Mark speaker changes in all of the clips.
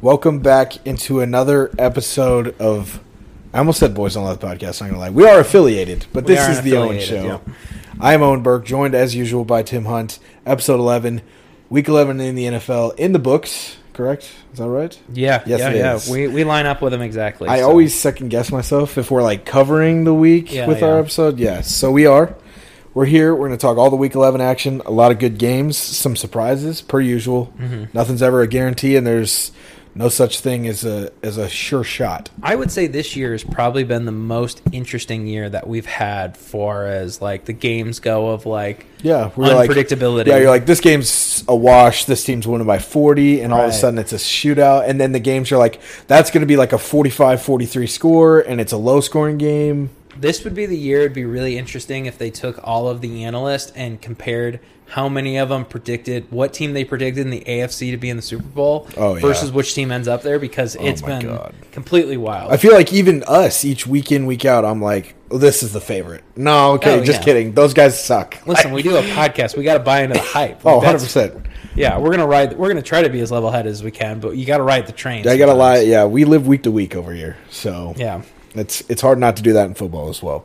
Speaker 1: Welcome back into another episode of. I almost said Boys on Love podcast. I'm not gonna lie. We are affiliated, but
Speaker 2: We
Speaker 1: this
Speaker 2: are
Speaker 1: is the Owen Show.
Speaker 2: affiliated,
Speaker 1: I'm Owen Burke, joined as usual by Tim Hunt. Episode 11, Week 11 in the NFL, in the books. Correct? Is that right?
Speaker 2: Yeah,
Speaker 1: Yes,
Speaker 2: yeah,
Speaker 1: it
Speaker 2: yeah.
Speaker 1: is.
Speaker 2: We we line up with them exactly.
Speaker 1: I
Speaker 2: so.
Speaker 1: always second guess myself if we're like covering the week
Speaker 2: Yeah,
Speaker 1: with our
Speaker 2: yeah.
Speaker 1: episode. Yes, so we are. We're here. We're going to talk all the week eleven action. A lot of good games, some surprises per usual.
Speaker 2: Mm-hmm.
Speaker 1: Nothing's ever a guarantee, and there's no such thing as a as a sure shot.
Speaker 2: I would say this year has probably been the most interesting year that we've had, far as like the games go of like
Speaker 1: Yeah, Like,
Speaker 2: Unpredictability.
Speaker 1: yeah, you're like this game's a wash. This team's winning by 40, and all of a
Speaker 2: Right.
Speaker 1: sudden it's a shootout. And then the games are like that's going to be like a 45-43 score, and it's a low scoring game.
Speaker 2: this would be the year. It'd be really interesting if they took all of the analysts and compared how many of them predicted what team they predicted in the AFC to be in the Super Bowl
Speaker 1: Oh, yeah. Oh
Speaker 2: versus which team ends up there because it's
Speaker 1: my
Speaker 2: been
Speaker 1: God.
Speaker 2: completely wild.
Speaker 1: I feel like even us, each week in, week out, I'm like, well, this is the favorite. No, okay,
Speaker 2: Oh,
Speaker 1: just
Speaker 2: yeah.
Speaker 1: kidding. Those guys suck.
Speaker 2: Listen, we do a podcast. We got to buy into the hype.
Speaker 1: Oh,
Speaker 2: Like, that's-
Speaker 1: 100%.
Speaker 2: Yeah, we're gonna ride. We're gonna try to be as level headed as we can, but you got to ride the
Speaker 1: I
Speaker 2: train.
Speaker 1: got to
Speaker 2: sometimes.
Speaker 1: lie. Yeah, we live week to week over here. So
Speaker 2: Yeah.
Speaker 1: it's, it's hard not to do that in football as well.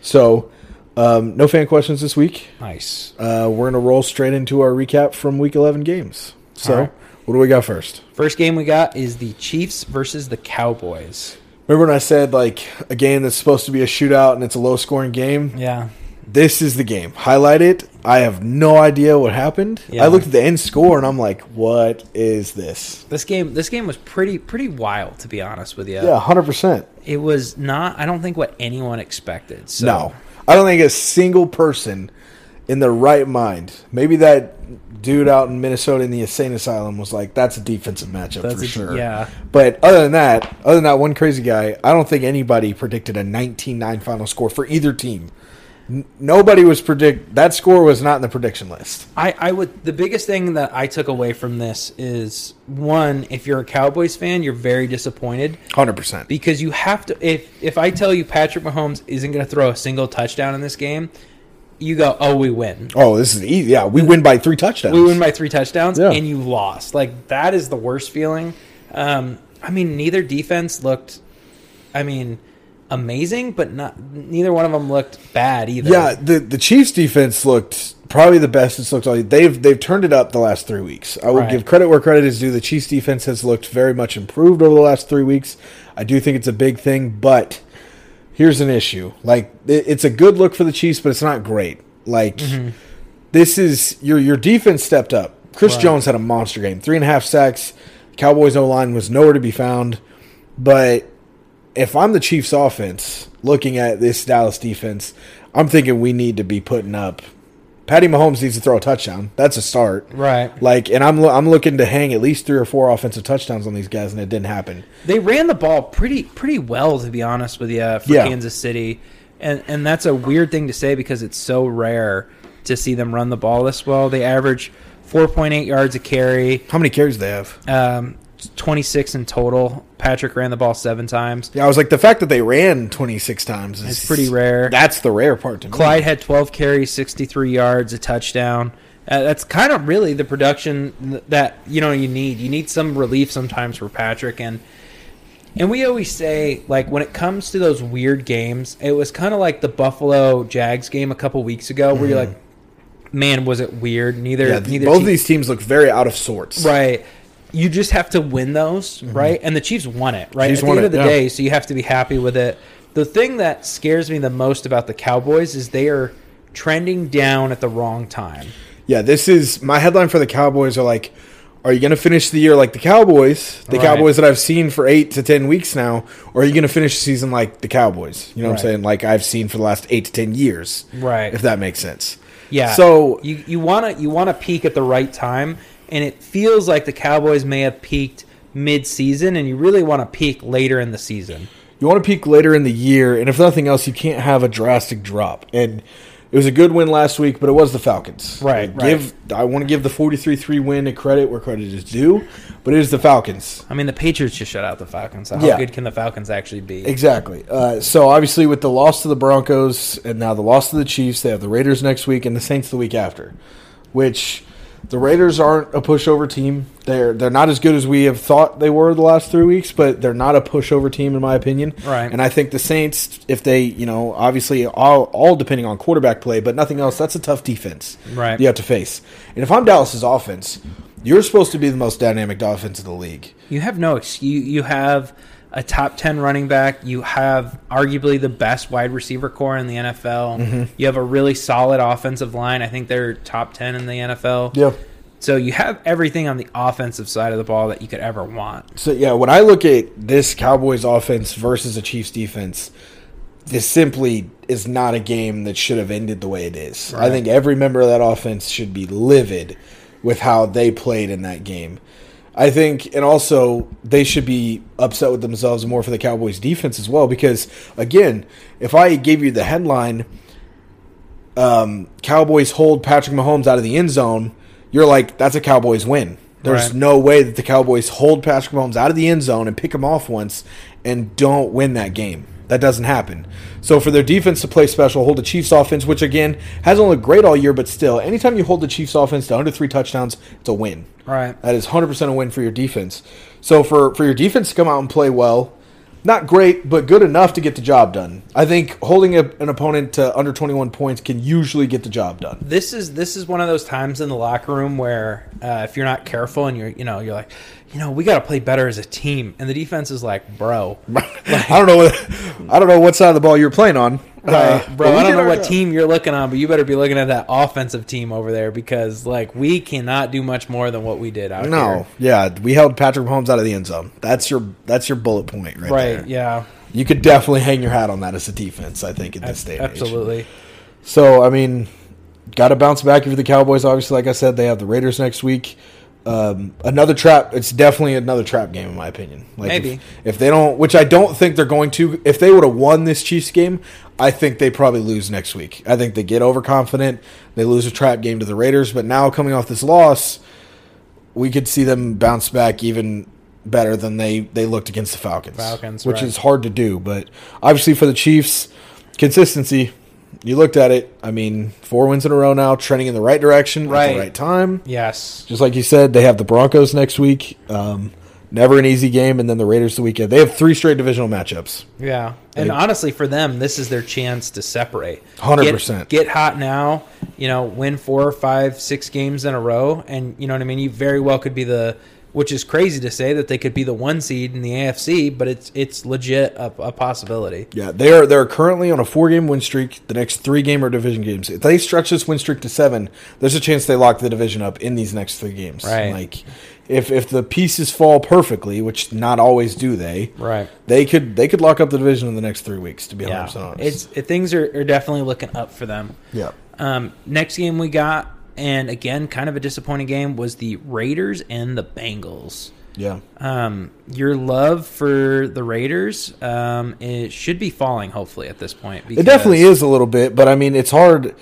Speaker 1: So um, no fan questions this week.
Speaker 2: Nice.
Speaker 1: Uh, we're going to roll straight into our recap from week 11 games. So
Speaker 2: All right.
Speaker 1: what do we got first?
Speaker 2: First game we got is the Chiefs versus the Cowboys.
Speaker 1: Remember when I said, like, a game that's supposed to be a shootout and it's a low scoring game?
Speaker 2: Yeah.
Speaker 1: this is the game. Highlight it. I have no idea what happened.
Speaker 2: Yeah.
Speaker 1: I looked at the end score and I'm like, what is this?
Speaker 2: This game this game was pretty pretty wild to be honest with you.
Speaker 1: Yeah, 100%.
Speaker 2: It was not I don't think what anyone expected. So
Speaker 1: No. I don't think a single person in their right mind, maybe that dude out in Minnesota in the insane asylum was like, that's a defensive matchup
Speaker 2: That's
Speaker 1: for
Speaker 2: a-
Speaker 1: sure.
Speaker 2: yeah.
Speaker 1: But other than that, other than that one crazy guy, I don't think anybody predicted a 19 9 final score for either team. N- nobody was predict that score was not in the prediction list.
Speaker 2: I, I would the biggest thing that I took away from this is one, if you're a Cowboys fan, you're very disappointed
Speaker 1: 100%.
Speaker 2: because you have to if if I tell you Patrick Mahomes isn't gonna throw a single touchdown in this game, you go, Oh, we win.
Speaker 1: Oh, this is easy. Yeah, we win by three touchdowns.
Speaker 2: we win by three touchdowns
Speaker 1: Yeah.
Speaker 2: and you lost like that is the worst feeling um, i mean neither defense looked i mean amazing but not neither one of them looked bad either
Speaker 1: yeah, the the Chiefs defense looked probably the best it's looked like. They've they've turned it up the last three weeks. I will
Speaker 2: Right.
Speaker 1: give credit where credit is due. The Chiefs defense has looked very much improved over the last three weeks. I do think it's a big thing, but here's an issue. Like it, it's a good look for the Chiefs, but it's not great. Like
Speaker 2: Mm-hmm.
Speaker 1: this is your your defense stepped up. Chris
Speaker 2: Right.
Speaker 1: Jones had a monster game, three and a half sacks. Cowboys O line was nowhere to be found, but if I'm the Chiefs offense looking at this Dallas defense, I'm thinking we need to be putting up. Patty Mahomes needs to throw a touchdown. That's a start.
Speaker 2: right
Speaker 1: Like, and I'm lo- I'm looking to hang at least three or four offensive touchdowns on these guys, and it didn't happen.
Speaker 2: they ran the ball pretty pretty well to be honest with you for
Speaker 1: Yeah.
Speaker 2: kansas city and and that's a weird thing to say because it's so rare to see them run the ball this well they average 4.8 yards a carry
Speaker 1: How many carries do they have?
Speaker 2: um, 26 in total patrick ran the ball seven times
Speaker 1: Yeah, I was like the fact that they ran 26 times is
Speaker 2: It's pretty rare.
Speaker 1: That's the rare part to me.
Speaker 2: Clyde had 12 carries, 63 yards, a touchdown. Uh, that's kind of really the production th- that you know you need. You need some relief sometimes for Patrick and and we always say like when it comes to those weird games, it was kind of like the Buffalo Jags game a couple weeks ago where you're like, man, was it weird? Neither
Speaker 1: Mm-hmm. Yeah, th-
Speaker 2: neither
Speaker 1: both
Speaker 2: team-
Speaker 1: of these teams look very out of sorts.
Speaker 2: Right. You just have to win those, right? And the Chiefs won it, right?
Speaker 1: Mm-hmm. Chiefs
Speaker 2: At the
Speaker 1: won
Speaker 2: end
Speaker 1: it,
Speaker 2: of the
Speaker 1: yeah.
Speaker 2: day, so you have to be happy with it. The thing that scares me the most about the Cowboys is they are trending down at the wrong time.
Speaker 1: Yeah, this is my headline for the Cowboys are like, are you going to finish the year like the Cowboys, the
Speaker 2: Right.
Speaker 1: Cowboys that I've seen for eight to 10 weeks now, or are you going to finish the season like the Cowboys? You know what I'm
Speaker 2: Right.
Speaker 1: saying? Like I've seen for the last eight to 10 years.
Speaker 2: Right.
Speaker 1: If that makes sense.
Speaker 2: Yeah.
Speaker 1: So,
Speaker 2: you you want to you want to peak at the right time, and it feels like the Cowboys may have peaked mid-season, and you really want to peak later in the season.
Speaker 1: you want to peak later in the year, and if nothing else, you can't have a drastic drop. And it was a good win last week, but it was the Falcons.
Speaker 2: Right,
Speaker 1: I
Speaker 2: right.
Speaker 1: Give I want to give the 43-3 win a credit where credit is due, but it is the Falcons.
Speaker 2: I mean, the Patriots just shut out the Falcons. So how
Speaker 1: Yeah.
Speaker 2: good can the Falcons actually be?
Speaker 1: Exactly. Uh, so obviously, with the loss to the Broncos and now the loss to the Chiefs, they have the Raiders next week and the Saints the week after, which The Raiders aren't a pushover team. They're they're not as good as we have thought they were the last three weeks, but they're not a pushover team in my opinion.
Speaker 2: Right.
Speaker 1: And I think the Saints, if they, you know, obviously all all depending on quarterback play, but nothing else, that's a tough defense.
Speaker 2: Right.
Speaker 1: You have to face. And if I'm Dallas's offense, you're supposed to be the most dynamic offense in the league.
Speaker 2: You have no excuse. You have a top 10 running back. You have arguably the best wide receiver core in the NFL. You have a really solid offensive line. I think they're top 10 in the NFL. So you have everything on the offensive side of the ball that you could ever want.
Speaker 1: So yeah, when I look at this Cowboys offense versus a Chiefs defense, this simply is not a game that should have ended the way it is. I
Speaker 2: Right.
Speaker 1: think every member of that offense should be livid with how they played in that game. I think, and also they should be upset with themselves more for the Cowboys defense as well. Because again, if I gave you the headline, um, Cowboys hold Patrick Mahomes out of the end zone, you're like, that's a Cowboys win. There's
Speaker 2: Right.
Speaker 1: no way that the Cowboys hold Patrick Mahomes out of the end zone and pick him off once and don't win that game. That doesn't happen. So for their defense to play special, hold the Chiefs offense, which again hasn't looked great all year, but still, anytime you hold the Chiefs offense to under three touchdowns, it's a win.
Speaker 2: Right.
Speaker 1: That is 100% a win for your defense. So for, for your defense to come out and play well, not great, but good enough to get the job done. I think holding a, an opponent to under 21 points can usually get the job done.
Speaker 2: This is this is one of those times in the locker room where uh, if you're not careful and you're you know you're like you know we got to play better as a team and the defense is like bro
Speaker 1: I don't know what I don't know what side of the ball you're playing on.
Speaker 2: Right,
Speaker 1: Uh, but
Speaker 2: bro.
Speaker 1: we
Speaker 2: I don't
Speaker 1: did
Speaker 2: know
Speaker 1: our
Speaker 2: what
Speaker 1: job.
Speaker 2: team you're looking on, but you better be looking at that offensive team over there because like we cannot do much more than what we did out
Speaker 1: No,
Speaker 2: here.
Speaker 1: yeah, we held Patrick Mahomes out of the end zone. That's your that's your bullet point right,
Speaker 2: Right?
Speaker 1: there.
Speaker 2: Yeah.
Speaker 1: You could definitely hang your hat on that as a defense. I think in this day and age.
Speaker 2: Absolutely.
Speaker 1: So I mean, got to bounce back for the Cowboys. Obviously, like I said, they have the Raiders next week. Um, another trap. It's definitely another trap game, in my opinion. Like
Speaker 2: Maybe.
Speaker 1: if, if they don't, which I don't think they're going to. If they would have won this Chiefs game, I think they probably lose next week. I think they get overconfident. They lose a trap game to the Raiders, but now coming off this loss, we could see them bounce back even better than they they looked against the Falcons.
Speaker 2: Falcons,
Speaker 1: which
Speaker 2: right.
Speaker 1: is hard to do, but obviously for the Chiefs, consistency. You looked at it. I mean, four wins in a row now, trending in the right direction at
Speaker 2: Right.
Speaker 1: the right time.
Speaker 2: Yes.
Speaker 1: Just like you said, they have the Broncos next week. Um, never an easy game, and then the Raiders the weekend. They have three straight divisional matchups.
Speaker 2: Yeah. And
Speaker 1: Like-
Speaker 2: honestly, for them, this is their chance to separate.
Speaker 1: 100%.
Speaker 2: Get, get hot now. You know, win four, five, six games in a row, and you know what I mean. You very well could be the. Which is crazy to say that they could be the one seed in the AFC, but it's it's legit a, a possibility.
Speaker 1: Yeah, they are they are currently on a four game win streak. The next three game or division games. If they stretch this win streak to seven, there's a chance they lock the division up in these next three games.
Speaker 2: Right.
Speaker 1: Like if if the pieces fall perfectly, which not always do they,
Speaker 2: Right.
Speaker 1: they could they could lock up the division in the next three weeks, to be
Speaker 2: Yeah.
Speaker 1: 100% honest.
Speaker 2: It's it, things are, are definitely looking up for them.
Speaker 1: yeah.
Speaker 2: Um, next game we got, and again, kind of a disappointing game, was the Raiders and the Bengals.
Speaker 1: Yeah.
Speaker 2: Um, your love for the Raiders, um, it should be falling hopefully at this point.
Speaker 1: It definitely is a little bit, but I mean, it's hard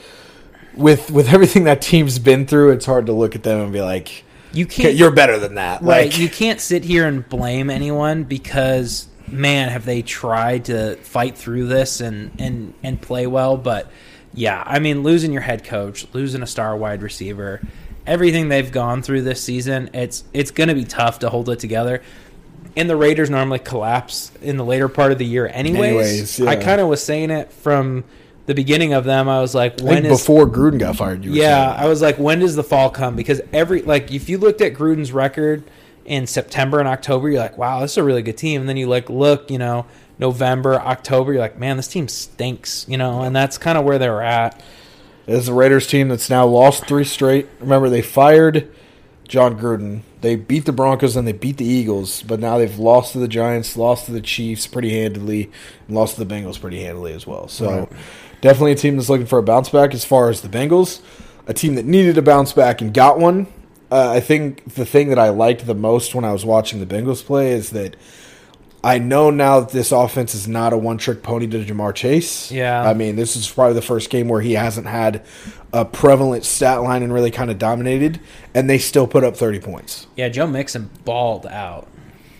Speaker 1: with with everything that team's been through. It's hard to look at them and be like,
Speaker 2: You
Speaker 1: "Okay,
Speaker 2: can't.
Speaker 1: "You're better than that."
Speaker 2: right.
Speaker 1: Like,
Speaker 2: you can't sit here and blame anyone because man, have they tried to fight through this and and and play well? But yeah, I mean, losing your head coach, losing a star wide receiver, everything they've gone through this season, it's it's going to be tough to hold it together. And the Raiders normally collapse in the later part of the year, anyways.
Speaker 1: Anyways, yeah.
Speaker 2: I kind of was saying it from the beginning of them. I was like,
Speaker 1: I
Speaker 2: when
Speaker 1: think
Speaker 2: is
Speaker 1: before Gruden got fired, you were
Speaker 2: yeah,
Speaker 1: saying.
Speaker 2: I was like, when does the fall come? Because every like, if you looked at Gruden's record in September and October, you're like, wow, this is a really good team. And then you like look, you know, November, October, you're like, man, this team stinks, you know. And that's kind of where they were at.
Speaker 1: This is a Raiders team that's now lost three straight. Remember, they fired John Gruden. They beat the Broncos and they beat the Eagles, but now they've lost to the Giants, lost to the Chiefs pretty handily, and lost to the Bengals pretty handily as well. So, definitely a team that's looking for a bounce back as far as the Bengals, a team that needed a bounce back and got one. Uh, I think the thing that I liked the most when I was watching the Bengals play is that I know now that this offense is not a one trick pony to Jamar Chase.
Speaker 2: Yeah.
Speaker 1: I mean, this is probably the first game where he hasn't had a prevalent stat line and really kind of dominated, and they still put up 30 points.
Speaker 2: Yeah, Joe Mixon balled out,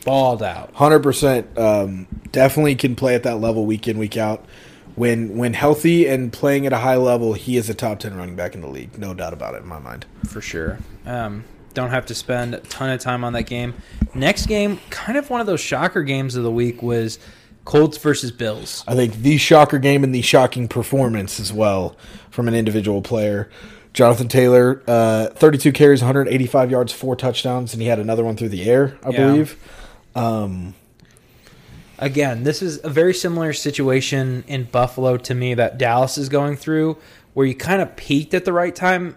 Speaker 2: balled out.
Speaker 1: 100% um, definitely can play at that level week in, week out. When when healthy and playing at a high level, he is a top ten running back in the league, no doubt about it in my mind.
Speaker 2: for sure. Um, don't have to spend a ton of time on that game. Next game, kind of one of those shocker games of the week was Colts versus Bills.
Speaker 1: I think the shocker game and the shocking performance as well from an individual player. Jonathan Taylor, uh, 32 carries, 185 yards, four touchdowns, and he had another one through the air, I
Speaker 2: Yeah.
Speaker 1: believe.
Speaker 2: Again, this is a very similar situation in Buffalo to me that Dallas is going through, where you kind of peaked at the right time.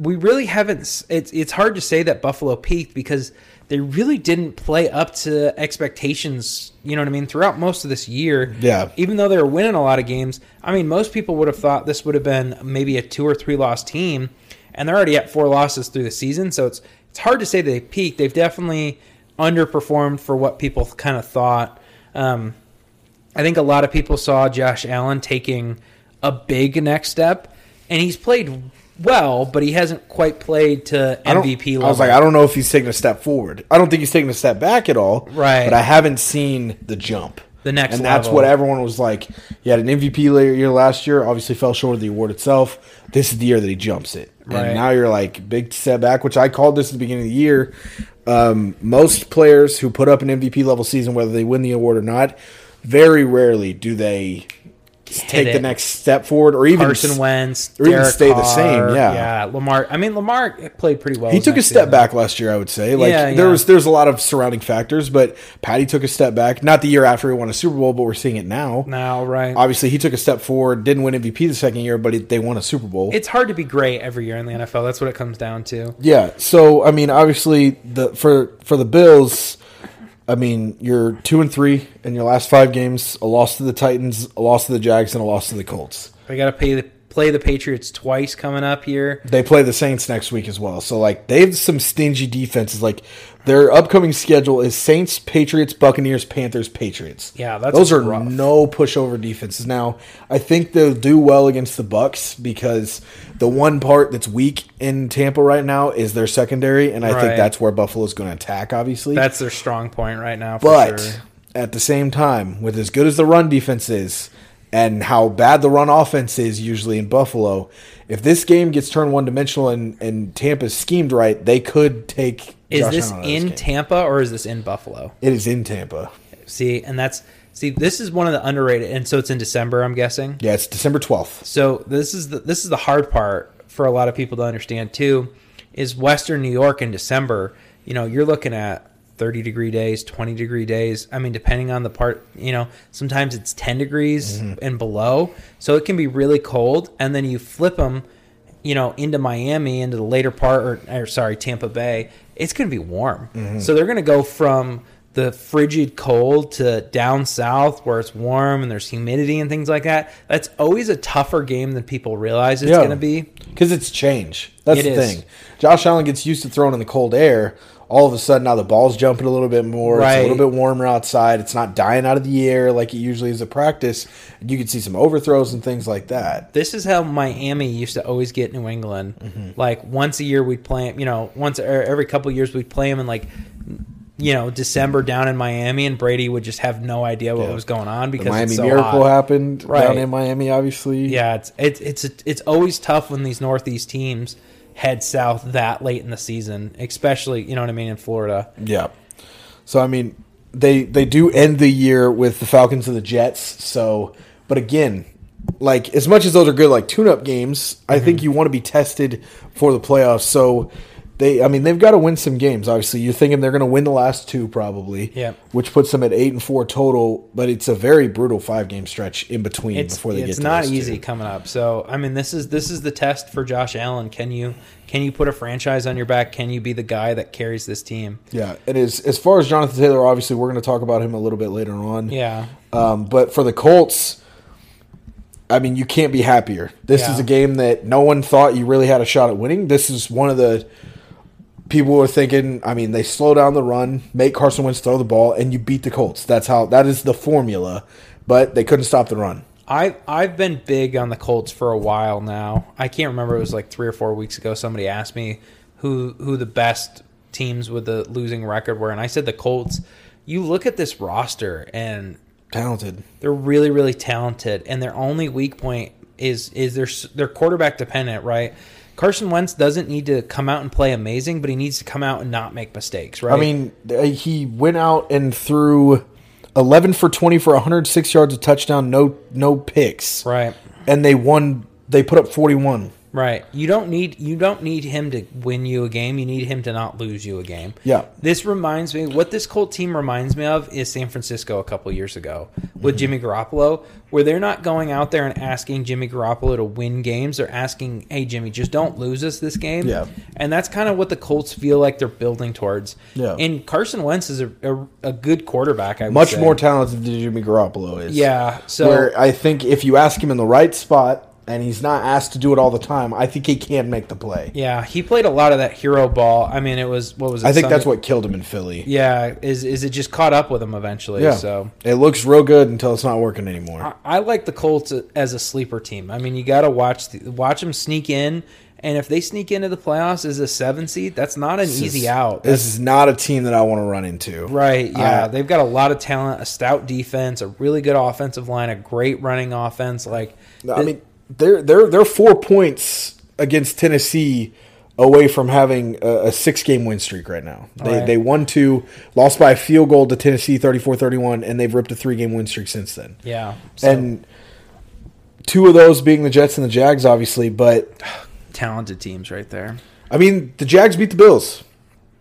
Speaker 2: We really haven't. s- It's it's hard to say that Buffalo peaked because they really didn't play up to expectations. You know what I mean? Throughout most of this year,
Speaker 1: Yeah.
Speaker 2: even though they were winning a lot of games, I mean, most people would have thought this would have been maybe a two or three loss team, and they're already at four losses through the season. So it's it's hard to say they peaked. They've definitely underperformed for what people kind of thought. Um, I think a lot of people saw Josh Allen taking a big next step, and he's played well, but he hasn't quite played to
Speaker 1: I don't-
Speaker 2: MVP level.
Speaker 1: I was like, I don't know if he's taking a step forward. I don't think he's taking a step back at all.
Speaker 2: Right.
Speaker 1: But I haven't seen the jump.
Speaker 2: The next
Speaker 1: And that's
Speaker 2: level.
Speaker 1: what everyone was like. He had an MVP la- year last year, obviously fell short of the award itself. This is the year that he jumps it.
Speaker 2: Right.
Speaker 1: And now you're like, big setback, which I called this at the beginning of the year. Um, most players who put up an MVP level season, whether they win the award or not, very rarely do they take the
Speaker 2: it.
Speaker 1: next step forward or even
Speaker 2: Carson Wentz,
Speaker 1: or even
Speaker 2: Derek
Speaker 1: stay the same,
Speaker 2: Carr,
Speaker 1: yeah.
Speaker 2: yeah. Lamar. I mean, Lamar played pretty well.
Speaker 1: He
Speaker 2: his
Speaker 1: took a
Speaker 2: next
Speaker 1: step
Speaker 2: season.
Speaker 1: back last year, I would say. Like
Speaker 2: Yeah,
Speaker 1: there
Speaker 2: yeah.
Speaker 1: was there's a lot of surrounding factors, but Patty took a step back. Not the year after he won a Super Bowl, but we're seeing it now.
Speaker 2: now, right?
Speaker 1: Obviously, he took a step forward, didn't win MVP the second year, but it, they won a Super Bowl.
Speaker 2: it's hard to be great every year in the NFL. That's what it comes down to.
Speaker 1: yeah. So I mean, obviously the for for the Bills, I mean you're two and three in your last five games. A loss to the Titans, a loss to the Jags, and a loss to the Colts.
Speaker 2: They got to pay the, play the Patriots twice coming up here.
Speaker 1: They play the Saints next week as well. So like they have some stingy defenses. Like their upcoming schedule is Saints, Patriots, Buccaneers, Panthers, Patriots.
Speaker 2: Yeah, that's
Speaker 1: those are
Speaker 2: rough.
Speaker 1: no pushover defenses. Now I think they'll do well against the Bucks because the one part that's weak in Tampa right now is their secondary, and I
Speaker 2: Right.
Speaker 1: think that's where Buffalo's going to attack. Obviously,
Speaker 2: That's their strong point right now. For
Speaker 1: but
Speaker 2: sure.
Speaker 1: at the same time, with as good as the run defense is and how bad the run offense is usually in Buffalo, if this game gets turned one dimensional and, and Tampa's schemed right, they could take.
Speaker 2: is
Speaker 1: Josh
Speaker 2: this
Speaker 1: Allen out of
Speaker 2: in
Speaker 1: game.
Speaker 2: Tampa or is this in Buffalo?
Speaker 1: It is in Tampa.
Speaker 2: See, and that's see, this is one of the underrated, and so it's in December, I'm guessing.
Speaker 1: Yeah, it's December 12th.
Speaker 2: So this is the this is the hard part for a lot of people to understand too, is Western New York in December. You know, you're looking at 30 degree days, 20 degree days. I mean, depending on the part, you know, sometimes it's 10 degrees and below. So it can be really cold. And then you flip them, you know, into Miami, into the later part, or, or sorry, Tampa Bay. It's going to be warm.
Speaker 1: Mm-hmm.
Speaker 2: So they're going to go from the frigid cold to down south where it's warm and there's humidity and things like that. That's always a tougher game than people realize it's
Speaker 1: Yeah.
Speaker 2: going to be.
Speaker 1: Because it's change. That's
Speaker 2: It
Speaker 1: the
Speaker 2: is.
Speaker 1: thing. Josh Allen gets used to throwing in the cold air. All of a sudden, now the ball's jumping a little bit more. It's a
Speaker 2: Right.
Speaker 1: little bit warmer outside. It's not dying out of the air like it usually is at practice. You can see some overthrows and things like that.
Speaker 2: This is how Miami used to always get New England.
Speaker 1: Mm-hmm.
Speaker 2: Like once a year we'd play 'em, you know, once or every couple years we'd play them in like you know, December down in Miami and Brady would just have no idea what
Speaker 1: Yeah.
Speaker 2: was going on because
Speaker 1: the Miami
Speaker 2: it's so
Speaker 1: Miracle
Speaker 2: hot.
Speaker 1: happened
Speaker 2: Right.
Speaker 1: down in Miami, obviously.
Speaker 2: Yeah, it's it's it's it's always tough when these Northeast teams head south that late in the season, especially you know what I mean in Florida.
Speaker 1: yeah. So I mean, they they do end the year with the Falcons and the Jets. So, but again, like as much as those are good, like tune-up games,
Speaker 2: Mm-hmm.
Speaker 1: I think you want to be tested for the playoffs. So. They, I mean, they've got to win some games. Obviously, you're thinking they're going to win the last two, probably.
Speaker 2: Yeah.
Speaker 1: Which puts them at eight and four total. But it's a very brutal five game stretch in between
Speaker 2: It's
Speaker 1: before they get.
Speaker 2: it's
Speaker 1: to
Speaker 2: not
Speaker 1: those two.
Speaker 2: easy coming up. So I mean this is this is the test for Josh Allen. Can you can you put a franchise on your back? Can you be the guy that carries this team?
Speaker 1: Yeah, it is. As far as Jonathan Taylor, obviously, we're going to talk about him a little bit later on.
Speaker 2: Yeah.
Speaker 1: Um, but for the Colts, I mean, you can't be happier. This
Speaker 2: Yeah.
Speaker 1: is a game that no one thought you really had a shot at winning. This is one of the people were thinking. I mean, they slow down the run, make Carson Wentz throw the ball, and you beat the Colts. That's how that is the formula. But they couldn't stop the run.
Speaker 2: I I've been big on the Colts for a while now. I can't remember it was like 3 or 4 weeks ago somebody asked me who who the best teams with the losing record were and I said the Colts. You look at this roster and
Speaker 1: talented.
Speaker 2: They're really really talented, and their only weak point is is their their quarterback dependent, right? Carson Wentz doesn't need to come out and play amazing, but he needs to come out and not make mistakes, right?
Speaker 1: I mean, uh, he went out and threw 11 for 20 for 106 yards, a touchdown, no no picks.
Speaker 2: right,
Speaker 1: And they won. They put up 41.
Speaker 2: right. You don't need you don't need him to win you a game. You need him to not lose you a game.
Speaker 1: Yeah.
Speaker 2: This reminds me what this Colt team reminds me of is San Francisco a couple years ago with
Speaker 1: Mm-hmm.
Speaker 2: Jimmy Garoppolo, where they're not going out there and asking Jimmy Garoppolo to win games. They're asking, "Hey Jimmy, just don't lose us this game."
Speaker 1: Yeah.
Speaker 2: and that's kind of what the Colts feel like they're building towards.
Speaker 1: Yeah.
Speaker 2: and Carson Wentz is a, a, a good quarterback. I would
Speaker 1: Much
Speaker 2: say.
Speaker 1: more talented than Jimmy Garoppolo is.
Speaker 2: Yeah, so
Speaker 1: where I think if you ask him in the right spot and he's not asked to do it all the time, I think he can make the play.
Speaker 2: yeah, he played a lot of that hero ball. I mean, it was what was it?
Speaker 1: I think
Speaker 2: Sunday-
Speaker 1: that's what killed him in Philly.
Speaker 2: Yeah, is is it just caught up with him eventually?
Speaker 1: Yeah.
Speaker 2: So Uh,
Speaker 1: It looks real good until it's not working anymore.
Speaker 2: I- I like the Colts as a sleeper team. I mean, you got to watch the, watch them sneak in, and if they sneak into the playoffs as a seven seed, that's not an easy out.
Speaker 1: This is not a team that I want to run into.
Speaker 2: right? Yeah,
Speaker 1: I-
Speaker 2: they've got a lot of talent, a stout defense, a really good offensive line, a great running offense. Like,
Speaker 1: I mean, they're they're they're four points against Tennessee away from having a, a six game win streak right now. They
Speaker 2: Right.
Speaker 1: they won two, lost by a field goal to Tennessee 34-31 and they've ripped a three game win streak since then.
Speaker 2: yeah, so
Speaker 1: And two of those being the Jets and the Jags obviously, but
Speaker 2: talented teams right there.
Speaker 1: I mean, the Jags beat the Bills.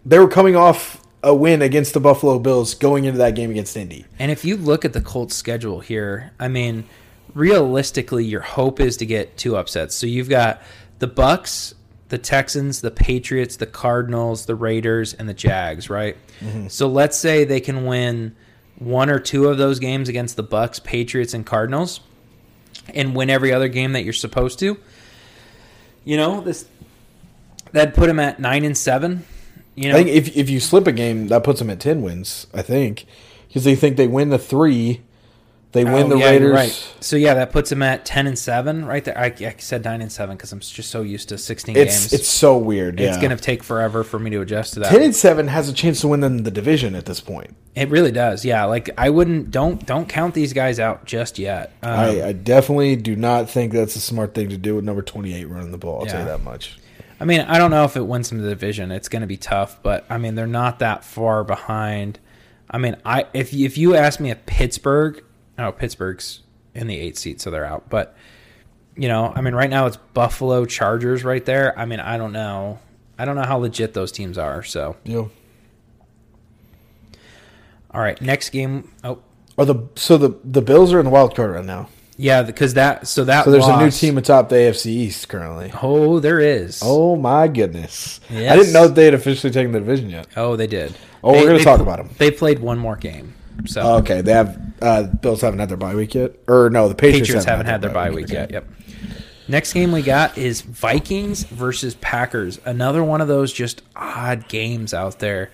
Speaker 1: They were coming off a win against the Buffalo Bills going into that game against Indy.
Speaker 2: And if you look at the Colts schedule here, I mean, realistically, your hope is to get two upsets. So you've got the Bucks, the Texans, the Patriots, the Cardinals, the Raiders, and the Jags, right? So let's say they can win one or two of those games against the Bucks, Patriots, and Cardinals, and win every other game that you're supposed to. You know, this that'd put them at nine and seven. You know,
Speaker 1: I think if if you slip a game, that puts them at ten wins. I think because they think they win the three, they win
Speaker 2: Oh,
Speaker 1: the
Speaker 2: yeah, you're
Speaker 1: Raiders.
Speaker 2: Right. So yeah, that puts him at ten and seven right there. I, I said nine and seven because I'm just so used to sixteen
Speaker 1: It's
Speaker 2: games.
Speaker 1: it's so weird.
Speaker 2: It's
Speaker 1: yeah.
Speaker 2: gonna take forever for me to adjust to that.
Speaker 1: ten and seven has a chance to win them the division at this point.
Speaker 2: it really does. Yeah, like I wouldn't don't don't count these guys out just yet. Um,
Speaker 1: I, I definitely do not think that's a smart thing to do with number twenty eight running the ball. I'll tell
Speaker 2: Yeah.
Speaker 1: you that much.
Speaker 2: I mean, I don't know if it wins them the division. It's going to be tough, but I mean, they're not that far behind. I mean, I if you- if you ask me if Pittsburgh, oh, Pittsburgh's in the eighth seat, so they're out. But you know, I mean, right now it's Buffalo Chargers right there. I mean, I don't know, I don't know how legit those teams are. So,
Speaker 1: Yeah.
Speaker 2: all right, next game. Oh,
Speaker 1: Are the so the the Bills are in the wild card right now.
Speaker 2: yeah, because that so that
Speaker 1: So there's a new
Speaker 2: loss-
Speaker 1: team atop the AFC East currently.
Speaker 2: Oh, there is.
Speaker 1: Oh my goodness! I
Speaker 2: Yes.
Speaker 1: didn't know they had officially taken the division yet.
Speaker 2: oh, they did.
Speaker 1: Oh, we're
Speaker 2: They-
Speaker 1: gonna
Speaker 2: they
Speaker 1: talk
Speaker 2: pl-
Speaker 1: about 'em.
Speaker 2: They played one more game. So
Speaker 1: Oh, Okay, they have uh, Bills haven't had their bye week yet, or no, the Patriots,
Speaker 2: Patriots haven't had their bye week yet. Yep. Next game we got is Vikings versus Packers. Another one of those just odd games out there.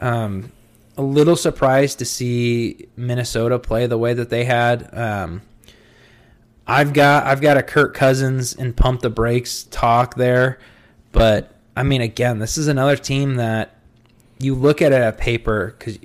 Speaker 2: Um, a little surprised to see Minnesota play the way that they had. Um, I've got I've got a Kirk Cousins and pump the brakes talk there, but I mean again, this is another team that you look at it at paper because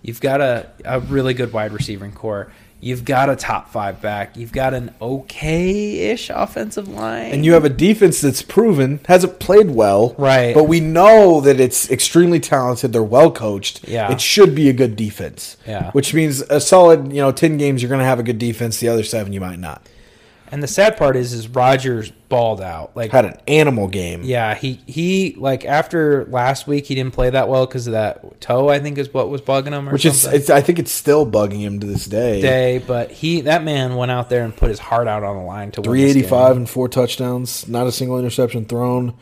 Speaker 2: you've got a, a really good wide receiving core. You've got a top five back. You've got an okay ish offensive line.
Speaker 1: And you have a defense that's proven hasn't played well,
Speaker 2: Right.
Speaker 1: But we know that it's extremely talented. They're well coached.
Speaker 2: Yeah.
Speaker 1: it should be a good defense.
Speaker 2: Yeah.
Speaker 1: which means a solid, you know, ten games you're going to have a good defense. The other seven you might not.
Speaker 2: and the sad part is, is Rogers balled out. Like,
Speaker 1: Had an animal game.
Speaker 2: yeah, he he like after last week, he didn't play that well because of that toe. I think is what was bugging him, or
Speaker 1: which is
Speaker 2: something.
Speaker 1: it's, I think it's still bugging him to this day.
Speaker 2: day. But he that man went out there and put his heart out on the line to win this game.
Speaker 1: 385 and four touchdowns, not a single interception thrown.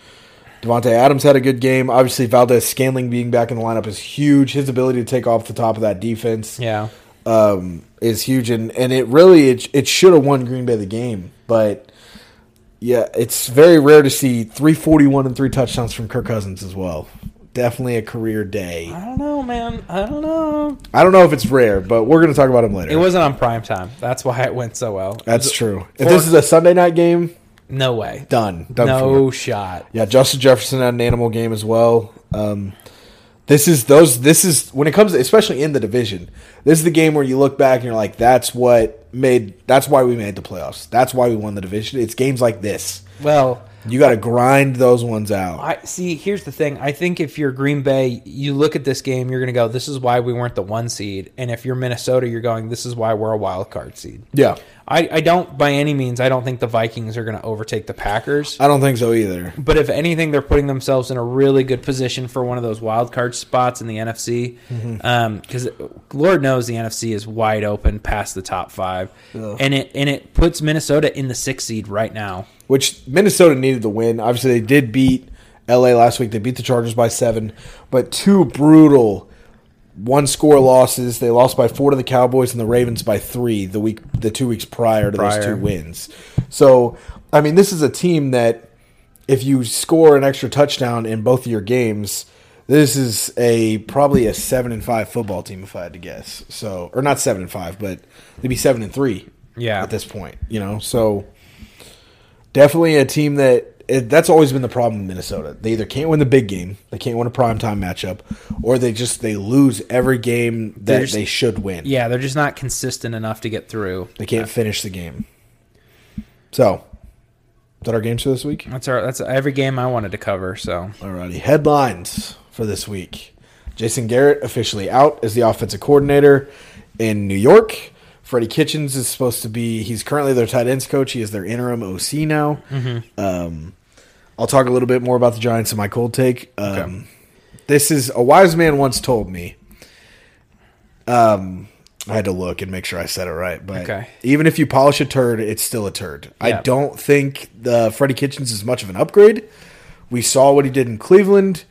Speaker 1: Devontae Adams had a good game. Obviously, Valdez Scanling being back in the lineup is huge. His ability to take off the top of that defense
Speaker 2: Yeah,
Speaker 1: um, is huge, and, and it really it, it should have won Green Bay the game, but yeah, it's very rare to see 341 and three touchdowns from Kirk Cousins as well. Definitely a career day.
Speaker 2: I don't know, man. I don't know.
Speaker 1: I don't know if it's rare, but we're going to talk about him later.
Speaker 2: It wasn't on prime time. That's why it went so well.
Speaker 1: That's true. If
Speaker 2: Four-
Speaker 1: this is a Sunday night game,
Speaker 2: No way.
Speaker 1: done. Done for.
Speaker 2: no shot.
Speaker 1: Yeah, Justin Jefferson had an animal game as well. Um, This is those. This is when it comes, especially in the division. This is the game where you look back and you're like, "That's what made. That's why we made the playoffs. That's why we won the division." It's games like this.
Speaker 2: Well,
Speaker 1: You got to grind those ones out.
Speaker 2: I see. Here's the thing. I think if you're Green Bay, you look at this game, you're going to go, "This is why we weren't the one seed." And if you're Minnesota, you're going, "This is why we're a wild card seed."
Speaker 1: yeah,
Speaker 2: I, I don't, by any means, I don't think the Vikings are going to overtake the Packers.
Speaker 1: I don't think so either.
Speaker 2: But if anything, they're putting themselves in a really good position for one of those wild card spots in the NFC. Because Um, Lord knows the NFC is wide open past the top five,
Speaker 1: Yeah.
Speaker 2: and it and it puts Minnesota in the sixth seed right now.
Speaker 1: Which Minnesota needed the win. Obviously, they did beat L.A. last week. They beat the Chargers by seven, but two brutal one score losses. They lost by four to the Cowboys and the Ravens by three the week the two weeks prior to
Speaker 2: Prior.
Speaker 1: those two wins. So I mean this is a team that if you score an extra touchdown in both of your games, this is a probably a seven and five football team if I had to guess. So or not seven and five, but they'd be seven and three.
Speaker 2: Yeah.
Speaker 1: At this point. You know? So definitely a team that it, that's always been the problem in Minnesota. They either can't win the big game, they can't win a primetime matchup, or they just they lose every game that
Speaker 2: There's-
Speaker 1: they should win.
Speaker 2: Yeah, they're just not consistent enough to get through.
Speaker 1: They can't finish the game. So, is that our games for this week?
Speaker 2: That's our that's every game I wanted to cover. So
Speaker 1: Alrighty, headlines for this week. Jason Garrett officially out as the offensive coordinator in New York. Freddie Kitchens is supposed to be, he's currently their tight ends coach. He is their interim OC now.
Speaker 2: Mm-hmm.
Speaker 1: Um, I'll talk a little bit more about the Giants in my cold take. Um, This is a wise man once told me. Um, I had to look and make sure I said it right, but
Speaker 2: Okay.
Speaker 1: even if you polish a turd, it's still a turd.
Speaker 2: Yeah.
Speaker 1: I don't think the Freddie Kitchens is much of an upgrade. We saw what he did in Cleveland.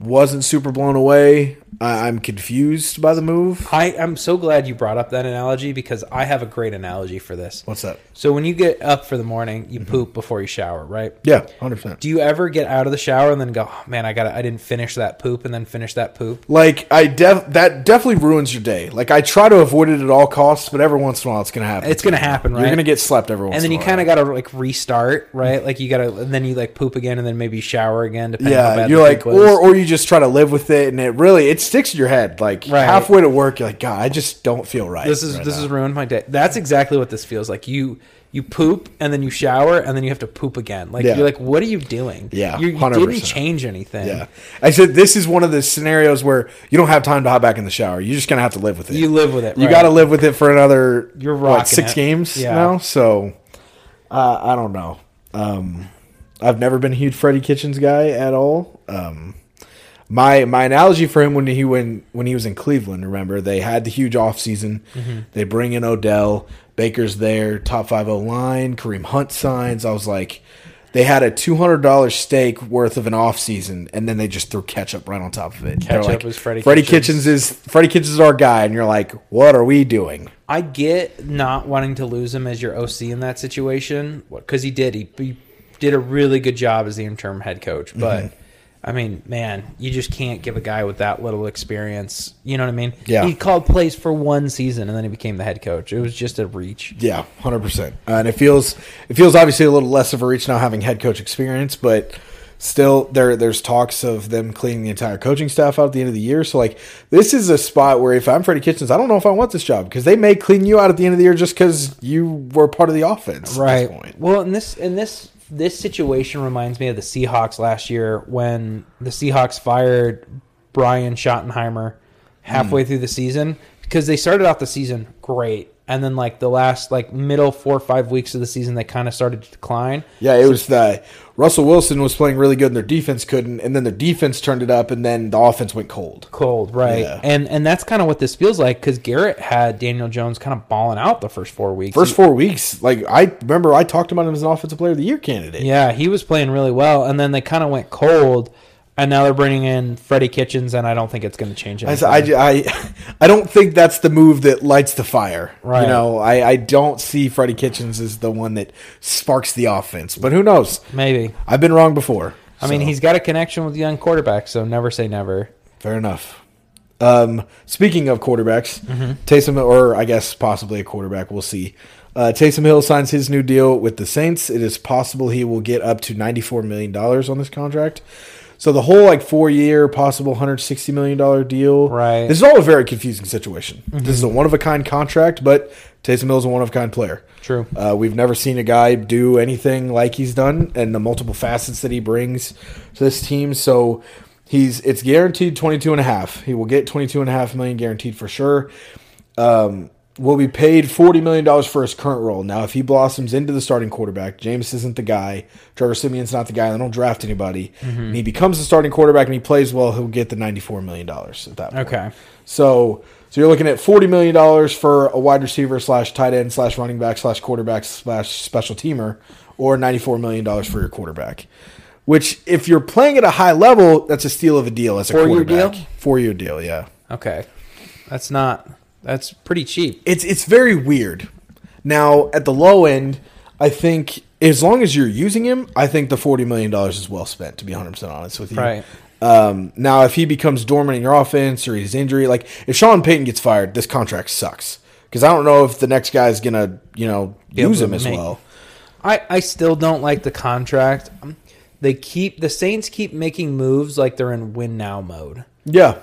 Speaker 1: Wasn't super blown away. I, I'm confused by the move.
Speaker 2: I I'm so glad you brought up that analogy because I have a great analogy for this.
Speaker 1: What's that?
Speaker 2: So when you get up for the morning, you poop before you shower, right?
Speaker 1: Yeah, hundred percent.
Speaker 2: Do you ever get out of the shower and then go, oh, man, I got I didn't finish that poop and then finish that poop?
Speaker 1: Like I def that definitely ruins your day. Like I try to avoid it at all costs, but every once in a while it's gonna happen.
Speaker 2: It's gonna happen, right?
Speaker 1: You're gonna get slept every once.
Speaker 2: and then
Speaker 1: in
Speaker 2: you
Speaker 1: a
Speaker 2: kind
Speaker 1: while.
Speaker 2: of got to like restart, right? Like you got to, and then you like poop again, and then maybe shower again. Depending on how
Speaker 1: yeah.
Speaker 2: bad
Speaker 1: You're
Speaker 2: the
Speaker 1: like,
Speaker 2: poop was.
Speaker 1: or or you just try to live with it, and it really it sticks in your head. Like
Speaker 2: Right.
Speaker 1: halfway to work, you're like, God, I just don't feel right.
Speaker 2: this is
Speaker 1: right
Speaker 2: this
Speaker 1: now."
Speaker 2: has ruined my day. That's exactly what this feels like. You you poop and then you shower and then you have to poop again. Like
Speaker 1: Yeah.
Speaker 2: you're like, what are you doing?
Speaker 1: Yeah,
Speaker 2: you, you didn't
Speaker 1: 100%.
Speaker 2: change anything.
Speaker 1: Yeah. I said this is one of the scenarios where you don't have time to hop back in the shower. You're just gonna have to live with it.
Speaker 2: You live with it.
Speaker 1: You
Speaker 2: right?
Speaker 1: got to live with it for another
Speaker 2: You're rocking
Speaker 1: what, six
Speaker 2: it.
Speaker 1: games
Speaker 2: Yeah.
Speaker 1: now. So uh, I don't know. Um, I've never been a huge Freddie Kitchens guy at all. Um, my my analogy for him when he when when he was in Cleveland, remember they had the huge offseason.
Speaker 2: Mm-hmm.
Speaker 1: They bring in Odell, Baker's there, top five O line, Kareem Hunt signs. I was like. They had a two hundred dollars stake worth of an offseason, and then they just threw ketchup right on top of it. They're
Speaker 2: Ketchup
Speaker 1: like,
Speaker 2: is Freddie
Speaker 1: Kitchens is Freddie Kitchens is our guy, and you're like, what are we doing?
Speaker 2: I get not wanting to lose him as your OC in that situation because he did. He, he did a really good job as the interim head coach. But I mean, man, you just can't give a guy with that little experience. You know what I mean?
Speaker 1: Yeah.
Speaker 2: He called plays for one season and then he became the head coach. It was just a reach.
Speaker 1: Yeah, hundred percent. And it feels it feels obviously a little less of a reach now having head coach experience, but still there there's talks of them cleaning the entire coaching staff out at the end of the year. So like this is a spot where if I'm Freddie Kitchens, I don't know if I want this job because they may clean you out at the end of the year just because you were part of the offense. At this point.
Speaker 2: Well, and this and this this situation reminds me of the Seahawks last year when the Seahawks fired Brian Schottenheimer halfway
Speaker 1: Hmm.
Speaker 2: through the season because they started off the season great. And then, like the last, like middle four or five weeks of the season, they kind of started to decline.
Speaker 1: Yeah, it was the Russell Wilson was playing really good and their defense couldn't, and then their defense turned it up, and then the offense went cold.
Speaker 2: Cold, right?
Speaker 1: Yeah.
Speaker 2: And and that's kind of what this feels like because Garrett had Daniel Jones kind of balling out the first four weeks.
Speaker 1: First four weeks, like I remember, I talked about him as an offensive player of the year candidate.
Speaker 2: Yeah, he was playing really well, and then they kind of went cold, and now they're bringing in Freddie Kitchens, and I don't think it's going to change
Speaker 1: I,
Speaker 2: anything.
Speaker 1: s- I j- I- I don't think that's the move that lights the fire.
Speaker 2: Right.
Speaker 1: You know, I, I don't see Freddie Kitchens as the one that sparks the offense. But who knows?
Speaker 2: Maybe
Speaker 1: I've been wrong before.
Speaker 2: I mean,
Speaker 1: so,
Speaker 2: he's got a connection with young quarterbacks, so never say never.
Speaker 1: fair enough. Um, speaking of quarterbacks,
Speaker 2: Mm-hmm.
Speaker 1: Taysom, or I guess possibly a quarterback, we'll see. Uh, Taysom Hill signs his new deal with the Saints. It is possible he will get up to ninety-four million dollars on this contract. So the whole like four year possible hundred sixty million dollar deal.
Speaker 2: Right.
Speaker 1: This is all a very confusing situation. This is a one of a kind contract, but Taysom Hill is a one of a kind player.
Speaker 2: True.
Speaker 1: Uh, we've never seen a guy do anything like he's done, and the multiple facets that he brings to this team. So he's it's guaranteed 22 and a half. He will get 22 and a half million guaranteed for sure. Um, will be paid 40 million dollars for his current role. Now, if he blossoms into the starting quarterback, James isn't the guy. Trevor Simeon's not the guy. They don't draft anybody.
Speaker 2: Mm-hmm.
Speaker 1: And he becomes the starting quarterback and he plays well. He'll get the 94 million dollars at that point.
Speaker 2: Okay.
Speaker 1: So, so you're looking at forty million dollars for a wide receiver slash tight end slash running back slash quarterback slash special teamer, or ninety four million dollars for your quarterback. Which, if you're playing at a high level, that's a steal of a deal as a
Speaker 2: Four-year
Speaker 1: quarterback.
Speaker 2: deal?
Speaker 1: Four year deal, yeah.
Speaker 2: Okay. That's not. That's pretty cheap.
Speaker 1: It's it's very weird. Now, at the low end, I think as long as you're using him, I think the forty million dollars is well spent. To be hundred percent honest with you,
Speaker 2: Right.
Speaker 1: Um, now, if he becomes dormant in your offense or he's injury, like if Sean Payton gets fired, this contract sucks because I don't know if the next guy's gonna you know
Speaker 2: able
Speaker 1: use
Speaker 2: to
Speaker 1: him as
Speaker 2: make-
Speaker 1: well.
Speaker 2: I, I still don't like the contract. Um, They keep the Saints keep making moves like they're in win now mode,
Speaker 1: Yeah,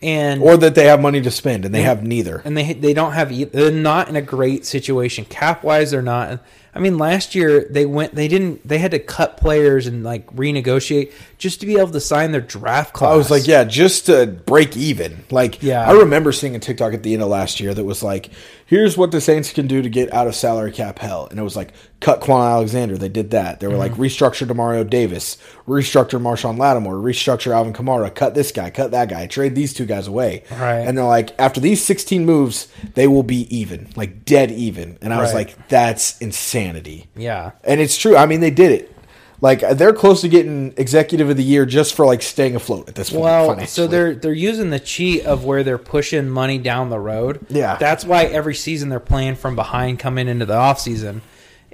Speaker 2: and
Speaker 1: or that they have money to spend and they have neither.
Speaker 2: and they they don't have e- they're not in a great situation cap wise. They're not. I mean, last year they went they didn't they had to cut players and like renegotiate just to be able to sign their draft class.
Speaker 1: I was like, yeah, just to break even. Like,
Speaker 2: Yeah.
Speaker 1: I remember seeing a TikTok at the end of last year that was like, here's what the Saints can do to get out of salary cap hell. And it was like, cut Quan Alexander. They did that. They were
Speaker 2: Mm-hmm.
Speaker 1: like, restructure Demario Davis, restructure Marshawn Lattimore, restructure Alvin Kamara, cut this guy, cut that guy, trade these two guys away.
Speaker 2: Right.
Speaker 1: And they're like, after these 16 moves, they will be even, like dead even. And I was
Speaker 2: Right.
Speaker 1: like, that's insanity.
Speaker 2: yeah,
Speaker 1: And it's true. I mean, they did it. Like they're close to getting executive of the year just for like staying afloat at this point.
Speaker 2: Well, so
Speaker 1: financially.
Speaker 2: they're they're using the cheat of where they're pushing money down the road.
Speaker 1: Yeah.
Speaker 2: That's why every season they're playing from behind coming into the off season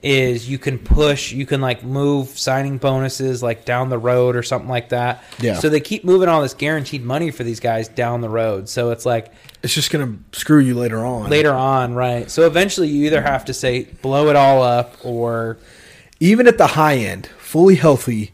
Speaker 2: is you can push, you can like move signing bonuses like down the road or something like that.
Speaker 1: Yeah.
Speaker 2: So they keep moving all this guaranteed money for these guys down the road. So it's like
Speaker 1: it's just gonna screw you later on.
Speaker 2: later on, right? So eventually you either have to say blow it all up or
Speaker 1: even at the high end, fully healthy.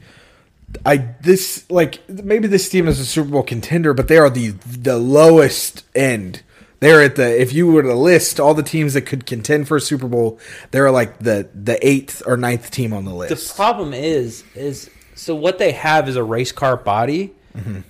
Speaker 1: I this like maybe this team is a Super Bowl contender, but they are the the lowest end. They're at the if you were to list all the teams that could contend for a Super Bowl, they're like the the eighth or ninth team on the list.
Speaker 2: the problem is is so what they have is a race car body
Speaker 1: Mm-hmm.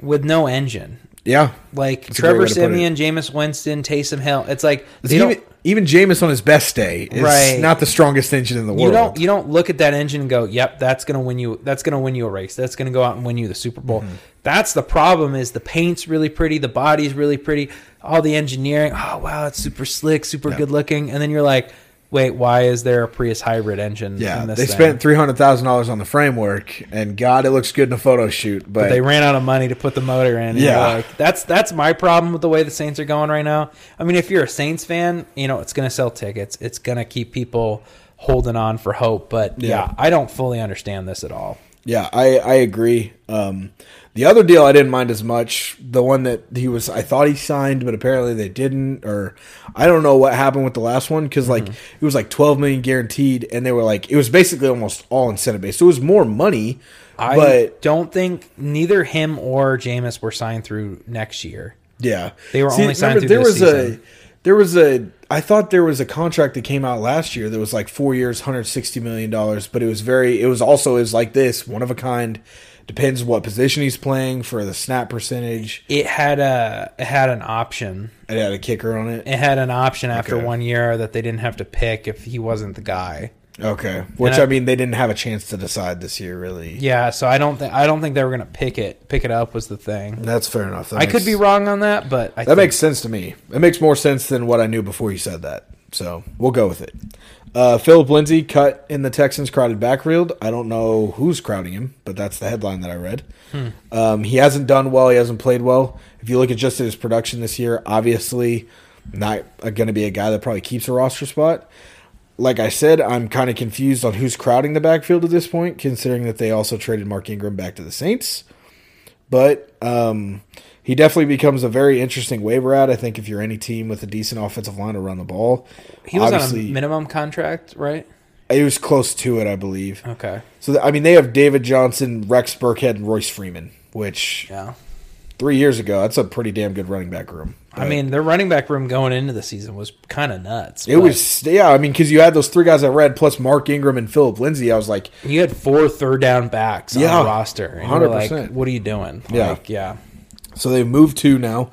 Speaker 2: with no engine.
Speaker 1: yeah,
Speaker 2: Like
Speaker 1: a great way
Speaker 2: Trevor
Speaker 1: to put it.
Speaker 2: Simeon, Jameis Winston, Taysom Hill. It's like they
Speaker 1: even
Speaker 2: don't,
Speaker 1: even Jameis on his best day is
Speaker 2: Right.
Speaker 1: not the strongest engine in the world.
Speaker 2: you don't you don't look at that engine and go, "Yep, that's going to win you that's going to win you a race. That's going to go out and win you the Super Bowl."
Speaker 1: Mm-hmm.
Speaker 2: That's the problem is the paint's really pretty, the body's really pretty, all the engineering, oh wow, it's super slick, super good looking, and then you're like, "Wait, why is there a Prius hybrid engine
Speaker 1: Yeah,
Speaker 2: in this
Speaker 1: they
Speaker 2: thing?
Speaker 1: spent three hundred thousand dollars on the framework, and God, it looks good in a photo shoot. But,
Speaker 2: they ran out of money to put the motor in. and
Speaker 1: Yeah.
Speaker 2: you're like, that's that's my problem with the way the Saints are going right now. I mean, if you're a Saints fan, you know it's going to sell tickets. It's going to keep people holding on for hope. But yeah.
Speaker 1: Yeah.
Speaker 2: I don't fully understand this at all.
Speaker 1: yeah, I I agree. Um, the other deal I didn't mind as much. The one that he was, I thought he signed, but apparently they didn't, or I don't know what happened with the last one because like
Speaker 2: Mm-hmm.
Speaker 1: it was like twelve million guaranteed, and they were like it was basically almost all incentive based. So it was more money,
Speaker 2: I
Speaker 1: but
Speaker 2: don't think neither him or Jameis were signed through next year.
Speaker 1: Yeah,
Speaker 2: They were only signed
Speaker 1: remember,
Speaker 2: through
Speaker 1: there
Speaker 2: this
Speaker 1: was
Speaker 2: season.
Speaker 1: a there was a I thought there was a contract that came out last year that was like four years, hundred sixty million dollars, but it was very it was also is like this one of a kind. Depends what position he's playing for the snap percentage.
Speaker 2: It had a it had an option.
Speaker 1: It had a kicker on it.
Speaker 2: It had an option after
Speaker 1: Okay.
Speaker 2: one year that they didn't have to pick if he wasn't the guy.
Speaker 1: Okay, which
Speaker 2: And I-
Speaker 1: I mean they didn't have a chance to decide this year really.
Speaker 2: Yeah, so I don't think I don't think they were going to pick it pick it up was the thing.
Speaker 1: That's fair enough. That
Speaker 2: I could
Speaker 1: makes-
Speaker 2: be wrong on that, but I
Speaker 1: That
Speaker 2: think,
Speaker 1: makes sense to me. It makes more sense than what I knew before you said that. So we'll go with it. Uh, Philip Lindsay cut in the Texans' crowded backfield. I don't know who's crowding him, but that's the headline that I read.
Speaker 2: Hmm.
Speaker 1: Um, he hasn't done well. He hasn't played well. If you look at just his production this year, obviously not going to be a guy that probably keeps a roster spot. Like I said, I'm kind of confused on who's crowding the backfield at this point, considering that they also traded Mark Ingram back to the Saints but um, he definitely becomes a very interesting waiver ad. I think if you're any team with a decent offensive line to run the ball,
Speaker 2: He was on a
Speaker 1: Obviously-
Speaker 2: minimum contract, right?
Speaker 1: It was close to it, I believe.
Speaker 2: Okay.
Speaker 1: So th- I mean, they have David Johnson, Rex Burkhead, and Royce Freeman, which
Speaker 2: Yeah.
Speaker 1: three years ago that's a pretty damn good running back room.
Speaker 2: I
Speaker 1: But
Speaker 2: mean, their running back room going into the season was kind of nuts.
Speaker 1: it
Speaker 2: but
Speaker 1: was yeah. I mean, because you had those three guys I read plus Mark Ingram and Philip Lindsay. I was like,
Speaker 2: You had four third down backs on
Speaker 1: Yeah.
Speaker 2: the roster. And you were like,
Speaker 1: 100%.
Speaker 2: what are you doing?
Speaker 1: Yeah.
Speaker 2: Like, yeah.
Speaker 1: So they've moved two now.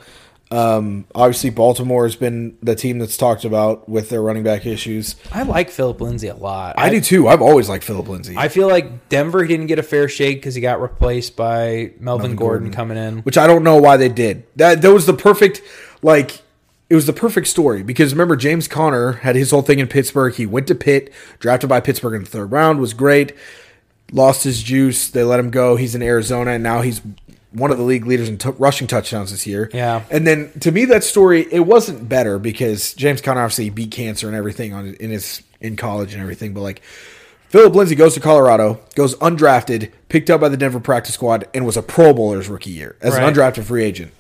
Speaker 1: Um, obviously, Baltimore has been the team that's talked about with their running back issues.
Speaker 2: I like Philip Lindsay a lot.
Speaker 1: I, do too. I've always liked Philip Lindsay,
Speaker 2: I feel like Denver he didn't get a fair shake because he got replaced by Melvin, Gordon, coming in.
Speaker 1: which I don't know why they did. That that was the perfect like it was the perfect story because remember James Conner had his whole thing in Pittsburgh. He went to Pitt, drafted by Pittsburgh in the third round, was great. Lost his juice. They let him go. He's in Arizona, and now he's one of the league leaders in t- rushing touchdowns this year.
Speaker 2: Yeah.
Speaker 1: And then to me, that story it wasn't better because James Conner obviously beat cancer and everything on in his in college and everything. But like Philip Lindsay goes to Colorado, goes undrafted, picked up by the Denver practice squad, and was a Pro Bowler's rookie year as
Speaker 2: Right.
Speaker 1: an undrafted free agent.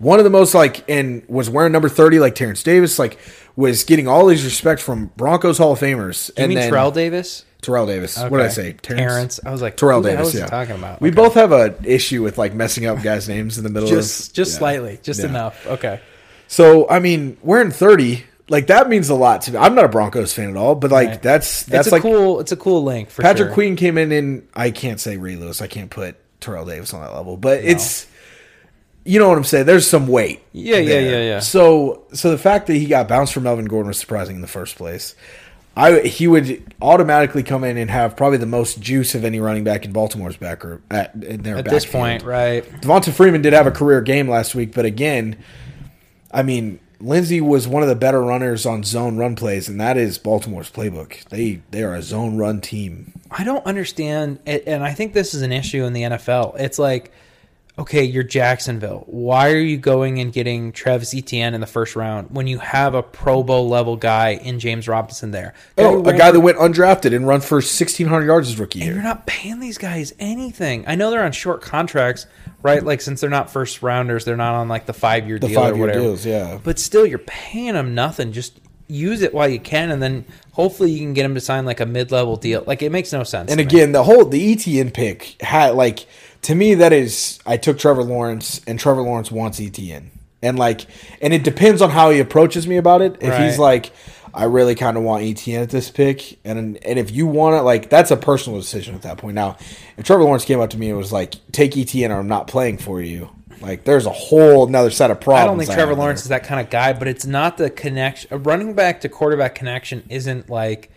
Speaker 1: One of the most like and was wearing number thirty like Terrence Davis, like was getting all these respect from Broncos Hall of Famers.
Speaker 2: You
Speaker 1: and
Speaker 2: mean
Speaker 1: then
Speaker 2: Terrell Davis?
Speaker 1: Terrell Davis. What did I
Speaker 2: Okay.
Speaker 1: say?
Speaker 2: Terrence. I was like,
Speaker 1: Terrell
Speaker 2: who the hell
Speaker 1: Davis.
Speaker 2: is he
Speaker 1: yeah,
Speaker 2: talking about?
Speaker 1: We
Speaker 2: Okay.
Speaker 1: both have a issue with like messing up guys' names in the middle.
Speaker 2: Just
Speaker 1: of,
Speaker 2: just
Speaker 1: yeah.
Speaker 2: slightly. Just
Speaker 1: Yeah.
Speaker 2: enough. Okay.
Speaker 1: So I mean, wearing thirty like that means a lot to me. I'm not a Broncos fan at all, but like
Speaker 2: Right.
Speaker 1: that's that's
Speaker 2: it's a
Speaker 1: like
Speaker 2: cool it's a cool link for
Speaker 1: Patrick
Speaker 2: sure.
Speaker 1: Queen came in and I can't say Ray Lewis. I can't put Terrell Davis on that level, but it's you know what I'm saying. There's some weight.
Speaker 2: Yeah, yeah, yeah, yeah.
Speaker 1: So so the fact that he got bounced from Melvin Gordon was surprising in the first place. I he would automatically come in and have probably the most juice of any running back in Baltimore's back or at, in their
Speaker 2: At this
Speaker 1: backfield.
Speaker 2: point, right.
Speaker 1: Devonta Freeman did have a career game last week, but again, I mean, Lindsey was one of the better runners on zone run plays, and that is Baltimore's playbook. They they are a zone run team.
Speaker 2: I don't understand, and and I think this is an issue in the NFL. It's like, okay, you're Jacksonville. Why are you going and getting Travis Etienne in the first round when you have a Pro Bowl level guy in James Robinson there?
Speaker 1: Oh, a
Speaker 2: They
Speaker 1: guy that went undrafted and run for 1,600 yards his rookie
Speaker 2: you're
Speaker 1: year.
Speaker 2: not paying these guys anything. I know they're on short contracts, right? Like since they're not first rounders, they're not on like the five year
Speaker 1: The
Speaker 2: deal
Speaker 1: five
Speaker 2: or
Speaker 1: year
Speaker 2: whatever.
Speaker 1: deals, yeah.
Speaker 2: But still, you're paying them nothing. Just use it while you can, and then hopefully you can get them to sign like a mid level deal. Like it makes no sense.
Speaker 1: And
Speaker 2: to me.
Speaker 1: again, the whole the ETN pick had like to me that is I took Trevor Lawrence and Trevor Lawrence wants ETN. And like and it depends on how he approaches me about it. If
Speaker 2: Right.
Speaker 1: he's like I really kind of want ETN at this pick and and if you want it like that's a personal decision at that point. Now, if Trevor Lawrence came up to me and was like take ETN or I'm not playing for you. Like there's a whole another set of problems.
Speaker 2: I don't think Trevor
Speaker 1: have there.
Speaker 2: Lawrence is that kind of guy, but it's not the connection. A running back to quarterback connection isn't like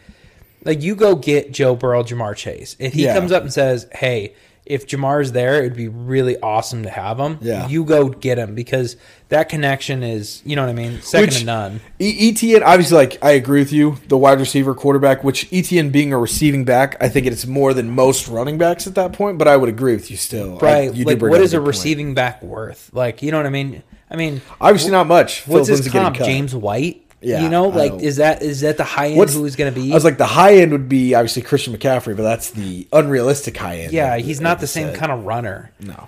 Speaker 2: like you go get Joe Burrow, Jamar Chase. If he
Speaker 1: Yeah.
Speaker 2: comes up and says, "Hey, if Jamar's there, it'd be really awesome to have him,"
Speaker 1: Yeah.
Speaker 2: you go get him because that connection is, you know what I mean, second to none.
Speaker 1: E- ETN, obviously, like I agree with you, the wide receiver, quarterback. Which ETN being a receiving back, I think it's more than most running backs at that point. But I would agree with you still. I-
Speaker 2: Right?
Speaker 1: you do
Speaker 2: like,
Speaker 1: bring
Speaker 2: what
Speaker 1: up
Speaker 2: is a
Speaker 1: good point.
Speaker 2: receiving back worth? Like, you know what I mean? I mean,
Speaker 1: Obviously, not much. Phillip
Speaker 2: what's his
Speaker 1: Lindsay getting
Speaker 2: comp?
Speaker 1: cut.
Speaker 2: James White.
Speaker 1: Yeah,
Speaker 2: you know,
Speaker 1: I
Speaker 2: like
Speaker 1: don't-
Speaker 2: is that is that the high end
Speaker 1: What's-
Speaker 2: who he's going to be?
Speaker 1: I was like, the high end would be obviously Christian McCaffrey, but that's the unrealistic high end.
Speaker 2: yeah,
Speaker 1: like-
Speaker 2: he's
Speaker 1: like
Speaker 2: not
Speaker 1: you
Speaker 2: the same
Speaker 1: said.
Speaker 2: kind of runner.
Speaker 1: No.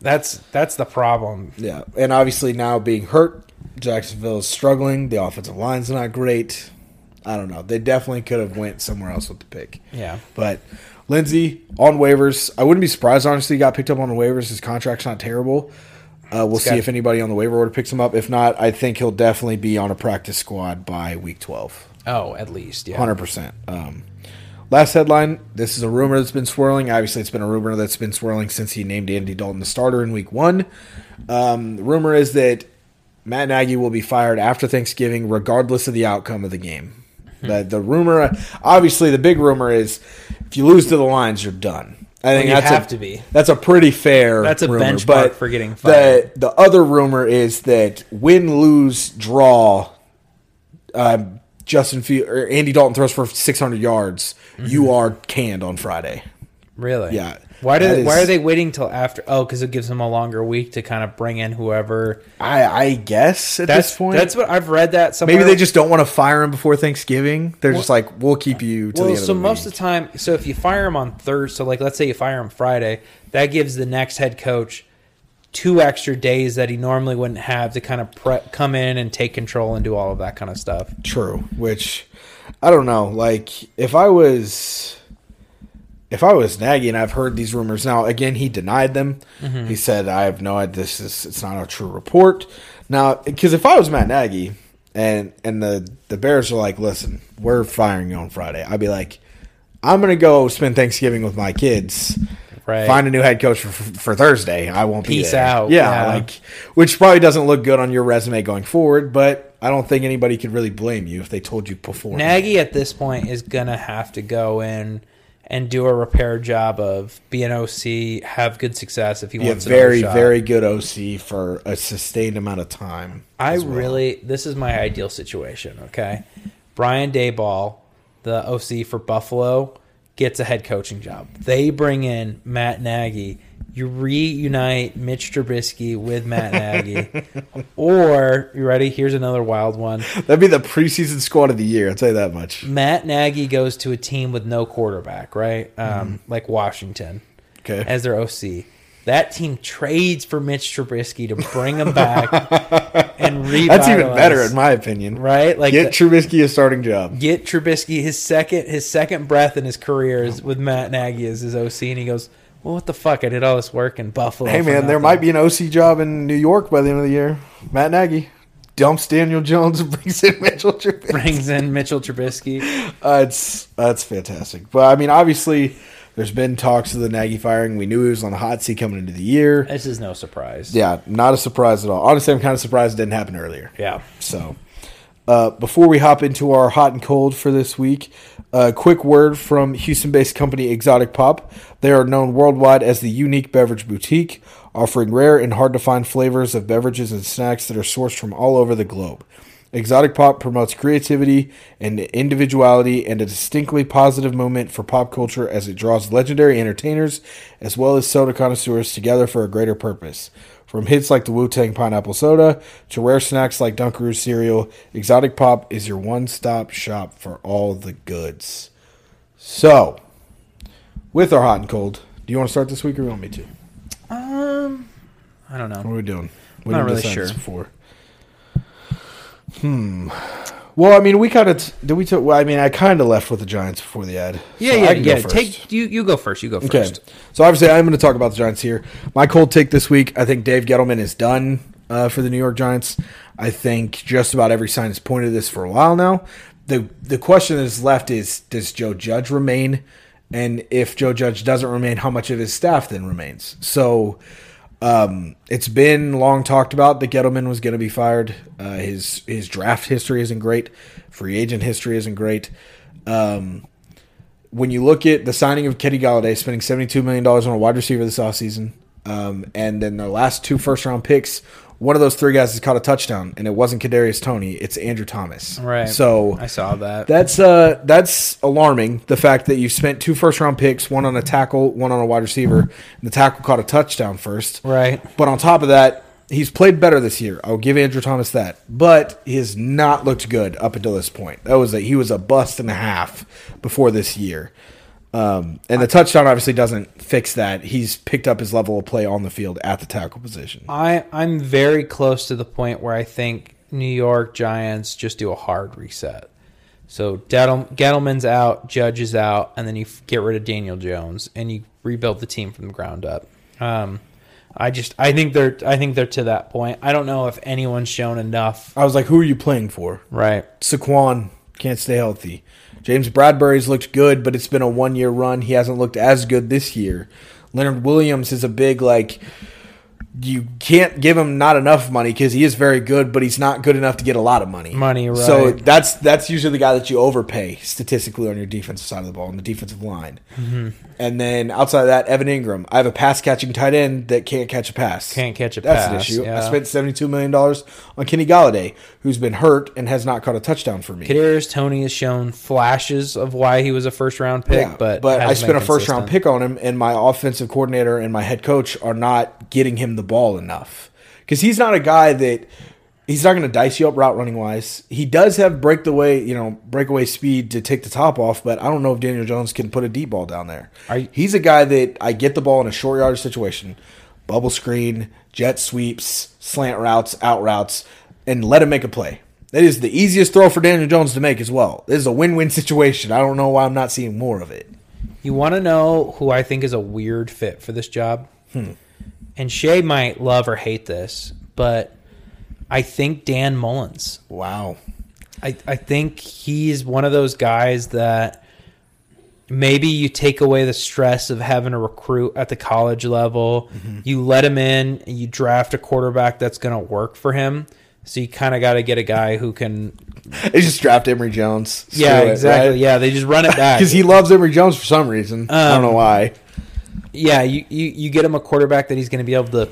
Speaker 2: That's that's the problem.
Speaker 1: Yeah, and obviously now being hurt, Jacksonville is struggling. The offensive line's not great. I don't know. They definitely could have went somewhere else with the pick.
Speaker 2: Yeah.
Speaker 1: But Lindsey on waivers, I wouldn't be surprised. Honestly, he got picked up on waivers. His contract's not terrible. Uh, we'll
Speaker 2: got-
Speaker 1: see if anybody on the waiver order picks him up. If not, I think he'll definitely be on a practice squad by week twelve.
Speaker 2: Oh, at least yeah.
Speaker 1: Hundred percent. Um, last headline. This is a rumor that's been swirling. Obviously, it's been a rumor that's been swirling since he named Andy Dalton the starter in Week One. Um, the rumor is that Matt Nagy will be fired after Thanksgiving, regardless of the outcome of the game.
Speaker 2: Hmm.
Speaker 1: The, the rumor, obviously, the big rumor is if you lose to the Lions, you're done. I think
Speaker 2: you
Speaker 1: that's
Speaker 2: have
Speaker 1: a,
Speaker 2: to be.
Speaker 1: That's a pretty fair.
Speaker 2: That's a
Speaker 1: rumor,
Speaker 2: benchmark
Speaker 1: but
Speaker 2: for getting
Speaker 1: The,
Speaker 2: fired.
Speaker 1: the other rumor is that win, lose, draw, um, Justin Field or Andy Dalton throws for 600 yards,
Speaker 2: Mm-hmm.
Speaker 1: you are canned on Friday.
Speaker 2: Really?
Speaker 1: Yeah.
Speaker 2: Why do
Speaker 1: That
Speaker 2: they, why
Speaker 1: is-
Speaker 2: are they waiting till after? Oh, because it gives them a longer week to kind of bring in whoever.
Speaker 1: I, I guess at
Speaker 2: That's
Speaker 1: this point,
Speaker 2: that's what I've read that somewhere.
Speaker 1: maybe they just don't want to fire him before Thanksgiving. They're just like, we'll keep you to the
Speaker 2: well.
Speaker 1: end
Speaker 2: So
Speaker 1: of the
Speaker 2: most
Speaker 1: week.
Speaker 2: of the time, so if you fire him on Thursday, so like let's say you fire him Friday, that gives the next head coach two extra days that he normally wouldn't have to kind of prep, come in and take control and do all of that kind of stuff.
Speaker 1: True. Which I don't know. Like if I was if I was Nagy and I've heard these rumors now, again he denied them.
Speaker 2: Mm-hmm.
Speaker 1: He said I have no idea. This is it's not a true report. Now because if I was Matt Nagy and and the the Bears are like, listen, we're firing you on Friday, I'd be like, I'm gonna go spend Thanksgiving with my kids.
Speaker 2: Right.
Speaker 1: Find a new head coach for, for Thursday. I won't be
Speaker 2: Peace
Speaker 1: there.
Speaker 2: out.
Speaker 1: Yeah,
Speaker 2: Yeah.
Speaker 1: like which probably doesn't look good on your resume going forward, but I don't think anybody could really blame you if they told you before.
Speaker 2: Nagy at this point is gonna have to go in and do a repair job of being OC, have good success if he
Speaker 1: be a
Speaker 2: wants another
Speaker 1: very,
Speaker 2: shot.
Speaker 1: very good OC for a sustained amount of time.
Speaker 2: I
Speaker 1: as well.
Speaker 2: really this is my ideal situation, okay? Brian Dayball, the OC for Buffalo, gets a head coaching job. They bring in Matt Nagy. You reunite Mitch Trubisky with Matt Nagy. or you ready? Here's another wild one.
Speaker 1: that'd be the preseason squad of the year. I'll tell you that much.
Speaker 2: Matt Nagy goes to a team with no quarterback, right? Um,
Speaker 1: Mm-hmm.
Speaker 2: like Washington
Speaker 1: Okay,
Speaker 2: as their OC. That team trades for Mitch Trubisky to bring him back and revitalize.
Speaker 1: that's even better in my opinion.
Speaker 2: right? Like
Speaker 1: Get
Speaker 2: get,
Speaker 1: Trubisky a starting job.
Speaker 2: get Trubisky his second his second breath in his career is with Matt Nagy as his OC, and he goes, "Well, what the fuck? I did all this work in Buffalo.
Speaker 1: Hey
Speaker 2: for
Speaker 1: man, there
Speaker 2: nothing."
Speaker 1: might be an OC job in New York by the end of the year. Matt Nagy dumps Daniel Jones and brings in Mitchell Trubisky.
Speaker 2: brings in Mitchell Trubisky.
Speaker 1: Uh, it's that's fantastic. But I mean, obviously, there's been talks of the Nagy firing. We knew he was on the hot seat coming into the year.
Speaker 2: This is no surprise.
Speaker 1: Yeah, not a surprise at all. Honestly, I'm kind of surprised it didn't happen earlier.
Speaker 2: yeah.
Speaker 1: So, uh, before we hop into our hot and cold for this week, a quick word from Houston based company Exotic Pop. They are known worldwide as the Unique Beverage Boutique, offering rare and hard to find flavors of beverages and snacks that are sourced from all over the globe. Exotic Pop promotes creativity and individuality and a distinctly positive moment for pop culture as it draws legendary entertainers as well as soda connoisseurs together for a greater purpose. From hits like the Wu Tang Pineapple Soda to rare snacks like Dunkaroo cereal, Exotic Pop is your one stop shop for all the goods. So, with our hot and cold, do you want to start this week or you want me to?
Speaker 2: Um, I don't know.
Speaker 1: What are we doing? We
Speaker 2: Not
Speaker 1: didn't
Speaker 2: really
Speaker 1: decide this
Speaker 2: sure.
Speaker 1: Before. Hmm. Well, I mean, we kind of t- did. We took. Well, I mean, I kind of left with the Giants before the ad.
Speaker 2: Yeah,
Speaker 1: So I
Speaker 2: yeah,
Speaker 1: can go
Speaker 2: yeah.
Speaker 1: first.
Speaker 2: Take you. You go first. You go
Speaker 1: Okay.
Speaker 2: first.
Speaker 1: So obviously, I'm going to talk about the Giants here. My cold take this week: I think Dave Gettleman is done uh, for the New York Giants. I think just about every sign has pointed to this for a while now. the The question that is left is: Does Joe Judge remain? And if Joe Judge doesn't remain, how much of his staff then remains? So. Um, it's been long talked about that Gettleman was going to be fired. Uh, his his draft history isn't great, free agent history isn't great. Um, when you look at the signing of Kenny Galladay, spending $72 million on a wide receiver this offseason, um, and then their last two first round picks, one of those three guys has caught a touchdown, and it wasn't Kadarius Tony, it's Andrew Thomas.
Speaker 2: Right.
Speaker 1: So
Speaker 2: I saw that.
Speaker 1: that's uh that's alarming. The fact that you spent two first round picks, one on a tackle, one on a wide receiver, and the tackle caught a touchdown first.
Speaker 2: Right.
Speaker 1: But on top of that, he's played better this year. I'll give Andrew Thomas that. But he has not looked good up until this point. That was a, he was a bust and a half before this year. Um, and the touchdown obviously doesn't fix that. He's picked up his level of play on the field at the tackle position.
Speaker 2: I I'm very close to the point where I think New York Giants just do a hard reset. So Gettle- Gettleman's out, Judge is out, and then you f- get rid of Daniel Jones and you rebuild the team from the ground up. Um, I just I think they're I think they're to that point. I don't know if anyone's shown enough.
Speaker 1: I was like, who are you playing for?
Speaker 2: Right.
Speaker 1: Saquon can't stay healthy. James Bradbury's looked good, but it's been a one year run. He hasn't looked as good this year. Leonard Williams is a big like you can't give him not enough money because he is very good, but he's not good enough to get a lot of money.
Speaker 2: Money, right.
Speaker 1: So that's that's usually the guy that you overpay statistically on your defensive side of the ball on the defensive line.
Speaker 2: Mm-hmm.
Speaker 1: And then outside of that, Evan Ingram. I have a pass catching tight end that can't catch a pass.
Speaker 2: Can't catch a
Speaker 1: That's
Speaker 2: pass,
Speaker 1: an issue. I
Speaker 2: yeah.
Speaker 1: spent seventy-two million dollars on Kenny Galladay, who's been hurt and has not caught a touchdown for me.
Speaker 2: Kadarius Tony has shown flashes of why he was a first round pick,
Speaker 1: Yeah,
Speaker 2: but
Speaker 1: I
Speaker 2: hasn't
Speaker 1: spent
Speaker 2: been
Speaker 1: a first round
Speaker 2: consistent.
Speaker 1: pick on him, and my offensive coordinator and my head coach are not getting him the ball enough because he's not a guy that he's not going to dice you up route running wise. He does have break the way, you know, breakaway speed to take the top off, but I don't know if Daniel Jones can put a deep ball down there.
Speaker 2: Are you-
Speaker 1: he's a guy that I get the ball in a short yardage situation. bubble screen, jet sweeps, slant routes, out routes, and let him make a play. That is the easiest throw for Daniel Jones to make as well. This is a win-win situation. I don't know why I'm not seeing more of it.
Speaker 2: You want to know who I think is a weird fit for this job?
Speaker 1: Hmm.
Speaker 2: And Shay might love or hate this, but I think Dan Mullins.
Speaker 1: Wow.
Speaker 2: I, I think he's one of those guys that maybe you take away the stress of having to recruit at the college level.
Speaker 1: Mm-hmm.
Speaker 2: You let him in and you draft a quarterback that's going to work for him. So you kind of got to get a guy who can.
Speaker 1: They just draft Emory Jones. Screw
Speaker 2: yeah,
Speaker 1: it,
Speaker 2: exactly.
Speaker 1: right?
Speaker 2: Yeah, they just run it back.
Speaker 1: Because he loves Emory Jones for some reason. I don't know why.
Speaker 2: yeah, you, you, you get him a quarterback that he's going to be able to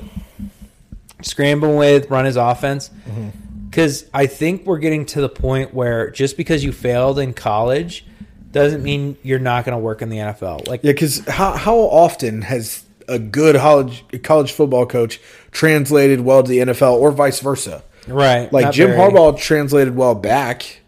Speaker 2: scramble with, run his offense.
Speaker 1: Mm-hmm.
Speaker 2: Because I think we're getting to the point where just because you failed in college doesn't mean you're not going to work in the NFL. Like,
Speaker 1: Yeah, because how, how often has a good college, college football coach translated well to the NFL or vice versa?
Speaker 2: right.
Speaker 1: Like
Speaker 2: not
Speaker 1: Jim
Speaker 2: very-
Speaker 1: Harbaugh translated well back,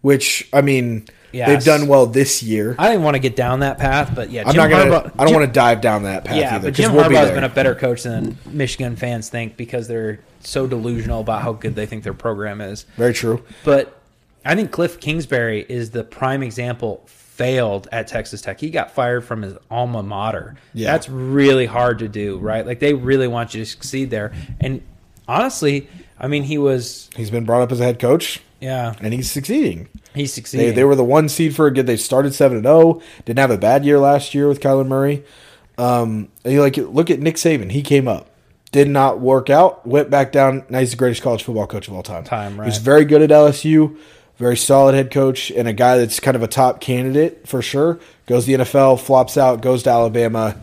Speaker 1: which, I mean,
Speaker 2: Yes.
Speaker 1: they've done well this year.
Speaker 2: I didn't want to get down that path, but yeah,
Speaker 1: I'm not gonna.
Speaker 2: Harbaugh-
Speaker 1: I don't
Speaker 2: Jim-
Speaker 1: want to dive down that path
Speaker 2: Yeah,
Speaker 1: either.
Speaker 2: but
Speaker 1: 'cause
Speaker 2: Jim
Speaker 1: we'll be
Speaker 2: Harbaugh's
Speaker 1: there.
Speaker 2: been a better coach than Michigan fans think because they're so delusional about how good they think their program is.
Speaker 1: Very true.
Speaker 2: But I think Cliff Kingsbury is the prime example. Failed at Texas Tech. He got fired from his alma mater.
Speaker 1: Yeah.
Speaker 2: That's really hard to do, right? Like they really want you to succeed there. And honestly, I mean, he was,
Speaker 1: He's been brought up as a head coach,
Speaker 2: yeah,
Speaker 1: and he's succeeding.
Speaker 2: he succeeded.
Speaker 1: They, they were the one seed for a good. They started seven and zero. Didn't have a bad year last year with Kyler Murray. Um, and you like look at Nick Saban. He came up, did not work out, went back down. Now he's the greatest college football coach of all time.
Speaker 2: Time,
Speaker 1: He was
Speaker 2: right.
Speaker 1: very good at LSU, very solid head coach, and a guy that's kind of a top candidate for sure. Goes to the NFL, flops out, goes to Alabama,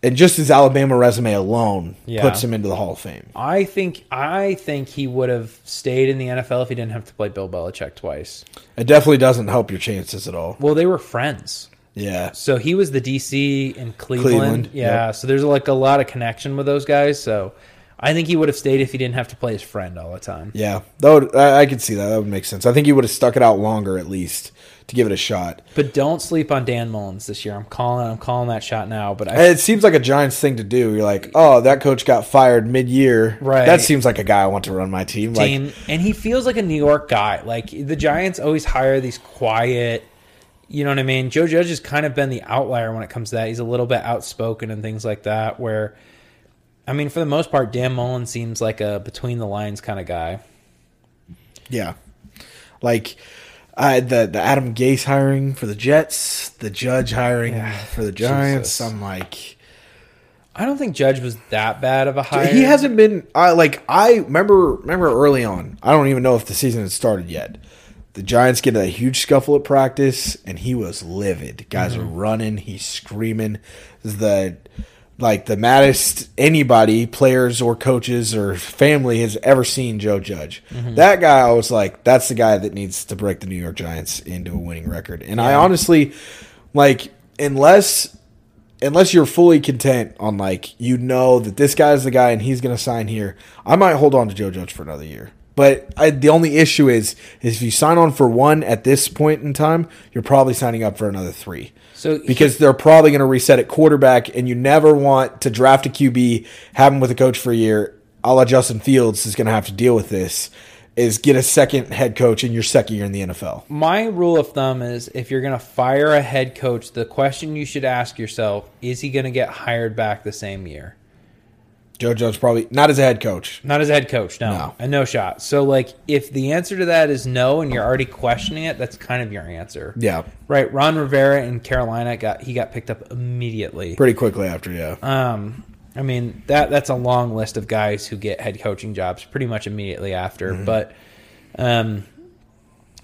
Speaker 1: and just his Alabama resume alone
Speaker 2: Yeah.
Speaker 1: puts him into the Hall of Fame.
Speaker 2: I think I think he would have stayed in the NFL if he didn't have to play Bill Belichick twice.
Speaker 1: It definitely doesn't help your chances at all.
Speaker 2: Well, they were friends.
Speaker 1: Yeah.
Speaker 2: So he was the DC in Cleveland.
Speaker 1: Cleveland,
Speaker 2: yeah. So there's like a lot of connection with those guys. So I think he would have stayed if he didn't have to play his friend all the time.
Speaker 1: Yeah, that would, I, I could see that. That would make sense. I think he would have stuck it out longer, at least, to give it a shot.
Speaker 2: But don't sleep on Dan Mullins this year. I'm calling. I'm calling that shot now. But I,
Speaker 1: And it seems like a Giants thing to do. You're like, oh, that coach got fired mid-year.
Speaker 2: Right.
Speaker 1: That seems like a guy I want to run my team.
Speaker 2: team,
Speaker 1: Like,
Speaker 2: and he feels like a New York guy. Like the Giants always hire these quiet. You know what I mean? Joe Judge has kind of been the outlier when it comes to that. He's a little bit outspoken and things like that. Where, I mean, for the most part, Dan Mullins seems like a between the lines kind of guy.
Speaker 1: yeah, like I, the the Adam Gase hiring for the Jets, the Judge hiring for the Giants.
Speaker 2: Jesus.
Speaker 1: I'm like,
Speaker 2: I don't think Judge was that bad of a hire.
Speaker 1: He hasn't been. I like. I remember. Remember early on. I don't even know if the season had started yet. The Giants get in a huge scuffle at practice, and he was livid. Guys are running. He's screaming. This is The like the maddest anybody, players or coaches or family has ever seen Joe Judge. That guy, I was like, that's the guy that needs to break the New York Giants into a winning record. And I honestly, like, unless unless you're fully content on like you know that this guy's the guy and he's going to sign here, I might hold on to Joe Judge for another year. But I, the only issue is, is if you sign on for one at this point in time, you're probably signing up for another three.
Speaker 2: So he-
Speaker 1: because they're probably going to reset at quarterback, and you never want to draft a QB, have him with a coach for a year, a la Justin Fields is going to have to deal with this. Is get a second head coach in your second year in the NFL.
Speaker 2: My rule of thumb is if you're going to fire a head coach, the question you should ask yourself is he going to get hired back the same year?
Speaker 1: Joe Judge probably not as a head coach.
Speaker 2: Not as a head coach, no.
Speaker 1: No.
Speaker 2: And no shot. So, like, if the answer to that is no and you're already questioning it, that's kind of your answer.
Speaker 1: Yeah,
Speaker 2: Right. Ron Rivera in Carolina got, he got picked up immediately.
Speaker 1: pretty quickly after. Yeah,
Speaker 2: Um, I mean that that's a long list of guys who get head coaching jobs pretty much immediately after.
Speaker 1: Mm-hmm.
Speaker 2: But um,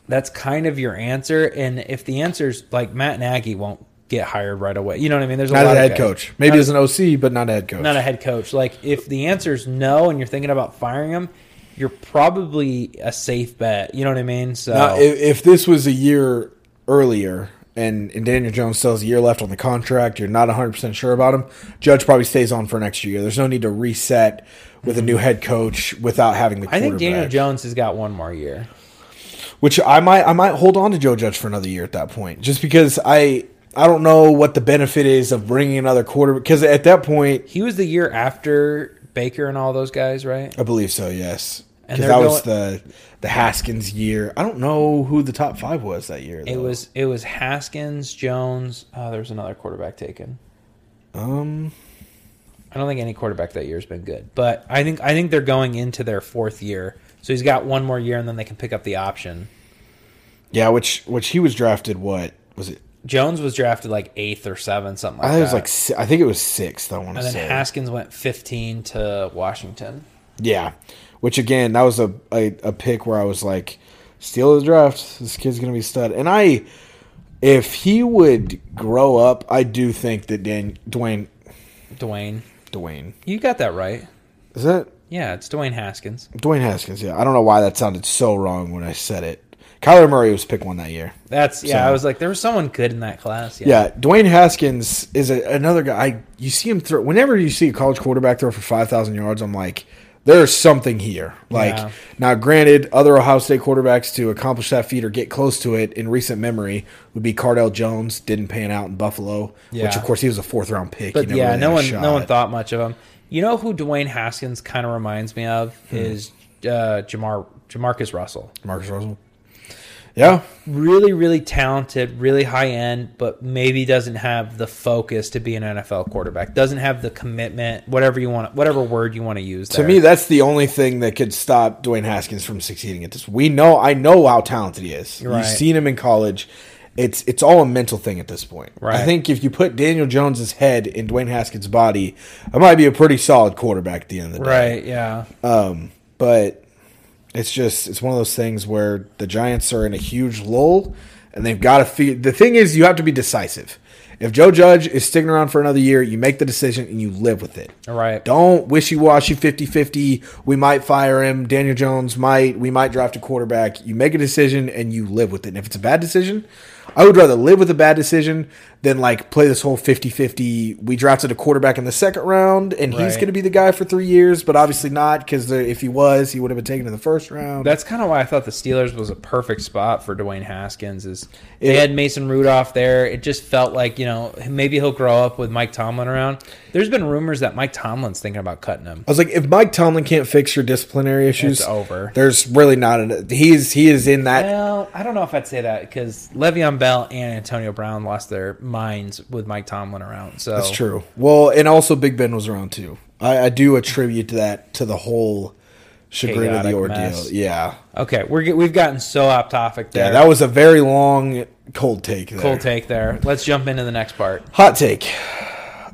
Speaker 2: that's kind of your answer. And if the answer's like Matt Nagy won't get hired right away, you know what I mean? There's a
Speaker 1: Not as
Speaker 2: lot
Speaker 1: a head
Speaker 2: of guys-
Speaker 1: coach. Maybe
Speaker 2: Not
Speaker 1: as an OC, but not a head coach.
Speaker 2: not a head coach. Like if the answer's no, and you're thinking about firing him, you're probably a safe bet. You know what I mean? So
Speaker 1: Now, i- Uh, if, this was a year earlier and, and Daniel Jones still has a year left on the contract, you're not 100% sure about him, Judge probably stays on for an extra year. There's no need to reset with a new head coach without having the
Speaker 2: I
Speaker 1: quarterback.
Speaker 2: think Daniel Jones has got one more year.
Speaker 1: which I might I might hold on to Joe Judge for another year at that point, just because I I don't know what the benefit is of bringing another quarter because at that point,
Speaker 2: He was the year after Baker and all those guys, right?
Speaker 1: I believe so. Yes,
Speaker 2: And
Speaker 1: because that
Speaker 2: they're
Speaker 1: was the the Haskins year. I don't know who the top five was that year.
Speaker 2: It
Speaker 1: though.
Speaker 2: was it was Haskins, Jones. Oh, there was another quarterback taken.
Speaker 1: um.
Speaker 2: I don't think any quarterback that year has been good, but I think I think they're going into their fourth year, so he's got one more year, and then they can pick up the option.
Speaker 1: Yeah, which which he was drafted. What was it?
Speaker 2: Jones was drafted like eighth or seventh, something like
Speaker 1: I think it was
Speaker 2: that.
Speaker 1: like si- I think it was sixth. I want to
Speaker 2: and then
Speaker 1: say.
Speaker 2: Haskins went fifteen to Washington.
Speaker 1: yeah, which again, that was a, a a pick where I was like, steal the draft. This kid's gonna be a stud. And I, if he would grow up, I do think that Dan Dwayne
Speaker 2: Dwayne,
Speaker 1: Dwayne
Speaker 2: you got that right.
Speaker 1: is that
Speaker 2: Yeah, it's Dwayne Haskins.
Speaker 1: Dwayne Haskins. Yeah, I don't know why that sounded so wrong when I said it. Kyler Murray was pick one that year.
Speaker 2: That's yeah.
Speaker 1: So-
Speaker 2: I was like, there was someone good in that class. Yeah.
Speaker 1: Yeah, Dwayne Haskins is a, another guy. I, you see him throw. Whenever you see a college quarterback throw for five thousand yards, I'm like, there's something here. Like
Speaker 2: Yeah.
Speaker 1: now, granted, other Ohio State quarterbacks to accomplish that feat or get close to it in recent memory would be Cardell Jones. Didn't pan out in Buffalo, which
Speaker 2: Yeah.
Speaker 1: of course he was a fourth round pick.
Speaker 2: but
Speaker 1: He never
Speaker 2: yeah,
Speaker 1: really
Speaker 2: no
Speaker 1: had a
Speaker 2: one
Speaker 1: shot.
Speaker 2: no one thought much of him. You know who Dwayne Haskins kind of reminds me of
Speaker 1: Hmm.
Speaker 2: is uh, Jamar Jamarcus Russell.
Speaker 1: Marcus Russell. Yeah,
Speaker 2: Really, really talented, really high end, but maybe doesn't have the focus to be an NFL quarterback. Doesn't have the commitment, whatever you want, whatever word you want to use.
Speaker 1: to me, that's the only thing that could stop Dwayne Haskins from succeeding at this. We know, I know how talented he is.
Speaker 2: Right.
Speaker 1: You've seen him in college. It's it's all a mental thing at this point. I
Speaker 2: Right.
Speaker 1: think if you put Daniel Jones's head in Dwayne Haskins' body, I might be a pretty solid quarterback at the end of the day.
Speaker 2: right? Yeah,
Speaker 1: Um, but it's just it's one of those things where the Giants are in a huge lull, and they've got to. Fe- the thing is, you have to be decisive. If Joe Judge is sticking around for another year, you make the decision and you live with it.
Speaker 2: right.
Speaker 1: Don't wishy washy 50 50. We might fire him. Daniel Jones might. We might draft a quarterback. You make a decision and you live with it. And if it's a bad decision, I would rather live with a bad decision than like play this whole 50 50. We drafted a quarterback in the second round and he's
Speaker 2: Right.
Speaker 1: going to be the guy for three years, but obviously not because if he was, he would have been taken in the first round.
Speaker 2: That's kind of why I thought the Steelers was a perfect spot for Dwayne Haskins. Is they
Speaker 1: It-
Speaker 2: had Mason Rudolph there. It just felt like you know maybe he'll grow up with Mike Tomlin around. There's been rumors that Mike Tomlin's thinking about cutting him.
Speaker 1: I was like, if Mike Tomlin can't fix your disciplinary issues,
Speaker 2: over.
Speaker 1: There's really not. An, he's he is in that.
Speaker 2: Well, I don't know if I'd say that because Le'Veon Bell and Antonio Brown lost their minds with Mike Tomlin around. So
Speaker 1: That's true. Well, and also Big Ben was around too. I, I do attribute that to the whole chagrin of the
Speaker 2: Chaotic
Speaker 1: ordeal.
Speaker 2: mess.
Speaker 1: Yeah,
Speaker 2: Okay, we're get- we've gotten so off topic there.
Speaker 1: yeah. That was a very long cold take. There.
Speaker 2: cool take there. Let's jump into the next part.
Speaker 1: Hot take.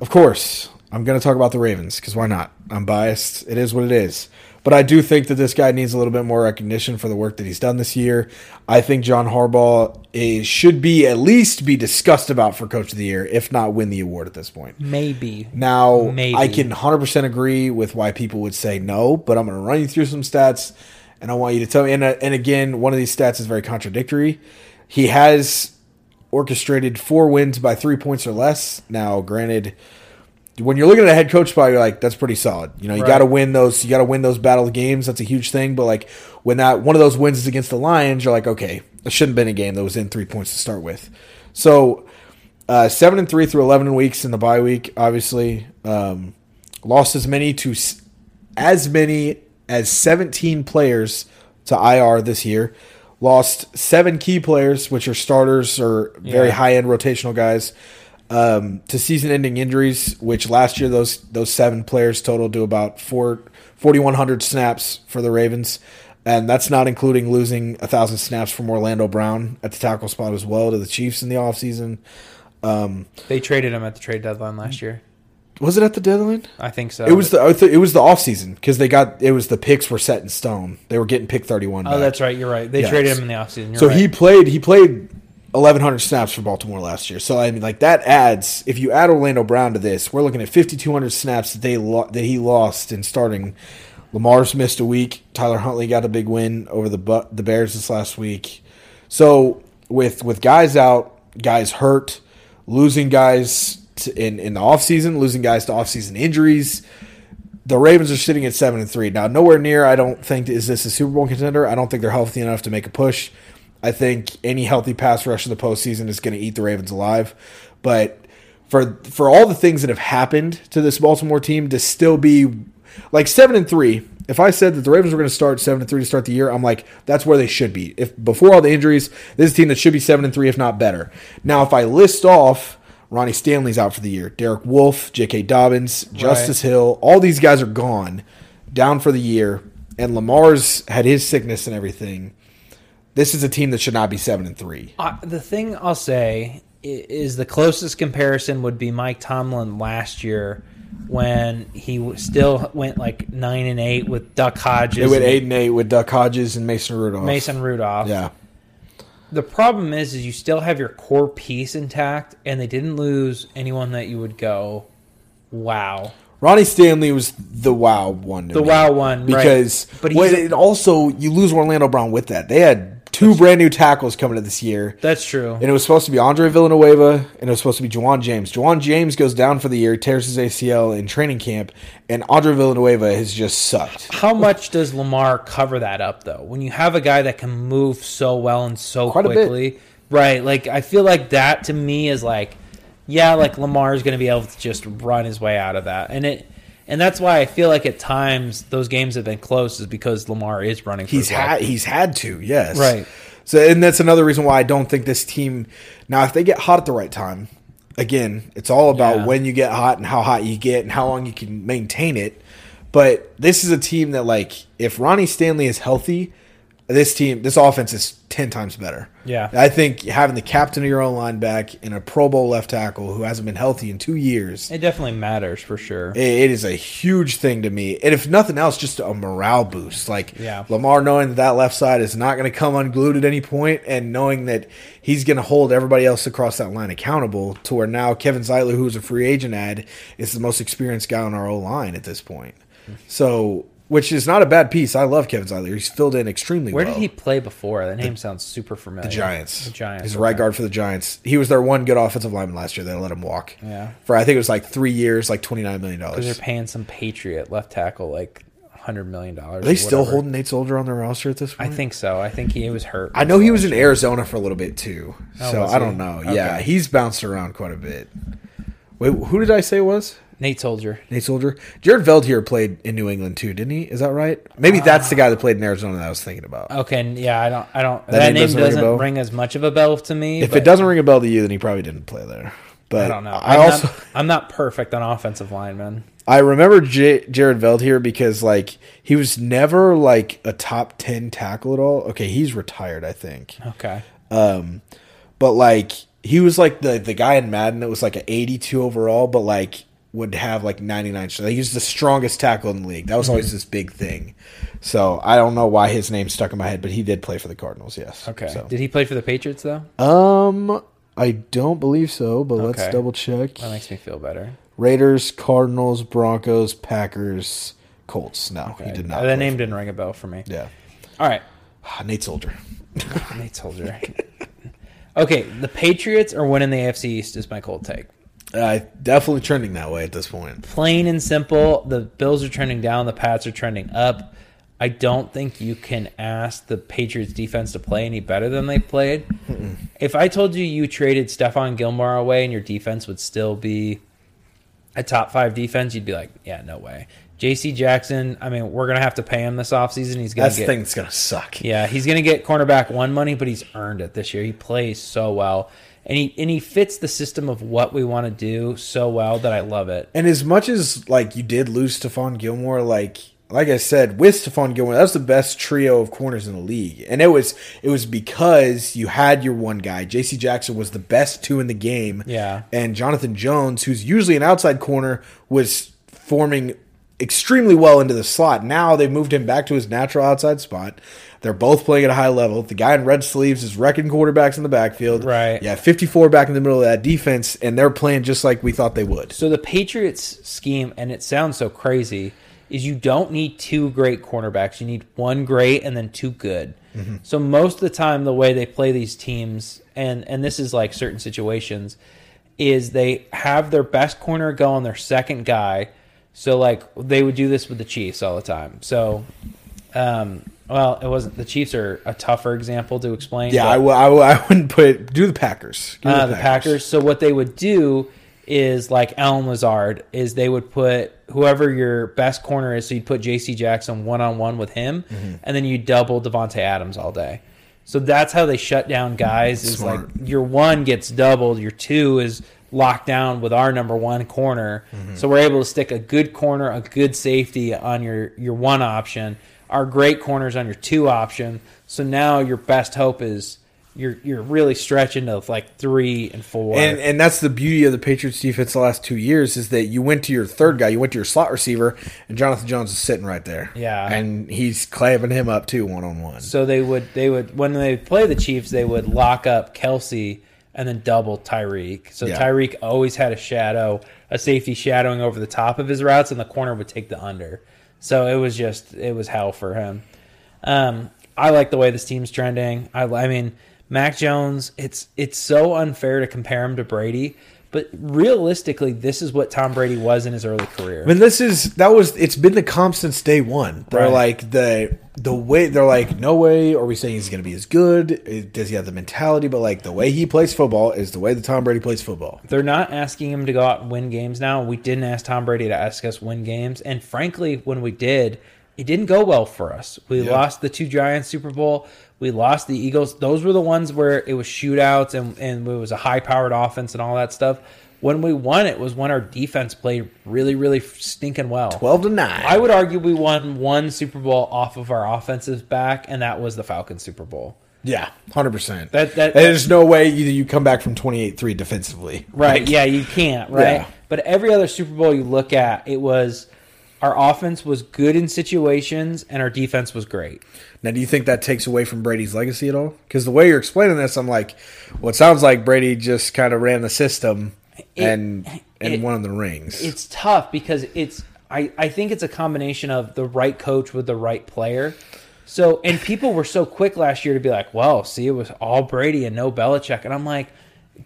Speaker 1: Of course, I'm going to talk about the Ravens because why not? I'm biased. It is what it is. But I do think that this guy needs a little bit more recognition for the work that he's done this year. I think John Harbaugh is, should be at least be discussed about for Coach of the Year, if not win the award at this point.
Speaker 2: Maybe.
Speaker 1: Now,
Speaker 2: Maybe.
Speaker 1: I can 100% agree with why people would say no, but I'm going to run you through some stats and I want you to tell me. And, uh, and again, one of these stats is very contradictory. He has orchestrated four wins by three points or less. Now, granted, when you're looking at a head coach spot, you're like, that's pretty solid. You know, you
Speaker 2: Right.
Speaker 1: got to win those. You got to win those battle games. That's a huge thing. But like when that one of those wins is against the Lions, you're like, okay, it shouldn't have been a game that was in three points to start with. So uh, seven and three through eleven weeks in the bye week. Obviously, um, lost as many to s- as many as seventeen players to IR this year. Lost seven key players, which are starters or very
Speaker 2: Yeah.
Speaker 1: high end rotational guys um, to season-ending injuries, which last year those those seven players totaled to about four 4,100 snaps for the Ravens, and that's not including losing a thousand snaps from Orlando Brown at the tackle spot as well to the Chiefs in the offseason.
Speaker 2: They traded him at the trade deadline last year.
Speaker 1: Was it at the deadline?
Speaker 2: I think so.
Speaker 1: It was the I th- it was the offseason because they got it was the picks were set in stone. They were getting pick 31.
Speaker 2: Oh,
Speaker 1: back.
Speaker 2: that's right. You're right. They
Speaker 1: Yes.
Speaker 2: traded him in the offseason.
Speaker 1: So he played. He played 1,100 snaps for Baltimore last year. So I mean, like that adds. If you add Orlando Brown to this, we're looking at 5,200 snaps that they lo- that he lost in starting. Lamar's missed a week. Tyler Huntley got a big win over the Bu- the Bears this last week. So with with guys out, guys hurt, losing guys to, in in the offseason, losing guys to offseason injuries the Ravens are sitting at seven and three now. Nowhere near. I don't think is this a Super Bowl contender. I don't think they're healthy enough to make a push. I think any healthy pass rush in the postseason is going to eat the Ravens alive. But for for all the things that have happened to this Baltimore team to still be like seven and three. If I said that the Ravens were going to start seven and three to start the year, I'm like, that's where they should be. If before all the injuries, this is a team that should be seven and three, if not better. Now, if I list off Ronnie Stanley's out for the year, Derek Wolf, J.K. Dobbins, Justice Hill, all these guys are gone, down for the year, and Lamar's had his sickness and everything. This is a team that should not be seven and three.
Speaker 2: Uh, the thing I'll say i- is the closest comparison would be Mike Tomlin last year when he w- still went like nine and eight with Duck Hodges,
Speaker 1: They went
Speaker 2: and
Speaker 1: eight and eight with Duck Hodges and Mason Rudolph.
Speaker 2: Mason Rudolph.
Speaker 1: yeah.
Speaker 2: The problem is, is you still have your core piece intact, and they didn't lose anyone that you would go, wow.
Speaker 1: Ronnie Stanley was the wow one. to
Speaker 2: The
Speaker 1: me.
Speaker 2: wow one, right.
Speaker 1: because
Speaker 2: But
Speaker 1: but
Speaker 2: he's-
Speaker 1: and also you lose Orlando Brown with that. They had two brand new tackles coming in this year,
Speaker 2: That's true.
Speaker 1: and it was supposed to be Andre Villanueva and it was supposed to be Juwan James. Juwan James goes down for the year, tears his ACL in training camp, and Andre Villanueva has just sucked.
Speaker 2: How much does Lamar cover that up though? When you have a guy that can move so well and so
Speaker 1: Quite a bit.
Speaker 2: quickly, right? Like I feel like that to me is like, yeah, like Lamar is going to be able to just run his way out of that, and it, and that's why I feel like at times those games have been close is because Lamar is running. For
Speaker 1: He's
Speaker 2: his life.
Speaker 1: had he's had to yes
Speaker 2: Right.
Speaker 1: So and that's another reason why I don't think this team now if they get hot at the right time. Again, it's all about
Speaker 2: Yeah.
Speaker 1: when you get hot and how hot you get and how long you can maintain it. But this is a team that like if Ronnie Stanley is healthy, this team this offense is ten times better.
Speaker 2: Yeah.
Speaker 1: I think having the captain of your own line back and a Pro Bowl left tackle who hasn't been healthy in two years.
Speaker 2: It definitely matters for sure.
Speaker 1: It it is a huge thing to me. And if nothing else, just a morale boost. Like
Speaker 2: Yeah.
Speaker 1: Lamar knowing that that left side is not going to come unglued at any point and knowing that he's going to hold everybody else across that line accountable to where now Kevin Zeitler, who's a free agent ad, is the most experienced guy on our O line at this point. So, which is not a bad piece. I love Kevin Zeitler. He's filled in extremely
Speaker 2: Where
Speaker 1: well.
Speaker 2: did he play before? That name sounds super familiar. The
Speaker 1: Giants.
Speaker 2: The Giants.
Speaker 1: He's a
Speaker 2: okay.
Speaker 1: right guard for the Giants. He was their one good offensive lineman last year. They let him walk.
Speaker 2: Yeah.
Speaker 1: For I think it was like three years, like twenty nine million dollars.
Speaker 2: They're paying some Patriot left tackle like hundred million dollars.
Speaker 1: Are they still holding Nate Soldier on their roster at this
Speaker 2: I
Speaker 1: point?
Speaker 2: think so. I think he was hurt.
Speaker 1: I know he was in Arizona for a little bit too. so
Speaker 2: was
Speaker 1: I don't
Speaker 2: he?
Speaker 1: know.
Speaker 2: Okay.
Speaker 1: Yeah, he's bounced around quite a bit. Wait, who did I say it was?
Speaker 2: Nate Soldier.
Speaker 1: Nate Soldier. Jared Veld here played in New England too, didn't he? Is that right? Maybe that's the guy that played in Arizona that I was thinking about.
Speaker 2: Okay, and yeah, I don't, I don't. That,
Speaker 1: name
Speaker 2: name
Speaker 1: doesn't
Speaker 2: doesn't,
Speaker 1: ring a bell?
Speaker 2: ring as much of a bell to me.
Speaker 1: if
Speaker 2: but
Speaker 1: it doesn't ring a bell to you, then he probably didn't play there. But
Speaker 2: I don't know.
Speaker 1: I
Speaker 2: I'm
Speaker 1: also
Speaker 2: not, I'm not perfect on offensive linemen.
Speaker 1: I remember J- Jared Veld here because like he was never like a top ten tackle at all. Okay, he's retired, I think.
Speaker 2: Okay,
Speaker 1: Um, but like he was like the the guy in Madden that was like an 82 overall, but like would have like 99. So he was the strongest tackle in the league. That was
Speaker 2: Mm-hmm.
Speaker 1: always this big thing. So I don't know why his name stuck in my head, but he did play for the Cardinals. Yes.
Speaker 2: okay.
Speaker 1: So.
Speaker 2: Did he play for the Patriots though?
Speaker 1: Um, I don't believe so, but let's
Speaker 2: Okay.
Speaker 1: double check.
Speaker 2: That makes me feel better.
Speaker 1: Raiders, Cardinals, Broncos, Packers, Colts. No, he did not.
Speaker 2: That
Speaker 1: play
Speaker 2: name didn't ring a bell for me.
Speaker 1: for- Yeah. Ah,
Speaker 2: All right,
Speaker 1: Nate Soldier.
Speaker 2: Nate Soldier. okay, the Patriots are winning the AFC East. Is my cold take.
Speaker 1: Uh, definitely trending that way at this point.
Speaker 2: plain and simple. The Bills are trending down, the Pats are trending up. I don't think you can ask the Patriots defense to play any better than they played. If I told you you traded Stephon Gilmore away and your defense would still be a top five defense, you'd be like, yeah, no way. J.C. Jackson, I mean, we're gonna have to pay him this offseason. He's gonna
Speaker 1: That's
Speaker 2: get
Speaker 1: the thing that's gonna suck.
Speaker 2: yeah, he's going to get cornerback one money, but he's earned it this year. He plays so well, and he and he fits the system of what we want to do so well that I love it.
Speaker 1: And as much as like you did lose Stephon Gilmore, like like I said, with Stephon Gilmore, that's the best trio of corners in the league. And it was it was because you had your one guy. JC Jackson was the best two in the game.
Speaker 2: Yeah.
Speaker 1: And Jonathan Jones, who's usually an outside corner, was forming extremely well into the slot. Now they moved him back to his natural outside spot. They're both playing at a high level. The guy in red sleeves is wrecking quarterbacks in the backfield.
Speaker 2: Right.
Speaker 1: Yeah, 54 back in the middle of that defense, and they're playing just like we thought they would.
Speaker 2: So the Patriots scheme, and it sounds so crazy, is you don't need two great cornerbacks. You need one great and then two good.
Speaker 1: Mm-hmm.
Speaker 2: So most of the time, the way they play these teams, and and this is like certain situations, is they have their best corner go on their second guy. So like they would do this with the Chiefs all the time. So um, Well, it wasn't. The Chiefs are a tougher example to explain.
Speaker 1: Yeah,
Speaker 2: but-
Speaker 1: I, w- I, w- I wouldn't put do the Packers. Give me
Speaker 2: uh, the Packers. So what they would do is like Alan Lazard is they would put whoever your best corner is. So you'd put J.C. Jackson one on one with him, and then you double Devonte Adams all day. So that's how they shut down guys. Is
Speaker 1: Smart.
Speaker 2: like your one gets doubled, your two is locked down with our number one corner. So we're able to stick a good corner, a good safety on your your one option, our great corners on your two option. So now your best hope is you're you're really stretching to like three and four.
Speaker 1: And and that's the beauty of the Patriots defense the last two years is that you went to your third guy, you went to your slot receiver, and Jonathan Jones is sitting right there.
Speaker 2: Yeah.
Speaker 1: and he's clamping him up too, one on one.
Speaker 2: so they would they would when they play the Chiefs, they would lock up Kelsey and then double Tyreek. So
Speaker 1: Yeah.
Speaker 2: Tyreek always had a shadow, a safety shadowing over the top of his routes, and the corner would take the under. So it was just it was hell for him. Um, I like the way this team's trending. I, I mean, Mac Jones. It's it's so unfair to compare him to Brady, but realistically, this is what Tom Brady was in his early career.
Speaker 1: I mean, this is that was it's been the comp since day one. They're
Speaker 2: Right.
Speaker 1: like the the way they're like, no way are we saying he's going to be as good. Does he have the mentality? But like the way he plays football is the way that Tom Brady plays football.
Speaker 2: They're not asking him to go out and win games now. We didn't ask Tom Brady to ask us win games, and frankly, when we did, it didn't go well for us. We
Speaker 1: Yeah.
Speaker 2: lost the two Giants Super Bowl. We lost the Eagles. Those were the ones where it was shootouts and and it was a high powered offense and all that stuff. When we won, it was when our defense played really, really stinking well.
Speaker 1: Twelve to nine.
Speaker 2: I would argue we won one Super Bowl off of our offensive back, and that was the Falcons Super Bowl.
Speaker 1: yeah, hundred percent.
Speaker 2: That- that-
Speaker 1: there's no way either you come back from twenty eight three defensively.
Speaker 2: Right.
Speaker 1: Like,
Speaker 2: yeah, you can't. Right.
Speaker 1: Yeah.
Speaker 2: But every other Super Bowl you look at, it was our offense was good in situations and our defense was great.
Speaker 1: Now, do you think that takes away from Brady's legacy at all? Because the way you're explaining this, I'm like, well, it sounds like Brady just kind of ran the system
Speaker 2: It-
Speaker 1: and and
Speaker 2: it-
Speaker 1: won the rings.
Speaker 2: It's tough because it's I, I think it's a combination of the right coach with the right player. So and people were so quick last year to be like, Well, see, it was all Brady and no Belichick and I'm like,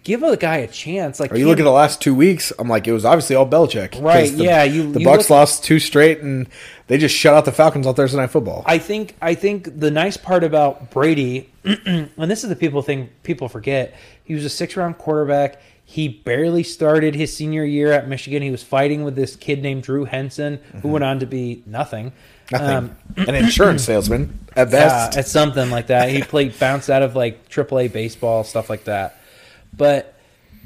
Speaker 2: give a guy a chance. Like
Speaker 1: Or you
Speaker 2: he-
Speaker 1: look at the last two weeks, I'm like, it was obviously all Belichick. 'Cause
Speaker 2: Right,
Speaker 1: The,
Speaker 2: yeah, you-
Speaker 1: the
Speaker 2: you
Speaker 1: Bucks
Speaker 2: look-
Speaker 1: lost two straight, and they just shut out the Falcons on Thursday Night Football.
Speaker 2: I think I think the nice part about Brady, and this is the people thing people forget, he was a six round quarterback. He barely started his senior year at Michigan. He was fighting with this kid named Drew Henson, who went on to be nothing.
Speaker 1: Mm-hmm. Nothing.
Speaker 2: Um,
Speaker 1: An insurance salesman at
Speaker 2: yeah,
Speaker 1: best.
Speaker 2: it's something like that. He played bounced out of like AAA baseball stuff like that. But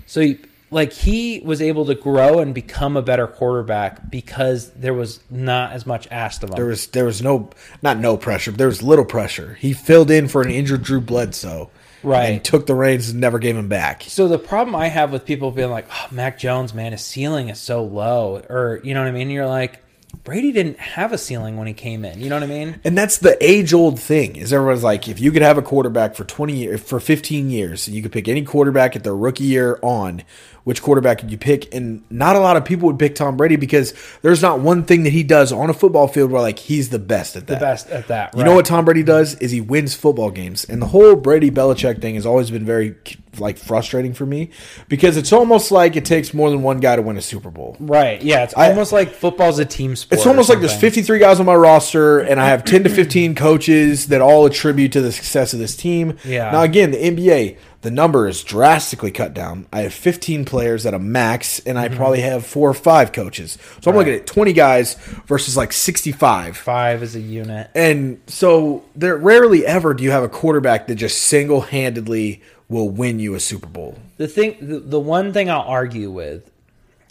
Speaker 2: so he, like he was able to grow and become a better quarterback because there was not as much asked of him.
Speaker 1: there was there was no not no pressure, but there was little pressure. He filled in for an injured Drew Bledsoe,
Speaker 2: Right.
Speaker 1: And took the reins and never gave him back.
Speaker 2: So the problem I have with people being like, "Oh, Mac Jones, man, his ceiling is so low," or you know what I mean? You're like, Brady didn't have a ceiling when he came in. You know what I mean?
Speaker 1: And that's the age old thing is everyone's like, if you could have a quarterback for twenty years, for fifteen years, and you could pick any quarterback at their rookie year on, which quarterback would you pick? And not a lot of people would pick Tom Brady because there's not one thing that he does on a football field where like he's the best at that.
Speaker 2: The best at that.
Speaker 1: You know what Tom Brady does is he wins football games, and the whole Brady Belichick thing has always been very like frustrating for me because it's almost like it takes more than one guy to win a Super Bowl.
Speaker 2: Right. Yeah. It's almost like football's a team sport.
Speaker 1: It's
Speaker 2: or
Speaker 1: almost like there's
Speaker 2: something.
Speaker 1: 53 guys on my roster, and I have 10 to 15 coaches that all attribute to the success of this team.
Speaker 2: Yeah.
Speaker 1: Now again, the NBA, the number is drastically cut down. I have 15 players at a max, and
Speaker 2: Mm-hmm.
Speaker 1: I probably have four or five coaches. So I'm looking at 20 guys versus like 65.
Speaker 2: five as a unit.
Speaker 1: And so there rarely ever do you have a quarterback that just single handedly will win you a Super Bowl.
Speaker 2: The thing, the, the one thing I'll argue with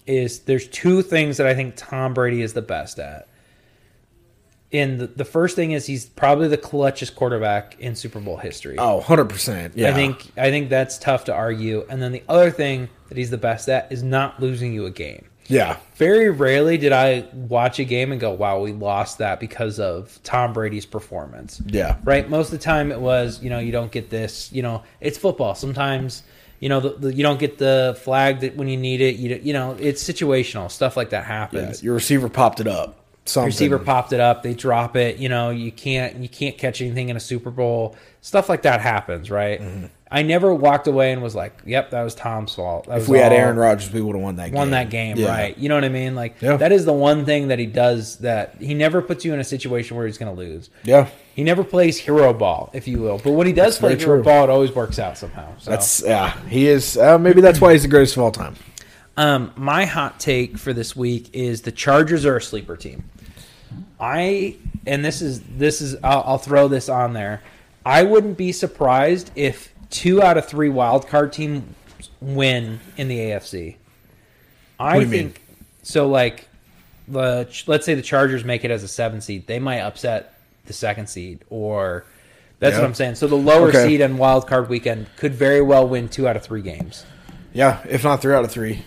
Speaker 2: is there's two things that I think Tom Brady is the best at. And the, the first thing is he's probably the clutchest quarterback in Super Bowl history.
Speaker 1: Oh, 100%. Yeah.
Speaker 2: I think I think that's tough to argue. And then the other thing that he's the best at is not losing you a game.
Speaker 1: Yeah.
Speaker 2: Very rarely did I watch a game and go, "Wow, we lost that because of Tom Brady's performance."
Speaker 1: Yeah.
Speaker 2: Right? Most of the time it was, you know, you don't get this, you know, it's football. Sometimes, you know, the, the, you don't get the flag that when you need it, you don't- you know, it's situational. Stuff like that happens.
Speaker 1: Your receiver popped it up. something.
Speaker 2: receiver popped it up, they drop it. You know, you can't you can't catch anything in a Super Bowl. Stuff like that happens, right?
Speaker 1: Mm-hmm.
Speaker 2: I never walked away and was like, "Yep, that was Tom's fault." That
Speaker 1: If we had Aaron Rodgers, we would have won that game.
Speaker 2: won that game,
Speaker 1: Yeah.
Speaker 2: right? You know what I mean? Like
Speaker 1: Yeah.
Speaker 2: that is the one thing that he does that he never puts you in a situation where he's going to lose.
Speaker 1: Yeah.
Speaker 2: He never plays hero ball, if you will. But when he does play
Speaker 1: very
Speaker 2: hero
Speaker 1: true.
Speaker 2: ball, it always works out somehow. So.
Speaker 1: That's yeah. He is uh, maybe that's why he's the greatest of all time.
Speaker 2: Um, my hot take for this week is the Chargers are a sleeper team. I and this is this is I'll, I'll throw this on there. I wouldn't be surprised if two out of three wild card teams win in the AFC. I
Speaker 1: What do you
Speaker 2: think
Speaker 1: mean?
Speaker 2: so. Like the let's say the Chargers make it as a seven seed, they might upset the second seed, or that's
Speaker 1: Yeah.
Speaker 2: what I'm saying. So the lower
Speaker 1: Okay.
Speaker 2: seed and wild card weekend could very well win two out of three games.
Speaker 1: Yeah, if not three out of three.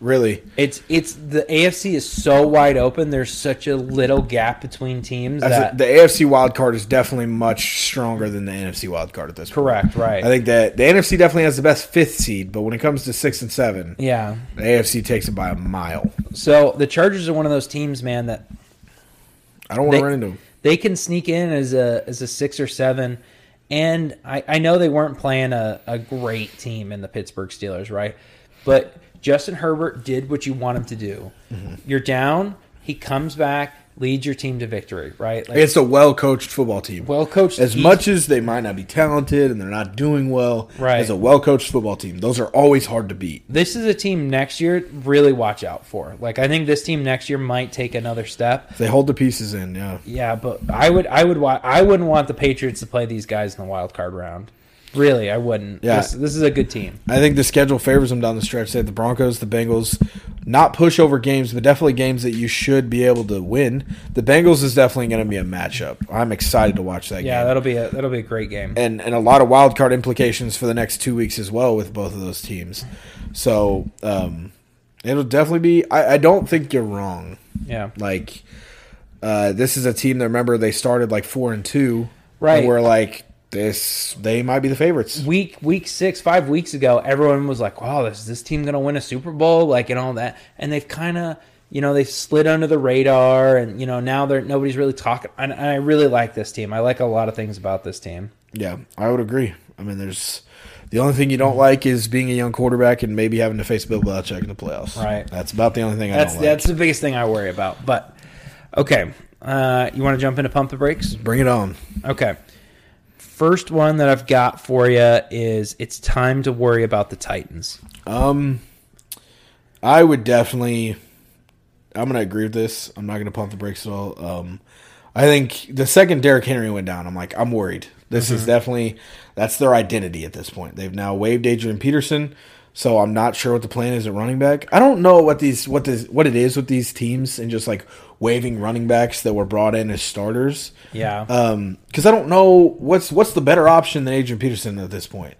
Speaker 1: Really.
Speaker 2: It's it's the AFC is so wide open. There's such a little gap between teams
Speaker 1: That's
Speaker 2: that
Speaker 1: the AFC wild card is definitely much stronger than the NFC wild card at this point.
Speaker 2: correct, right?
Speaker 1: I think that the NFC definitely has the best fifth seed, but when it comes to six and seven,
Speaker 2: yeah.
Speaker 1: the AFC takes it by a mile.
Speaker 2: So the Chargers are one of those teams, man, that
Speaker 1: I don't want
Speaker 2: They-
Speaker 1: to run into him.
Speaker 2: they can sneak in as a as a six or seven. And I, I know they weren't playing a, a great team in the Pittsburgh Steelers, right? But Justin Herbert did what you want him to do.
Speaker 1: Mm-hmm.
Speaker 2: You're down, he comes back, leads your team to victory, right? Like
Speaker 1: It's a well coached football team.
Speaker 2: well coached
Speaker 1: as
Speaker 2: each-
Speaker 1: much as they might not be talented and they're not doing well,
Speaker 2: Right.
Speaker 1: as a well coached football team, those are always hard to beat.
Speaker 2: this is a team next year really watch out for. Like I think this team next year might take another step.
Speaker 1: They hold the pieces in, yeah.
Speaker 2: Yeah, but I would I would wa- I wouldn't want the Patriots to play these guys in the wild card round. Really, I wouldn't.
Speaker 1: Yeah.
Speaker 2: This, this is a good team.
Speaker 1: I think the schedule favors them down the stretch. They have the Broncos, the Bengals, not pushover games, but definitely games that you should be able to win. The Bengals is definitely going to be a matchup. I'm excited to watch that
Speaker 2: Yeah,
Speaker 1: game.
Speaker 2: that'll be a that'll be a great game.
Speaker 1: And, and a lot of wild card implications for the next two weeks as well with both of those teams. So um, it'll definitely be. I, I don't think you're wrong.
Speaker 2: Yeah.
Speaker 1: Like uh, this is a team that remember they started like four and two.
Speaker 2: Right.
Speaker 1: And we're like this. They might be the favorites.
Speaker 2: Week week six, five weeks ago, everyone was like, "Wow, is this team going to win a Super Bowl?" Like and all that, and they've kind of, you know, they've slid under the radar, and you know now they're nobody's really talking. And, and I really like this team. I like a lot of things about this team.
Speaker 1: Yeah, I would agree. I mean, there's the only thing you don't like is being a young quarterback and maybe having to face Bill Belichick in the playoffs.
Speaker 2: Right.
Speaker 1: That's about the only thing I
Speaker 2: That's
Speaker 1: don't like.
Speaker 2: that's the biggest thing I worry about. But okay, uh, you want to jump into pump the brakes?
Speaker 1: Bring it on.
Speaker 2: Okay. First one that I've got for you is it's time to worry about the Titans.
Speaker 1: Um, I would definitely. I'm gonna agree with this. I'm not gonna pump the brakes at all. Um, I think the second Derrick Henry went down, I'm like, I'm worried. This is definitely that's their identity at this point. They've now waived Adrian Peterson, so I'm not sure what the plan is at running back. I don't know what these what this what it is with these teams and just like waiving running backs that were brought in as starters.
Speaker 2: Yeah.
Speaker 1: Um, because I don't know what's what's the better option than Adrian Peterson at this point.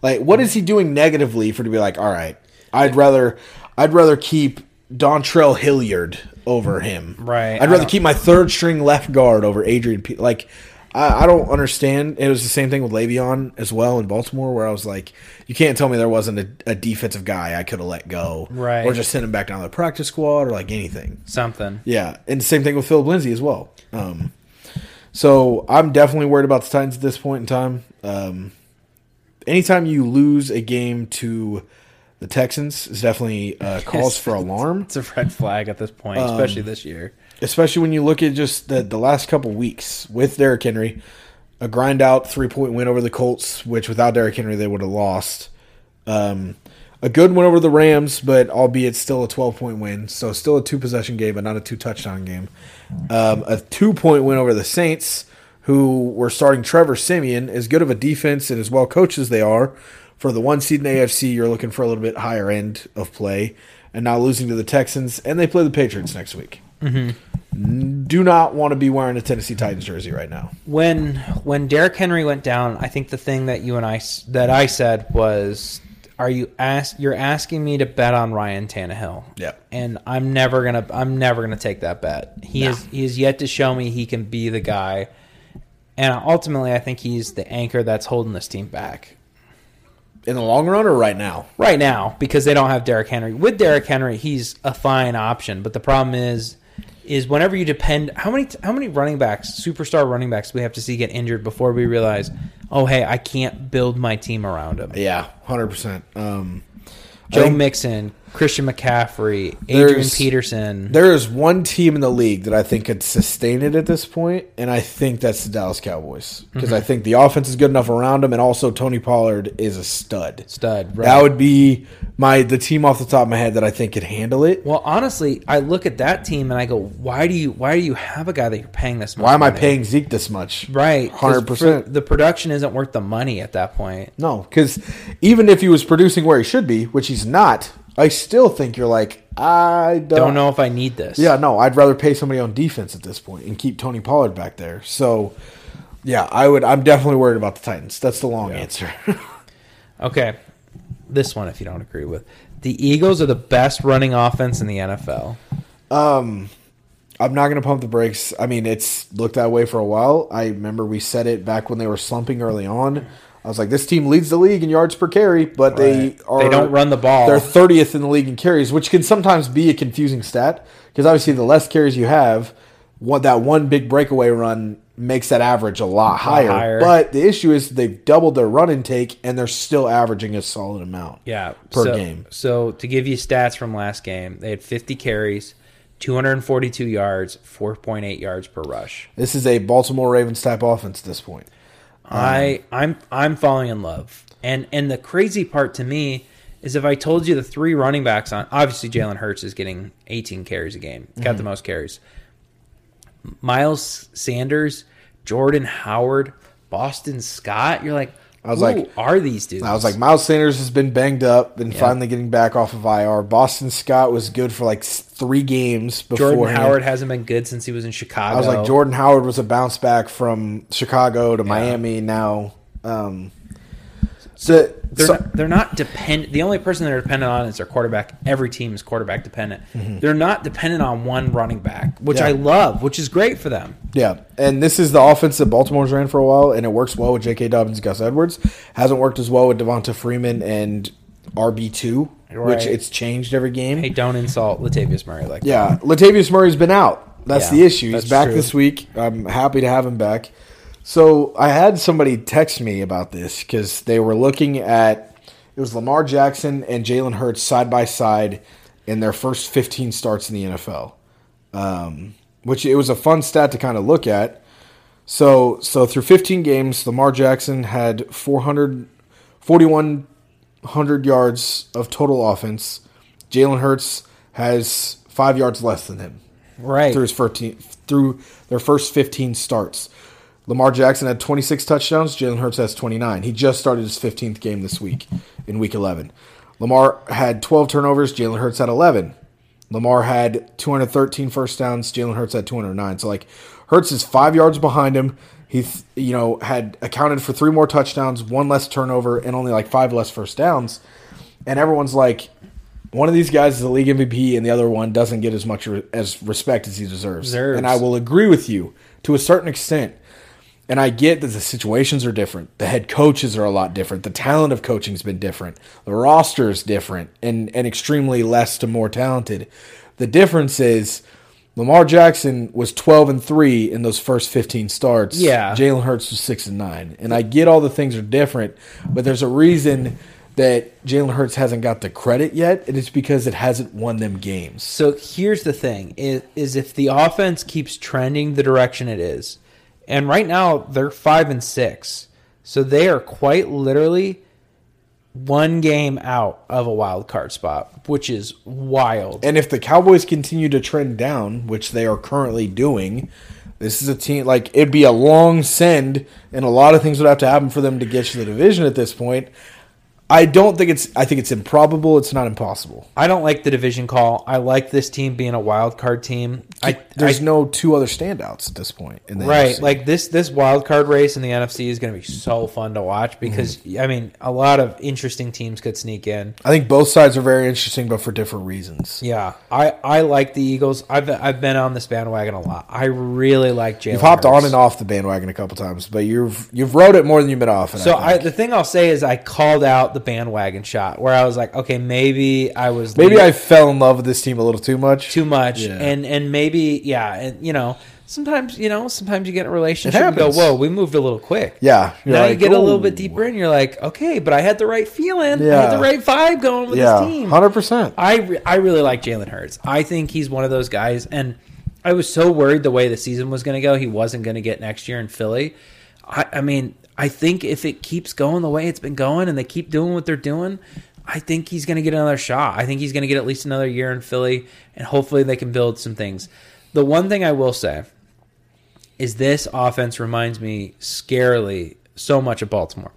Speaker 1: Like, what is he doing negatively for to be like, all right, I'd rather I'd rather keep Dontrell Hilliard over him.
Speaker 2: Right, I
Speaker 1: I'd rather
Speaker 2: don't-
Speaker 1: keep my third string left guard over Adrian. Pe- like, I, I don't understand. It was the same thing with Le'Veon as well in Baltimore, where I was like, you can't tell me there wasn't a, a defensive guy I could have let go,
Speaker 2: Right.
Speaker 1: Or just send him back down to the practice squad or like anything.
Speaker 2: Something.
Speaker 1: Yeah, and same thing with Philip Lindsay as well. Um, so I'm definitely worried about the Titans at this point in time. Um, anytime you lose a game to the Texans, is definitely uh, calls for alarm,
Speaker 2: It's a red flag at this point,
Speaker 1: um,
Speaker 2: especially this year.
Speaker 1: especially when you look at just the, the last couple weeks with Derrick Henry, a grind out three point win over the Colts, which without Derrick Henry they would have lost. Um, a good win over the Rams, but albeit still a 12 point win. So still a two possession game, but not a two touchdown game. Um, a two point win over the Saints, who were starting Trevor Simeon. As good of a defense and as well coached as they are, for the one seed in the AFC, you're looking for a little bit higher end of play. And now losing to the Texans, and they play the Patriots next week. Mm-hmm. Do not want to be wearing a Tennessee Titans jersey right now.
Speaker 2: When when Derrick Henry went down, I think the thing that you and I s- that I said was, "Are you ask? You're asking me to bet on Ryan Tannehill."
Speaker 1: Yeah.
Speaker 2: and I'm never gonna I'm never gonna take that bet. He is he is yet to show me he can be the guy, and ultimately, I think he's the anchor that's holding this team back.
Speaker 1: In the long run or right now?
Speaker 2: right now because they don't have Derrick Henry. With Derrick Henry, he's a fine option, but the problem is is whenever you depend how many how many running backs, superstar running backs, do we have to see get injured before we realize, oh hey, I can't build my team around him.
Speaker 1: Yeah, hundred percent. Um, I
Speaker 2: Joe
Speaker 1: think
Speaker 2: Mixon, Christian McCaffrey, Adrian
Speaker 1: There's-
Speaker 2: Peterson.
Speaker 1: there is one team in the league that I think could sustain it at this point, and I think that's the Dallas Cowboys because I think the offense is good enough around them, and also Tony Pollard is a stud.
Speaker 2: Stud. Right?
Speaker 1: That would be my the team off the top of my head that I think could handle it.
Speaker 2: well, honestly, I look at that team and I go, why do you why do you have a guy that you're paying this much?
Speaker 1: Why am I
Speaker 2: money?
Speaker 1: paying Zeke this much?
Speaker 2: Right, 'cause
Speaker 1: hundred percent.
Speaker 2: for- The production isn't worth the money at that point.
Speaker 1: No, because even if he was producing where he should be, which he's not, I still think you're like, I don't,
Speaker 2: Don't know if I need this.
Speaker 1: Yeah, no, I'd rather pay somebody on defense at this point and keep Tony Pollard back there. So, yeah, I would. I'm definitely worried about the Titans. That's the long answer.
Speaker 2: Okay. This one, if you don't agree with, the Eagles are the best running offense in the NFL.
Speaker 1: Um, I'm not going to pump the brakes. I mean, it's looked that way for a while. I remember we said it back when they were slumping early on. I was like, this team leads the league in yards per carry, but they
Speaker 2: Right.
Speaker 1: are
Speaker 2: They don't run the ball.
Speaker 1: They're 30th in the league in carries, which can sometimes be a confusing stat because obviously the less carries you have, what that one big breakaway run makes that average a lot higher.
Speaker 2: higher.
Speaker 1: But the issue is they've doubled their run intake and they're still averaging a solid amount.
Speaker 2: Yeah,
Speaker 1: per
Speaker 2: so,
Speaker 1: game.
Speaker 2: So to give you stats from last game, they had 50 carries, 242 yards, 4.8 yards per rush.
Speaker 1: This is a Baltimore Ravens type offense at this point. Um,
Speaker 2: I I'm I'm falling in love. And and the crazy part to me is if I told you the three running backs on obviously Jalen Hurts is getting 18 carries a game, got
Speaker 1: Mm-hmm.
Speaker 2: the most carries. Miles Sanders, Jordan Howard, Boston Scott. You're like, I
Speaker 1: was
Speaker 2: who
Speaker 1: like-
Speaker 2: are these dudes?
Speaker 1: I was like, Miles Sanders has been banged up and finally getting back off of IR. Boston Scott was good for like s- three games before
Speaker 2: Jordan Howard hasn't been good since he was in Chicago.
Speaker 1: I was like, Jordan Howard was a bounce back from Chicago to Miami. Now, um, so,
Speaker 2: They're,
Speaker 1: so-
Speaker 2: not, they're not dependent. The only person they're dependent on is their quarterback. Every team is quarterback dependent. They're not dependent on one running back, which
Speaker 1: Mm-hmm. Yeah.
Speaker 2: I love, which is great for them.
Speaker 1: yeah, and this is the offense that Baltimore's ran for a while, and it works well with J.K. Dobbins, Gus Edwards. Hasn't worked as well with Devonta Freeman and RB two, which
Speaker 2: Right.
Speaker 1: it's changed every game.
Speaker 2: Hey, don't insult Latavius Murray like that.
Speaker 1: Yeah, Latavius Murray's been out. That's
Speaker 2: Yeah,
Speaker 1: the issue. He's
Speaker 2: that's
Speaker 1: back
Speaker 2: true.
Speaker 1: this week. I'm happy to have him back. So I had somebody text me about this because they were looking at it was Lamar Jackson and Jalen Hurts side by side in their first 15 starts in the NFL, um, which it was a fun stat to kind of look at. So so through 15 games, Lamar Jackson had 400 4100 yards of total offense. Jalen Hurts has 5 yards less than him
Speaker 2: Right.
Speaker 1: through his 14 through their first 15 starts. Lamar Jackson had 26 touchdowns, Jalen Hurts has 29. He just started his 15th game this week in week 11. Lamar had 12 turnovers, Jalen Hurts had 11. Lamar had 213 first downs, Jalen Hurts had 209. So like Hurts is 5 yards behind him. He th- you know had accounted for three more touchdowns, one less turnover and only like five less first downs. And everyone's like one of these guys is the league MVP, and the other one doesn't get as much re- as respect as he deserves.
Speaker 2: Deserves.
Speaker 1: And I will agree with you to a certain extent. And I get that the situations are different. The head coaches are a lot different. The talent of coaching's been different. The roster is different, and and extremely less to more talented. The difference is Lamar Jackson was twelve and three in those first fifteen starts.
Speaker 2: Yeah.
Speaker 1: Jalen Hurts was six and nine. And I get all the things are different, but there's a reason that Jalen Hurts hasn't got the credit yet, and it's because it hasn't won them games.
Speaker 2: So here's the thing: is, is if the offense keeps trending the direction it is, and right now they're five and six, so they are quite literally one game out of a wild card spot, which is wild.
Speaker 1: And if the Cowboys continue to trend down, which they are currently doing, this is a team like it'd be a long send, and a lot of things would have to happen for them to get to the division at this point. I don't think it's. I think it's improbable. It's not impossible.
Speaker 2: I don't like the division call. I like this team being a wild card team. I,
Speaker 1: There's
Speaker 2: I-
Speaker 1: no two other standouts at this point. In the
Speaker 2: right
Speaker 1: NFC.
Speaker 2: like this this wild card race in the NFC is going to be so fun to watch because
Speaker 1: Mm-hmm.
Speaker 2: I mean a lot of interesting teams could sneak in.
Speaker 1: I think both sides are very interesting, but for different reasons.
Speaker 2: Yeah, I, I like the Eagles. I've I've been on this bandwagon a lot. I really like Jalen.
Speaker 1: You've hopped on and off the bandwagon a couple times, but you've you've rode it more than you've been off. it,
Speaker 2: So
Speaker 1: I
Speaker 2: I,
Speaker 1: think.
Speaker 2: the thing I'll say is I called out the bandwagon shot where I was like, okay, maybe I was
Speaker 1: Maybe I fell in love with this team a little too much.
Speaker 2: too much,
Speaker 1: Yeah.
Speaker 2: and and maybe yeah, and you know, sometimes you know, sometimes you get in a relationship
Speaker 1: It
Speaker 2: and go,
Speaker 1: happens.
Speaker 2: whoa, we moved a little quick.
Speaker 1: yeah. you're
Speaker 2: now you
Speaker 1: like,
Speaker 2: get a little bit
Speaker 1: "Ooh."
Speaker 2: deeper in, you're like, okay, but I had the right feeling, I had
Speaker 1: Yeah.
Speaker 2: the right vibe going with
Speaker 1: Yeah,
Speaker 2: this team.
Speaker 1: hundred percent.
Speaker 2: I re- I really like Jalen Hurts. I think he's one of those guys, and I was so worried the way the season was going to go, he wasn't going to get next year in Philly. I, I mean, I think if it keeps going the way it's been going, and they keep doing what they're doing, I think he's going to get another shot. I think he's going to get at least another year in Philly, and hopefully they can build some things. The one thing I will say is this offense reminds me scarily so much of Baltimore.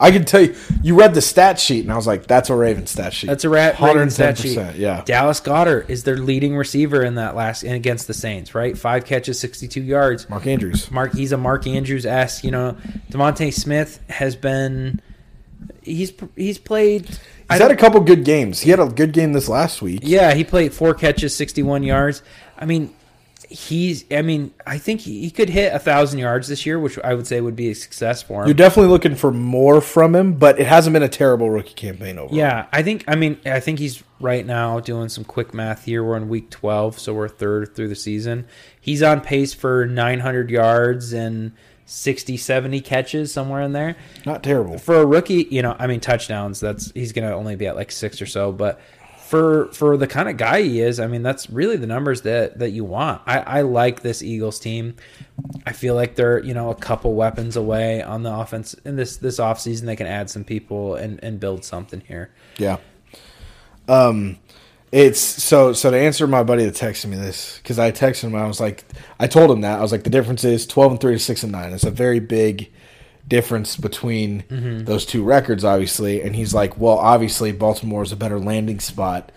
Speaker 1: I can tell you. You read the stat sheet, and I was like, "That's a Ravens stat sheet.
Speaker 2: That's a rat. Hundred percent.
Speaker 1: Yeah,
Speaker 2: Dallas Goddard is their leading receiver in that last and against the Saints. Right, five catches, sixty-two yards.
Speaker 1: Mark Andrews.
Speaker 2: Mark, he's a Mark Andrews esque. You know, Devontae Smith has been. He's he's played. I
Speaker 1: He's had
Speaker 2: don't-
Speaker 1: a couple good games. He had a good game this last week.
Speaker 2: yeah, he played four catches, sixty-one yards. I mean, he's. I mean, I think he, he could hit a thousand yards this year, which I would say would be a success for him.
Speaker 1: You're definitely looking for more from him, but it hasn't been a terrible rookie campaign overall.
Speaker 2: Yeah, I think. I mean, I think he's right now doing some quick math here. We're in week twelve, so we're third through the season. He's on pace for nine hundred yards and 60, 70 catches somewhere in there
Speaker 1: not terrible.
Speaker 2: for a rookie. You know, I mean, touchdowns. That's he's going to only be at like six or so, but. For, for the kind of guy he is, I mean, that's really the numbers that, that you want. I, I like this Eagles team. I feel like they're, you know, a couple weapons away on the offense. In this this offseason, they can add some people and, and build something here.
Speaker 1: Yeah. Um, it's so so to answer my buddy that texted me this because I texted him. I was like, I told him that I was like, the difference is twelve and three to six and nine. It's a very big difference between those two records, obviously. And he's like, well, obviously Baltimore is a better landing spot.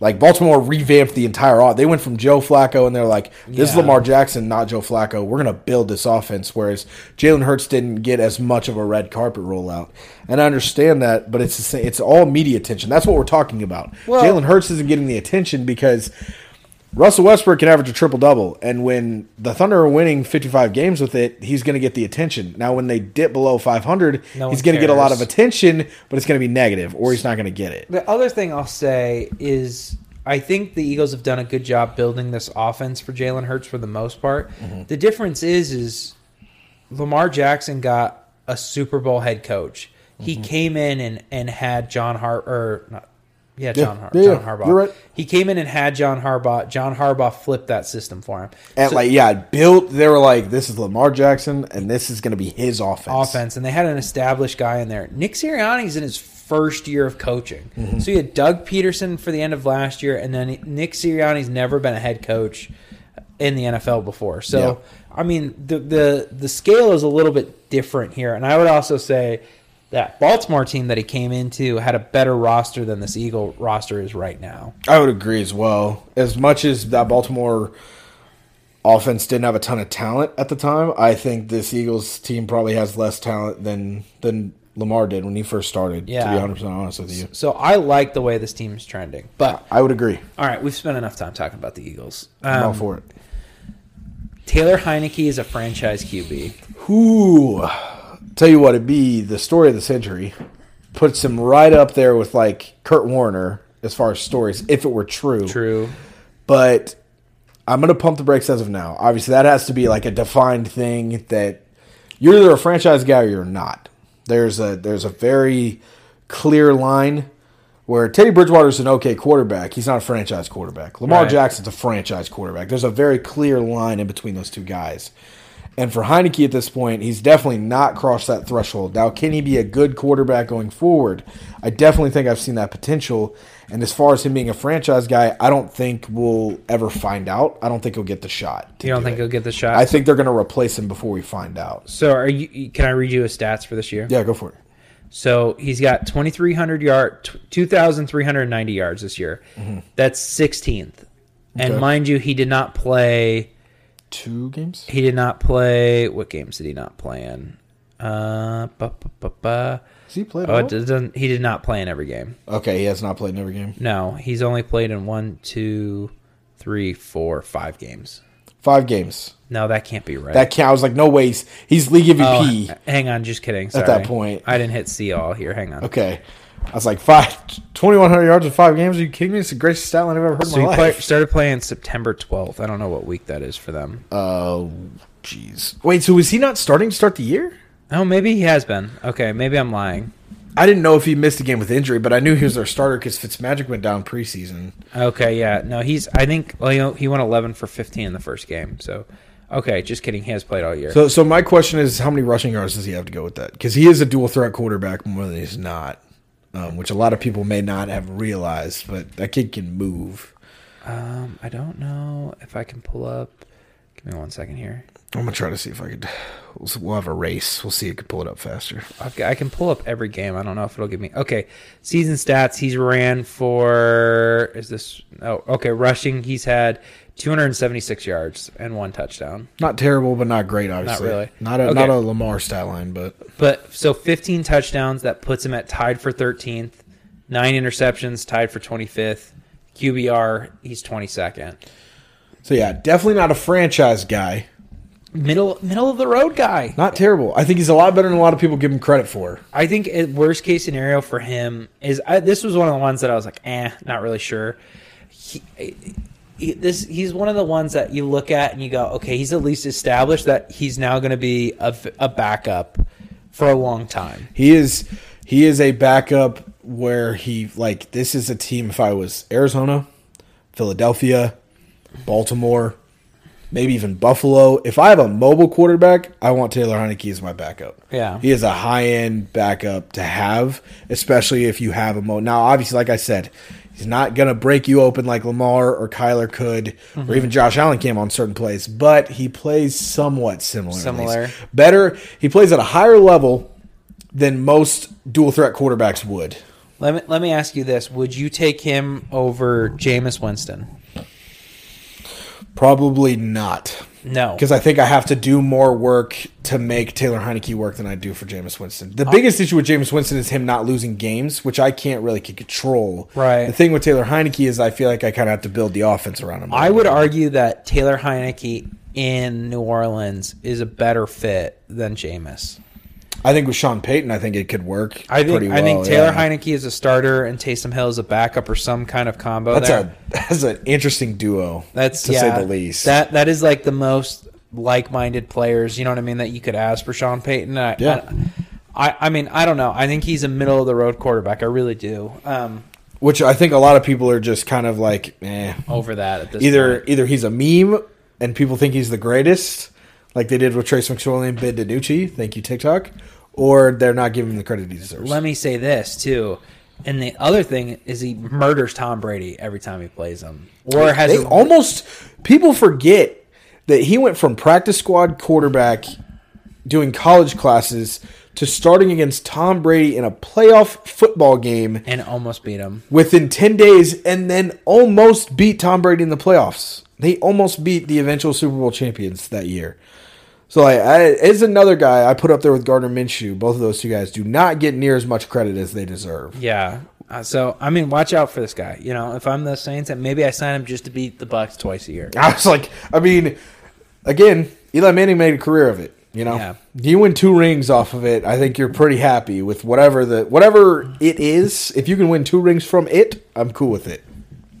Speaker 1: Like Baltimore revamped the entire off. They went from Joe Flacco and they're like, this is
Speaker 2: Yeah.
Speaker 1: Lamar Jackson, not Joe Flacco. We're gonna build this offense. Whereas Jalen Hurts didn't get as much of a red carpet rollout, and I understand that, but it's the same, it's all media attention. That's what we're talking about.
Speaker 2: Well-
Speaker 1: Jalen Hurts isn't getting the attention because Russell Westbrook can average a triple double, and when the Thunder are winning 55 games with it, he's going to get the attention. Now, when they dip below 500,
Speaker 2: No
Speaker 1: he's
Speaker 2: one
Speaker 1: going to get a lot
Speaker 2: cares.
Speaker 1: of attention, but it's going to be negative, or he's not going to get it.
Speaker 2: The other thing I'll say is I think the Eagles have done a good job building this offense for Jalen Hurts for the most part.
Speaker 1: Mm-hmm.
Speaker 2: The difference is is Lamar Jackson got a Super Bowl head coach.
Speaker 1: Mm-hmm.
Speaker 2: He came in and, and had John Har or not yeah, John, Har-
Speaker 1: yeah,
Speaker 2: John
Speaker 1: yeah.
Speaker 2: Harbaugh.
Speaker 1: You're right.
Speaker 2: He came in and had John Harbaugh. John Harbaugh flipped that system for him.
Speaker 1: And
Speaker 2: So-
Speaker 1: like, yeah, built. They were like, this is Lamar Jackson, and this is going to be his offense.
Speaker 2: offense, and they had an established guy in there. Nick Sirianni's in his first year of coaching,
Speaker 1: Mm-hmm.
Speaker 2: so you had Doug Peterson for the end of last year, and then Nick Sirianni's never been a head coach in the NFL before. So,
Speaker 1: Yeah.
Speaker 2: I mean, the the the scale is a little bit different here, and I would also say that Baltimore team that he came into had a better roster than this Eagle roster is right now.
Speaker 1: I would agree as well. As much as that Baltimore offense didn't have a ton of talent at the time, I think this Eagles team probably has less talent than than Lamar did when he first started. To
Speaker 2: Yeah.
Speaker 1: be hundred percent honest with you,
Speaker 2: So, I like the way this team is trending. But
Speaker 1: I would agree.
Speaker 2: all right, we've spent enough time talking about the Eagles.
Speaker 1: I'm all
Speaker 2: Um,
Speaker 1: for it.
Speaker 2: Taylor Heineke is a franchise QB.
Speaker 1: Who? Tell you what, it'd be the story of the century. Puts him right up there with like Kurt Warner as far as stories, if it were true.
Speaker 2: True.
Speaker 1: but I'm gonna pump the brakes as of now. Obviously, that has to be like a defined thing that you're either a franchise guy or you're not. There's a there's a very clear line where Teddy Bridgewater's an okay quarterback. He's not a franchise quarterback. Lamar
Speaker 2: Right.
Speaker 1: Jackson's a franchise quarterback. There's a very clear line in between those two guys. And for Heineke at this point, he's definitely not crossed that threshold. Now, can he be a good quarterback going forward? I definitely think I've seen that potential. And as far as him being a franchise guy, I don't think we'll ever find out. I don't think he'll get the shot. to
Speaker 2: You don't
Speaker 1: do
Speaker 2: think
Speaker 1: it.
Speaker 2: he'll get the shot?
Speaker 1: I think they're going to replace him before we find out.
Speaker 2: so are you can I read you his stats for this year?
Speaker 1: Yeah, go for it.
Speaker 2: So he's got 2300 yard t- 2390 yards this year. That's 16th. And
Speaker 1: Mm-hmm. Okay.
Speaker 2: mind you, he did not play
Speaker 1: Two games.
Speaker 2: he did not play what games did he not play in? Uh ba, ba, ba, ba.
Speaker 1: Has he played? at
Speaker 2: Oh,
Speaker 1: all?
Speaker 2: it doesn't he did not play in every game.
Speaker 1: okay, he has not played in every game.
Speaker 2: No, he's only played in one, two, three, four, five games.
Speaker 1: Five games.
Speaker 2: No, that can't be right.
Speaker 1: That count. I was like, no ways. He's league
Speaker 2: Oh,
Speaker 1: MVP.
Speaker 2: h- hang on, just kidding. Sorry.
Speaker 1: that point.
Speaker 2: I didn't hit C all here. Hang on.
Speaker 1: Okay. I was like, five, 2,100 yards in five games? Are you kidding me? It's the greatest stat line I've ever heard
Speaker 2: So
Speaker 1: in
Speaker 2: you
Speaker 1: my
Speaker 2: play,
Speaker 1: life.
Speaker 2: started playing September 12th. I don't know what week that is for them.
Speaker 1: Oh, jeez. Wait, so was he not starting to start the year?
Speaker 2: oh, maybe he has been. Okay, maybe I'm lying.
Speaker 1: I didn't know if he missed a game with injury, but I knew he was their starter because Fitzmagic went down preseason.
Speaker 2: Okay, yeah. No, he's I think well, you know, he went 11 for 15 in the first game. So, okay, just kidding. He has played all year.
Speaker 1: So, so my question is, how many rushing yards does he have to go with that? Because he is a dual threat quarterback more than he's not, um, which a lot of people may not have realized. But that kid can move.
Speaker 2: um, I don't know if I can pull up. Give me one second here.
Speaker 1: I'm gonna try to see if I could. We'll, we'll have a race. We'll see if I can pull it up faster.
Speaker 2: I've got- I can pull up every game. I don't know if it'll give me. Okay, season stats. He's ran for is this? Oh, okay, rushing. He's had 276 yards and one touchdown.
Speaker 1: Not terrible, but not great. Obviously,
Speaker 2: really.
Speaker 1: Not a
Speaker 2: Okay.
Speaker 1: not a Lamar stat line, but
Speaker 2: But so 15 touchdowns that puts him at tied for 13th. Nine interceptions tied for 25th. QBR he's 22nd.
Speaker 1: so yeah, definitely not a franchise guy.
Speaker 2: Middle middle of the road guy.
Speaker 1: Not terrible. I think he's a lot better than a lot of people give him credit for.
Speaker 2: I think it, worst case scenario for him is I, this was one of the ones that I was like, eh, not really sure. He, he, this he's one of the ones that you look at and you go, okay, he's at least established that he's now going to be a, f- a backup for a long time.
Speaker 1: He is he is a backup where he like this is a team if I was Arizona, Philadelphia, Baltimore, maybe even Buffalo. If I have a mobile quarterback, I want Taylor Heineke as my backup.
Speaker 2: Yeah.
Speaker 1: He is a high end backup to have, especially if you have a mo now obviously like I said, he's not gonna break you open like Lamar or Kyler could or even Josh Allen came on certain plays, but he plays somewhat similar. at least.
Speaker 2: Similar.
Speaker 1: Better he plays at a higher level than most dual threat quarterbacks would.
Speaker 2: Let me let me ask you this: Would you take him over Jameis Winston?
Speaker 1: Probably not.
Speaker 2: No,
Speaker 1: Because I think I have to do more work to make Taylor Heineke work than I do for Jameis Winston. The biggest issue with Jameis Winston is him not losing games, which I can't really c- control.
Speaker 2: Right.
Speaker 1: The thing with Taylor Heineke is I feel like I kind of have to build the offense around him.
Speaker 2: I would argue that Taylor Heineke in New Orleans is a better fit than Jameis.
Speaker 1: I think with Sean Payton, I think it could work.
Speaker 2: I think
Speaker 1: pretty
Speaker 2: I think
Speaker 1: well,
Speaker 2: Taylor
Speaker 1: yeah.
Speaker 2: Heineke is a starter and Taysom Hill is a backup or some kind of combo.
Speaker 1: That's
Speaker 2: there.
Speaker 1: a that's an interesting duo.
Speaker 2: that's
Speaker 1: to
Speaker 2: yeah,
Speaker 1: say the least.
Speaker 2: That that is like the most like-minded players. You know what I mean? That you could ask for Sean Payton. I,
Speaker 1: Yeah.
Speaker 2: I, I mean I don't know. I think he's a middle of the road quarterback. I really do. Um,
Speaker 1: which I think a lot of people are just kind of like, eh,
Speaker 2: over that at Oh, this
Speaker 1: either
Speaker 2: point.
Speaker 1: either he's a meme and people think he's the greatest, like they did with Trace McSorley and Ben DiNucci. Thank you TikTok. Or they're not giving him the credit he deserves.
Speaker 2: Let me say this too. And the other thing is he murders Tom Brady every time he plays him, or has
Speaker 1: they
Speaker 2: a-
Speaker 1: almost people forget that he went from practice squad quarterback doing college classes to starting against Tom Brady in a playoff football game
Speaker 2: and almost beat him.
Speaker 1: within 10 days and then almost beat Tom Brady in the playoffs. They almost beat the eventual Super Bowl champions that year. So like, I, it's another guy I put up there with Gardner Minshew. Both of those two guys do not get near as much credit as they deserve.
Speaker 2: Yeah. Uh, so I mean, watch out for this guy. You know, if I'm the Saints, and maybe I sign him just to beat the Bucks twice a year.
Speaker 1: I was like, I mean, again, Eli Manning made a career of it. You know,
Speaker 2: Yeah.
Speaker 1: you win two rings off of it. I think you're pretty happy with whatever the whatever it is. If you can win two rings from it, I'm cool with it.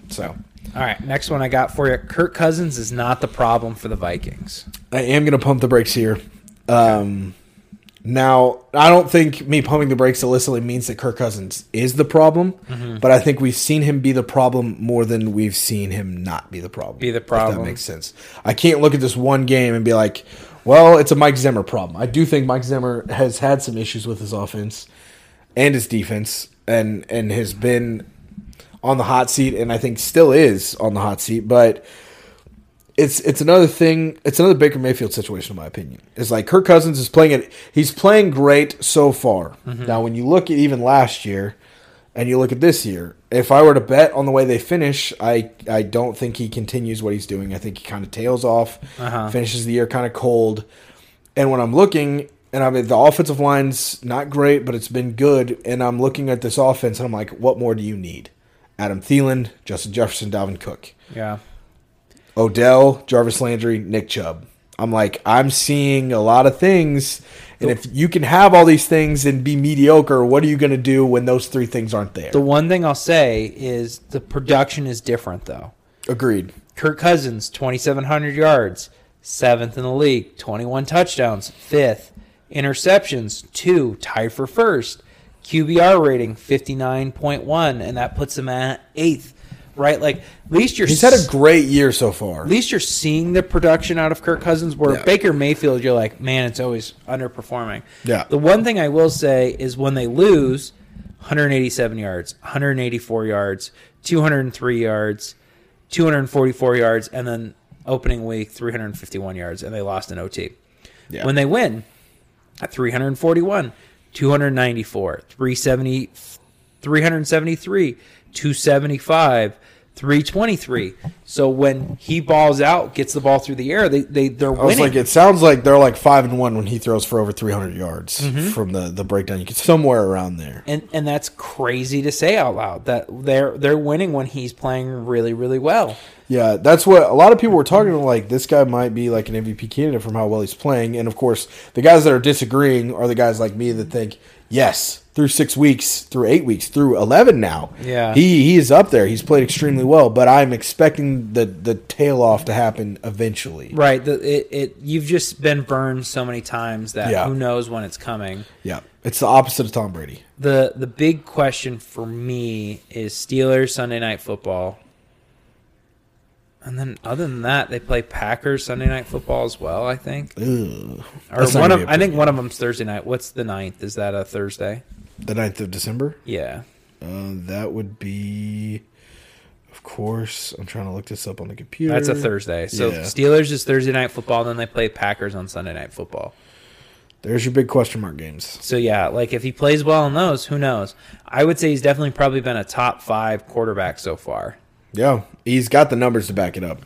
Speaker 1: So
Speaker 2: All right, next one I got for you. Kirk Cousins is not the problem for the Vikings.
Speaker 1: I am going to pump the brakes here. Um, now, I don't think me pumping the brakes illicitly means that Kirk Cousins is the problem,
Speaker 2: Mm-hmm.
Speaker 1: but I think we've seen him be the problem more than we've seen him not be the problem.
Speaker 2: Be the
Speaker 1: If that
Speaker 2: problem.
Speaker 1: makes sense. I can't look at this one game and be like, well, it's a Mike Zimmer problem. I do think Mike Zimmer has had some issues with his offense and his defense and, and has been on the hot seat and I think still is on the hot seat, but it's it's another thing. It's another Baker Mayfield situation, in my opinion. It's like Kirk Cousins is playing it. He's playing great so far. Now, when you look at even last year, and you look at this year, if I were to bet on the way they finish, I I don't think he continues what he's doing. I think he kind of tails off,
Speaker 2: Uh-huh.
Speaker 1: finishes the year kind of cold. And when I'm looking, and I mean the offensive line's not great, but it's been good. And I'm looking at this offense, and I'm like, what more do you need? Adam Thielen, Justin Jefferson, Dalvin Cook.
Speaker 2: Yeah.
Speaker 1: Odell, Jarvis Landry, Nick Chubb. I'm like, I'm seeing a lot of things, and if you can have all these things and be mediocre, what are you going to do when those three things aren't there?
Speaker 2: The one thing I'll say is the production is different though.
Speaker 1: Agreed.
Speaker 2: Kirk Cousins, 2,700 yards, seventh in the league, 21 touchdowns, fifth. Interceptions, two, tied for first. QBR rating, 59.1, and that puts him at eighth, right? Like, at least you're.
Speaker 1: He's had a
Speaker 2: s-
Speaker 1: great year so far.
Speaker 2: at least you're seeing the production out of Kirk Cousins. Where
Speaker 1: Yeah.
Speaker 2: Baker Mayfield, you're like, man, it's always underperforming.
Speaker 1: Yeah.
Speaker 2: The one thing I will say is when they lose, 187 yards, 184 yards, 203 yards, 244 yards, and then opening week 351 yards, and they lost an OT.
Speaker 1: Yeah.
Speaker 2: When they win, at 341, 294, 370, 373, 275, 323. So when he balls out, gets the ball through the air, they, they, they're
Speaker 1: I was
Speaker 2: winning.
Speaker 1: like, it sounds like they're like five and one when he throws for over 300 yards from the the breakdown. You get somewhere around there.
Speaker 2: and, and that's crazy to say out loud that they're they're winning when he's playing really really well.
Speaker 1: Yeah, that's what a lot of people were talking about. Like, this guy might be like an MVP candidate from how well he's playing. And of course, the guys that are disagreeing are the guys like me that think, yes, through six weeks, through eight weeks, through 11 now.
Speaker 2: Yeah.
Speaker 1: He, he is up there. He's played extremely well, but I'm expecting the, the tail off to happen eventually.
Speaker 2: Right, the, it, it you've just been burned so many times that
Speaker 1: Yeah.
Speaker 2: who knows when it's coming.
Speaker 1: Yeah. It's the opposite of Tom Brady.
Speaker 2: the the big question for me is Steelers Sunday night football. And then other than that, they play Packers Sunday night football as well, I think.
Speaker 1: Ugh.
Speaker 2: Or
Speaker 1: That's not
Speaker 2: one
Speaker 1: gonna
Speaker 2: of
Speaker 1: be a
Speaker 2: I think one of them's Thursday night. What's the ninth? Is that a Thursday?
Speaker 1: The 9th of December.
Speaker 2: Yeah.
Speaker 1: Uh, that would be, of course, I'm trying to look this up on the computer.
Speaker 2: That's a Thursday. So
Speaker 1: Yeah.
Speaker 2: Steelers is Thursday night football, then they play Packers on Sunday night football.
Speaker 1: There's your big question mark games.
Speaker 2: So yeah, like if he plays well in those, who knows? I would say he's definitely probably been a top five quarterback so far.
Speaker 1: Yeah, he's got the numbers to back it up.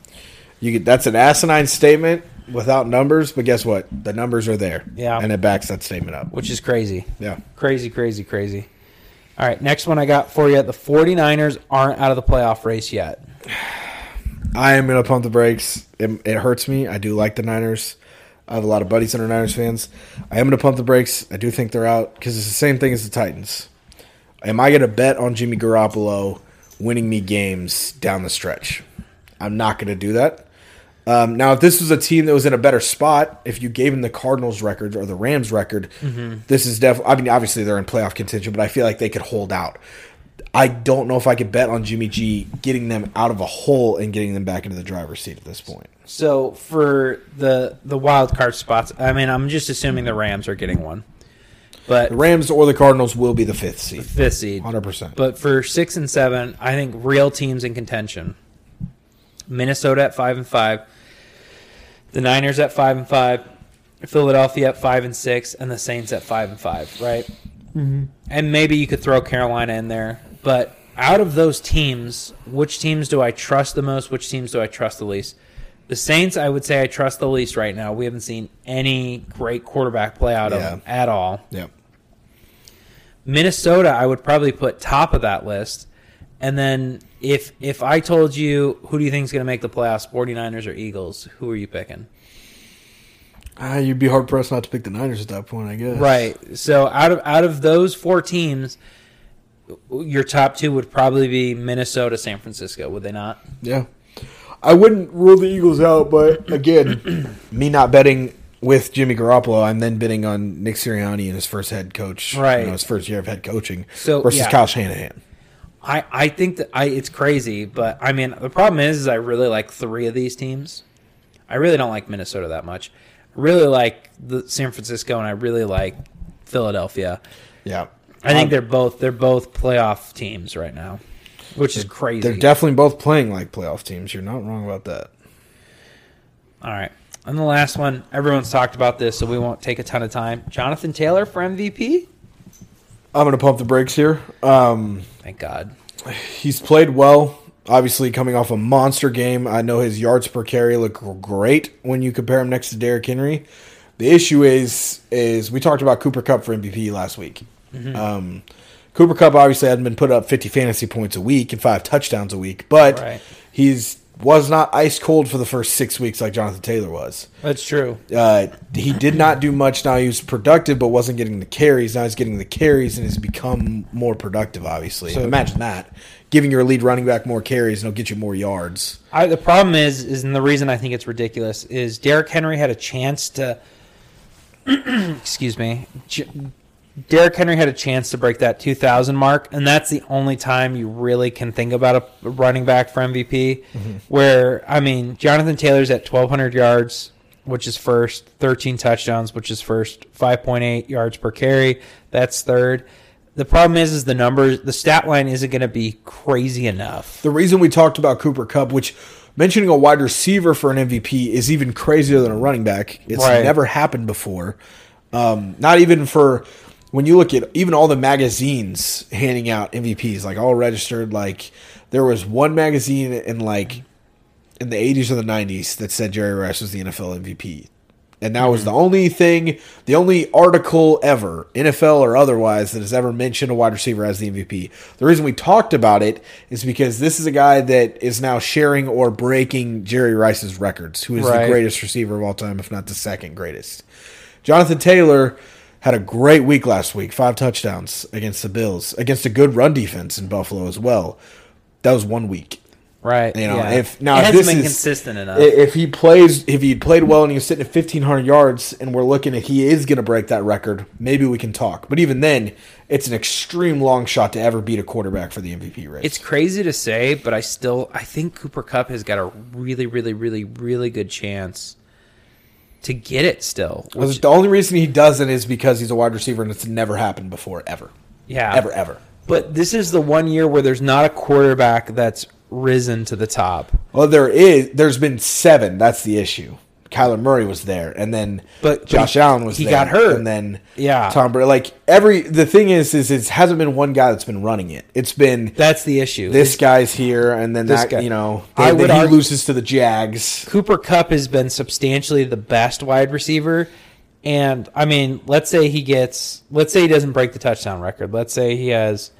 Speaker 1: You get, that's an asinine statement without numbers, but guess what? The numbers are there.
Speaker 2: Yeah.
Speaker 1: and it backs that statement up.
Speaker 2: Which is crazy.
Speaker 1: Yeah,
Speaker 2: Crazy, crazy, crazy. All right, next one I got for you. The 49ers aren't out of the playoff race yet.
Speaker 1: I am gonna pump the brakes. It, it hurts me. I do like the Niners. I have a lot of buddies that are Niners fans. I am gonna pump the brakes. I do think they're out because it's the same thing as the Titans. Am I gonna bet on Jimmy Garoppolo winning me games down the stretch? I'm not gonna do that. Um, now, if this was a team that was in a better spot, if you gave them the Cardinals record or the Rams record,
Speaker 2: Mm-hmm.
Speaker 1: this is definitely. I mean, obviously they're in playoff contention, but I feel like they could hold out. I don't know if I could bet on Jimmy G getting them out of a hole and getting them back into the driver's seat at this point.
Speaker 2: So for the the wild card spots, I mean, I'm just assuming the Rams are getting one, but
Speaker 1: The Rams or the Cardinals will be the fifth seed,
Speaker 2: fifth seed.
Speaker 1: hundred percent.
Speaker 2: But for six and seven, I think real teams in contention. Minnesota at five and five, the Niners at five and five, Philadelphia at five and six, and the Saints at five and five. Right, and maybe you could throw Carolina in there, but out of those teams, which teams do I trust the most? Which teams do I trust the least? The Saints, I would say I trust the least right now. We haven't seen any great quarterback play out of
Speaker 1: Yeah.
Speaker 2: them at all.
Speaker 1: Yep.
Speaker 2: Minnesota, I would probably put top of that list. And then if if I told you who do you think is going to make the playoffs, 49ers or Eagles, who are you picking?
Speaker 1: Ah, you'd be hard pressed not to pick the Niners at that point, I guess.
Speaker 2: Right. So out of out of those four teams, your top two would probably be Minnesota, San Francisco, would they not?
Speaker 1: Yeah. I wouldn't rule the Eagles out, but again, me not betting with Jimmy Garoppolo, I'm then betting on Nick Sirianni in his first head coach, you
Speaker 2: Right.
Speaker 1: know, his first year of head coaching
Speaker 2: So,
Speaker 1: versus
Speaker 2: yeah.
Speaker 1: Kyle Shanahan.
Speaker 2: I, I think that I it's crazy, but I mean the problem is, is I really like three of these teams. I really don't like Minnesota that much. I really like the San Francisco and I really like Philadelphia.
Speaker 1: Yeah,
Speaker 2: I think
Speaker 1: Um,
Speaker 2: they're both they're both playoff teams right now, which is crazy.
Speaker 1: they're definitely both playing like playoff teams. You're not wrong about that.
Speaker 2: All right, and the last one everyone's talked about this, so we won't take a ton of time. Jonathan Taylor for MVP.
Speaker 1: I'm going to pump the brakes here. Um,
Speaker 2: Thank God.
Speaker 1: he's played well. Obviously, coming off a monster game, I know his yards per carry look great when you compare him next to Derrick Henry. The issue is, is we talked about Cooper Cup for MVP last week. Um, Cooper Cup obviously hadn't been put up 50 fantasy points a week and five touchdowns a week, but
Speaker 2: Right.
Speaker 1: he's was not ice cold for the first six weeks like Jonathan Taylor was.
Speaker 2: That's true.
Speaker 1: Uh, he did not do much. Now he was productive, but wasn't getting the carries. Now he's getting the carries and has become more productive. Obviously,
Speaker 2: So-
Speaker 1: imagine that giving your lead running back more carries and he'll get you more yards.
Speaker 2: I, the problem is, is and the reason I think it's ridiculous is Derrick Henry had a chance to, excuse me, J- Derrick Henry had a chance to break that 2,000 mark, and that's the only time you really can think about a running back for MVP. Where I mean, Jonathan Taylor's at 1,200 yards, which is first, 13 touchdowns, which is first, 5.8 yards per carry, that's third. The problem is, is the numbers, the stat line isn't going to be crazy enough.
Speaker 1: The reason we talked about Cooper Cup, which mentioning a wide receiver for an MVP is even crazier than a running back. It's
Speaker 2: Right.
Speaker 1: never happened before. Um, not even for when you look at even all the magazines handing out MVPs, like all registered. Like there was one magazine in like in the 80s or the 90s that said Jerry Rice was the NFL MVP. And that was the only thing, the only article ever, NFL or otherwise, that has ever mentioned a wide receiver as the MVP. The reason we talked about it is because this is a guy that is now sharing or breaking Jerry Rice's records, who is
Speaker 2: Right.
Speaker 1: the greatest receiver of all time, if not the second greatest. Jonathan Taylor had a great week last week, five touchdowns against the Bills, against a good run defense in Buffalo as well. That was one week.
Speaker 2: Right.
Speaker 1: You know,
Speaker 2: yeah.
Speaker 1: if now
Speaker 2: it
Speaker 1: if
Speaker 2: hasn't
Speaker 1: this
Speaker 2: been
Speaker 1: is-
Speaker 2: consistent enough.
Speaker 1: i- If he plays, if he played well and he was sitting at fifteen hundred yards, and we're looking at he is going to break that record, maybe we can talk. But even then, it's an extreme long shot to ever beat a quarterback for the MVP race.
Speaker 2: it's crazy to say, but I still I think Cooper Cup has got a really, really, really, really good chance to get it still.
Speaker 1: Because
Speaker 2: Which,
Speaker 1: the only reason he doesn't is because he's a wide receiver, and it's never happened before, ever,
Speaker 2: yeah.
Speaker 1: ever, ever.
Speaker 2: But this is the one year where there's not a quarterback that's risen to the top.
Speaker 1: Well, Oh, there is. There's been seven. That's the issue. Kyler Murray was there, and then
Speaker 2: But- but
Speaker 1: Josh
Speaker 2: he-
Speaker 1: Allen was.
Speaker 2: he
Speaker 1: there,
Speaker 2: got hurt.
Speaker 1: and then
Speaker 2: Yeah.
Speaker 1: Tom Brady. Like every the thing is, is it hasn't been one guy that's been running it. It's been
Speaker 2: That's the issue.
Speaker 1: this guy's here, and then
Speaker 2: This
Speaker 1: that
Speaker 2: guy.
Speaker 1: you know
Speaker 2: I
Speaker 1: then-
Speaker 2: would
Speaker 1: then he
Speaker 2: argue-
Speaker 1: loses to the Jags.
Speaker 2: Cooper Cup has been substantially the best wide receiver. And I mean, let's say he gets, let's say he doesn't break the touchdown record. Let's say he has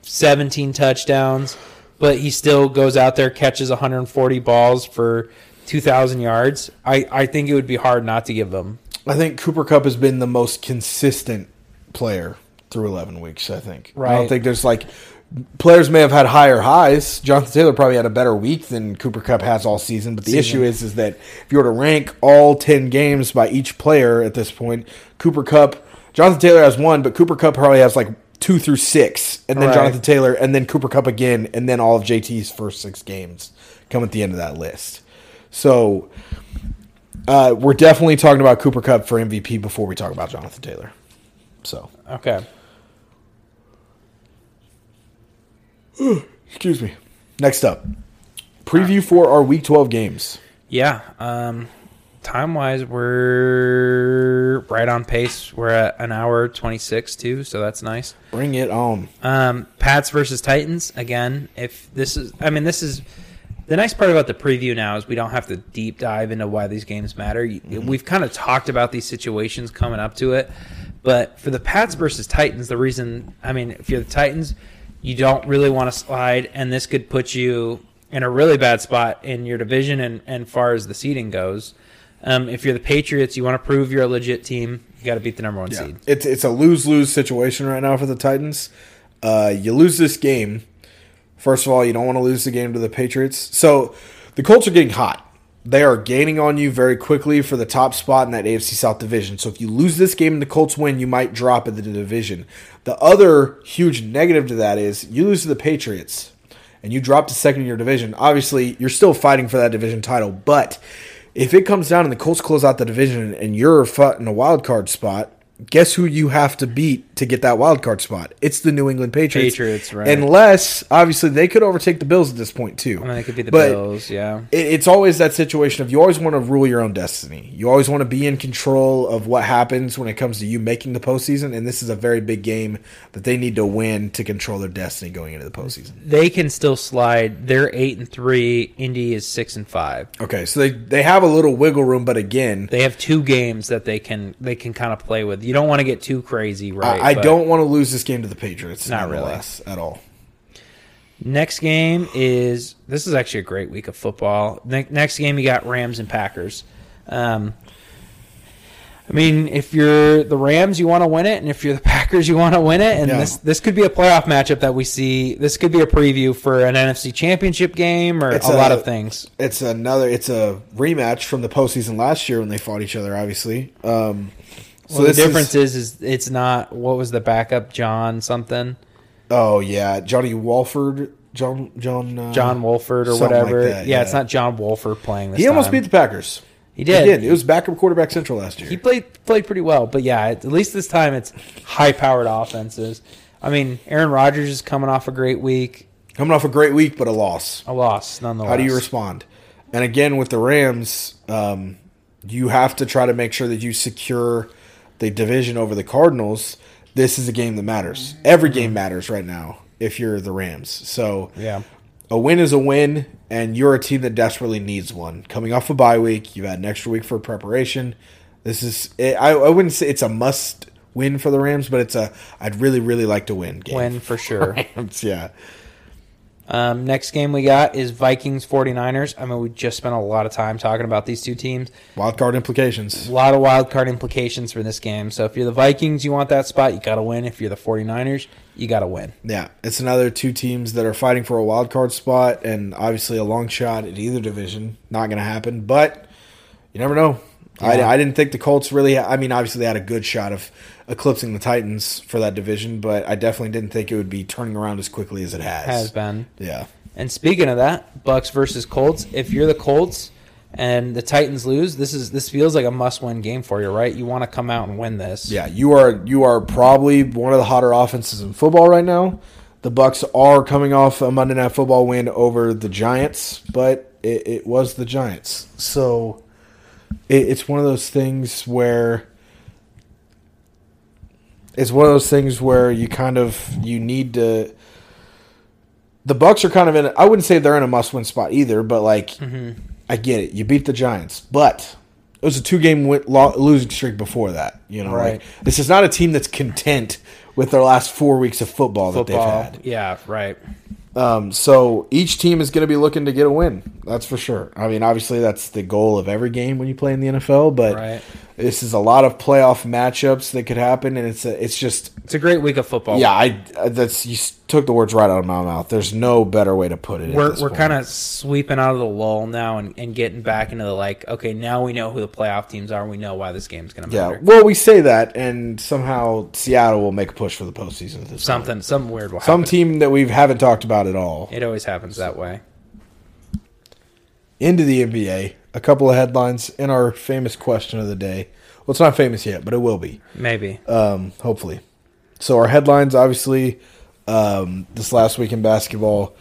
Speaker 2: 17 touchdowns, but he still goes out there, catches 140 balls for 2,000 yards. I, I think it would be hard not to give him.
Speaker 1: I think Cooper Cup has been the most consistent player through eleven weeks. I think. I don't
Speaker 2: Right.
Speaker 1: think there's like players may have had higher highs. Jonathan Taylor probably had a better week than Cooper Cup has all season. But the issue is, is that if you were to rank all ten games by each player at this point, Cooper Cup, Jonathan Taylor has one, but Cooper Cup probably has like. Two through six, and then
Speaker 2: Right.
Speaker 1: Jonathan Taylor, and then Cooper Cup again, and then all of JT's first six games come at the end of that list. So uh, we're definitely talking about Cooper Cup for MVP before we talk about Jonathan Taylor. So
Speaker 2: Okay.
Speaker 1: excuse me. Next up, preview for our Week 12 games.
Speaker 2: Yeah. Um, time wise, we're right on pace. We're at an hour 26, too. So that's nice.
Speaker 1: Bring it on.
Speaker 2: Um, Pats versus Titans again. If this is, I mean, this is the nice part about the preview now is we don't have to deep dive into why these games matter. You- We've kind of talked about these situations coming up to it, but for the Pats versus Titans, the reason, I mean, if you're the Titans, you don't really want to slide, and this could put you in a really bad spot in your division and and far as the seeding goes. Um, if you're the Patriots, you want to prove you're a legit team. You got to beat the number one seed.
Speaker 1: It's it's a lose lose situation right now for the Titans. Uh, you lose this game. First of all, you don't want to lose the game to the Patriots. So the Colts are getting hot. They are gaining on you very quickly for the top spot in that AFC South division. So if you lose this game and the Colts win, you might drop in the division. The other huge negative to that is you lose to the Patriots and you drop to second in your division. Obviously, you're still fighting for that division title, but if it comes down and the Colts close out the division and you're fought in a wild card spot, guess who you have to beat to get that wild card spot? It's the New England Patriots.
Speaker 2: Patriots, right.
Speaker 1: Unless obviously they could overtake the Bills at this point too.
Speaker 2: I mean, it could be the
Speaker 1: But
Speaker 2: Bills. Yeah.
Speaker 1: It, it's always that situation of you always want to rule your own destiny. You always want to be in control of what happens when it comes to you making the postseason. And this is a very big game that they need to win to control their destiny going into the postseason.
Speaker 2: they can still slide. They're eight and three. Indy is six and five.
Speaker 1: Okay, so they they have a little wiggle room, but again,
Speaker 2: They have two games that they can they can kind of play with. You don't want to get too crazy, right?
Speaker 1: I, I
Speaker 2: But,
Speaker 1: don't want to lose this game to the Patriots.
Speaker 2: Not really.
Speaker 1: nonetheless, at all.
Speaker 2: Next game is this is actually a great week of football. Ne- next game you got Rams and Packers. Um, I mean, if you're the Rams, you want to win it, and if you're the Packers, you want to win it. And
Speaker 1: Yeah.
Speaker 2: this this could be a playoff matchup that we see. This could be a preview for an NFC Championship game or
Speaker 1: It's
Speaker 2: a,
Speaker 1: a-
Speaker 2: lot of things.
Speaker 1: It's another. It's a rematch from the postseason last year when they fought each other. Obviously, um, so
Speaker 2: So the
Speaker 1: this
Speaker 2: difference
Speaker 1: Is,
Speaker 2: is, is it's not what was the backup John something
Speaker 1: oh yeah, Johnny Walford, John John uh,
Speaker 2: John Wolford or
Speaker 1: something like
Speaker 2: whatever.
Speaker 1: that,
Speaker 2: yeah, it's
Speaker 1: yeah.
Speaker 2: not John Wolford playing. This
Speaker 1: He almost
Speaker 2: time.
Speaker 1: beat the Packers.
Speaker 2: He
Speaker 1: He
Speaker 2: did.
Speaker 1: did. It was backup quarterback central last year.
Speaker 2: he played played pretty well, but yeah, at least this time it's high powered offenses. I mean, Aaron Rodgers is coming off a great week,
Speaker 1: Coming off a great week, but a loss.
Speaker 2: a loss nonetheless.
Speaker 1: How do you respond? And again, with the Rams, um, you have to try to make sure that you secure the division over the Cardinals. This is a game that matters. Every game matters right now if you're the Rams. So
Speaker 2: Mm-hmm. Yeah.
Speaker 1: a win is a win, and you're a team that desperately needs one. Coming off a bye week, you've had an extra week for preparation. This is I, I wouldn't say it's a must win for the Rams, but it's a I'd really really like to win game.
Speaker 2: win for sure?
Speaker 1: yeah.
Speaker 2: Um, next game we got is Vikings 49ers. I mean, we just spent a lot of time talking about these two teams.
Speaker 1: Wild card implications.
Speaker 2: A lot of wild card implications for this game. So if you're the Vikings, you want that spot, you got to win. If you're the 49ers, you got to win.
Speaker 1: Yeah, it's another two teams that are fighting for a wild card spot, and obviously a long shot at either division. Not going to happen, but you never know.
Speaker 2: Yeah.
Speaker 1: I, I didn't think the Colts really. I mean, obviously they had a good shot of eclipsing the Titans for that division, but I definitely didn't think it would be turning around as quickly as it has.
Speaker 2: Has been.
Speaker 1: Yeah,
Speaker 2: And speaking of that, Bucks versus Colts. If you're the Colts and the Titans lose, this is this feels like a must-win game for you, right? You want to come out and win this.
Speaker 1: yeah. You are you are probably one of the hotter offenses in football right now. The Bucks are coming off a Monday Night Football win over the Giants, but it, it was the Giants, so. it, it's one of those things where it's one of those things where you kind of you need to the bucks are kind of in i wouldn't say they're in a must-win spot either but like
Speaker 2: Mm-hmm.
Speaker 1: i get it you beat the giants but it was a two-game win, lo- losing streak before that you know right
Speaker 2: Right.
Speaker 1: this is not a team that's content with their last four weeks of football,
Speaker 2: Football.
Speaker 1: that they've had
Speaker 2: Yeah, right.
Speaker 1: um, so each team is going to be looking to get a win that's for sure i mean obviously that's the goal of every game when you play in the nfl but
Speaker 2: Right.
Speaker 1: this is a lot of playoff matchups that could happen, and it's a, it's just
Speaker 2: It's a great week of football.
Speaker 1: yeah. I uh, that's you s- took the words right out of my mouth. There's no better way to put it. at
Speaker 2: We're,
Speaker 1: this
Speaker 2: we're
Speaker 1: point.
Speaker 2: kind of sweeping out of the lull now and, and getting back into the like, okay, now we know who the playoff teams are. We know why this game's going to
Speaker 1: yeah.
Speaker 2: matter.
Speaker 1: Well, we say that, and somehow Seattle will make a push for the postseason. At this point.
Speaker 2: Something, something weird will
Speaker 1: some
Speaker 2: happen.
Speaker 1: team that we haven't talked about at all
Speaker 2: it always happens that way.
Speaker 1: into the NBA. A couple of headlines in our famous question of the day. Well, it's not famous yet, but it will be.
Speaker 2: Maybe.
Speaker 1: um, hopefully. So our headlines, obviously, um, this last week in basketball,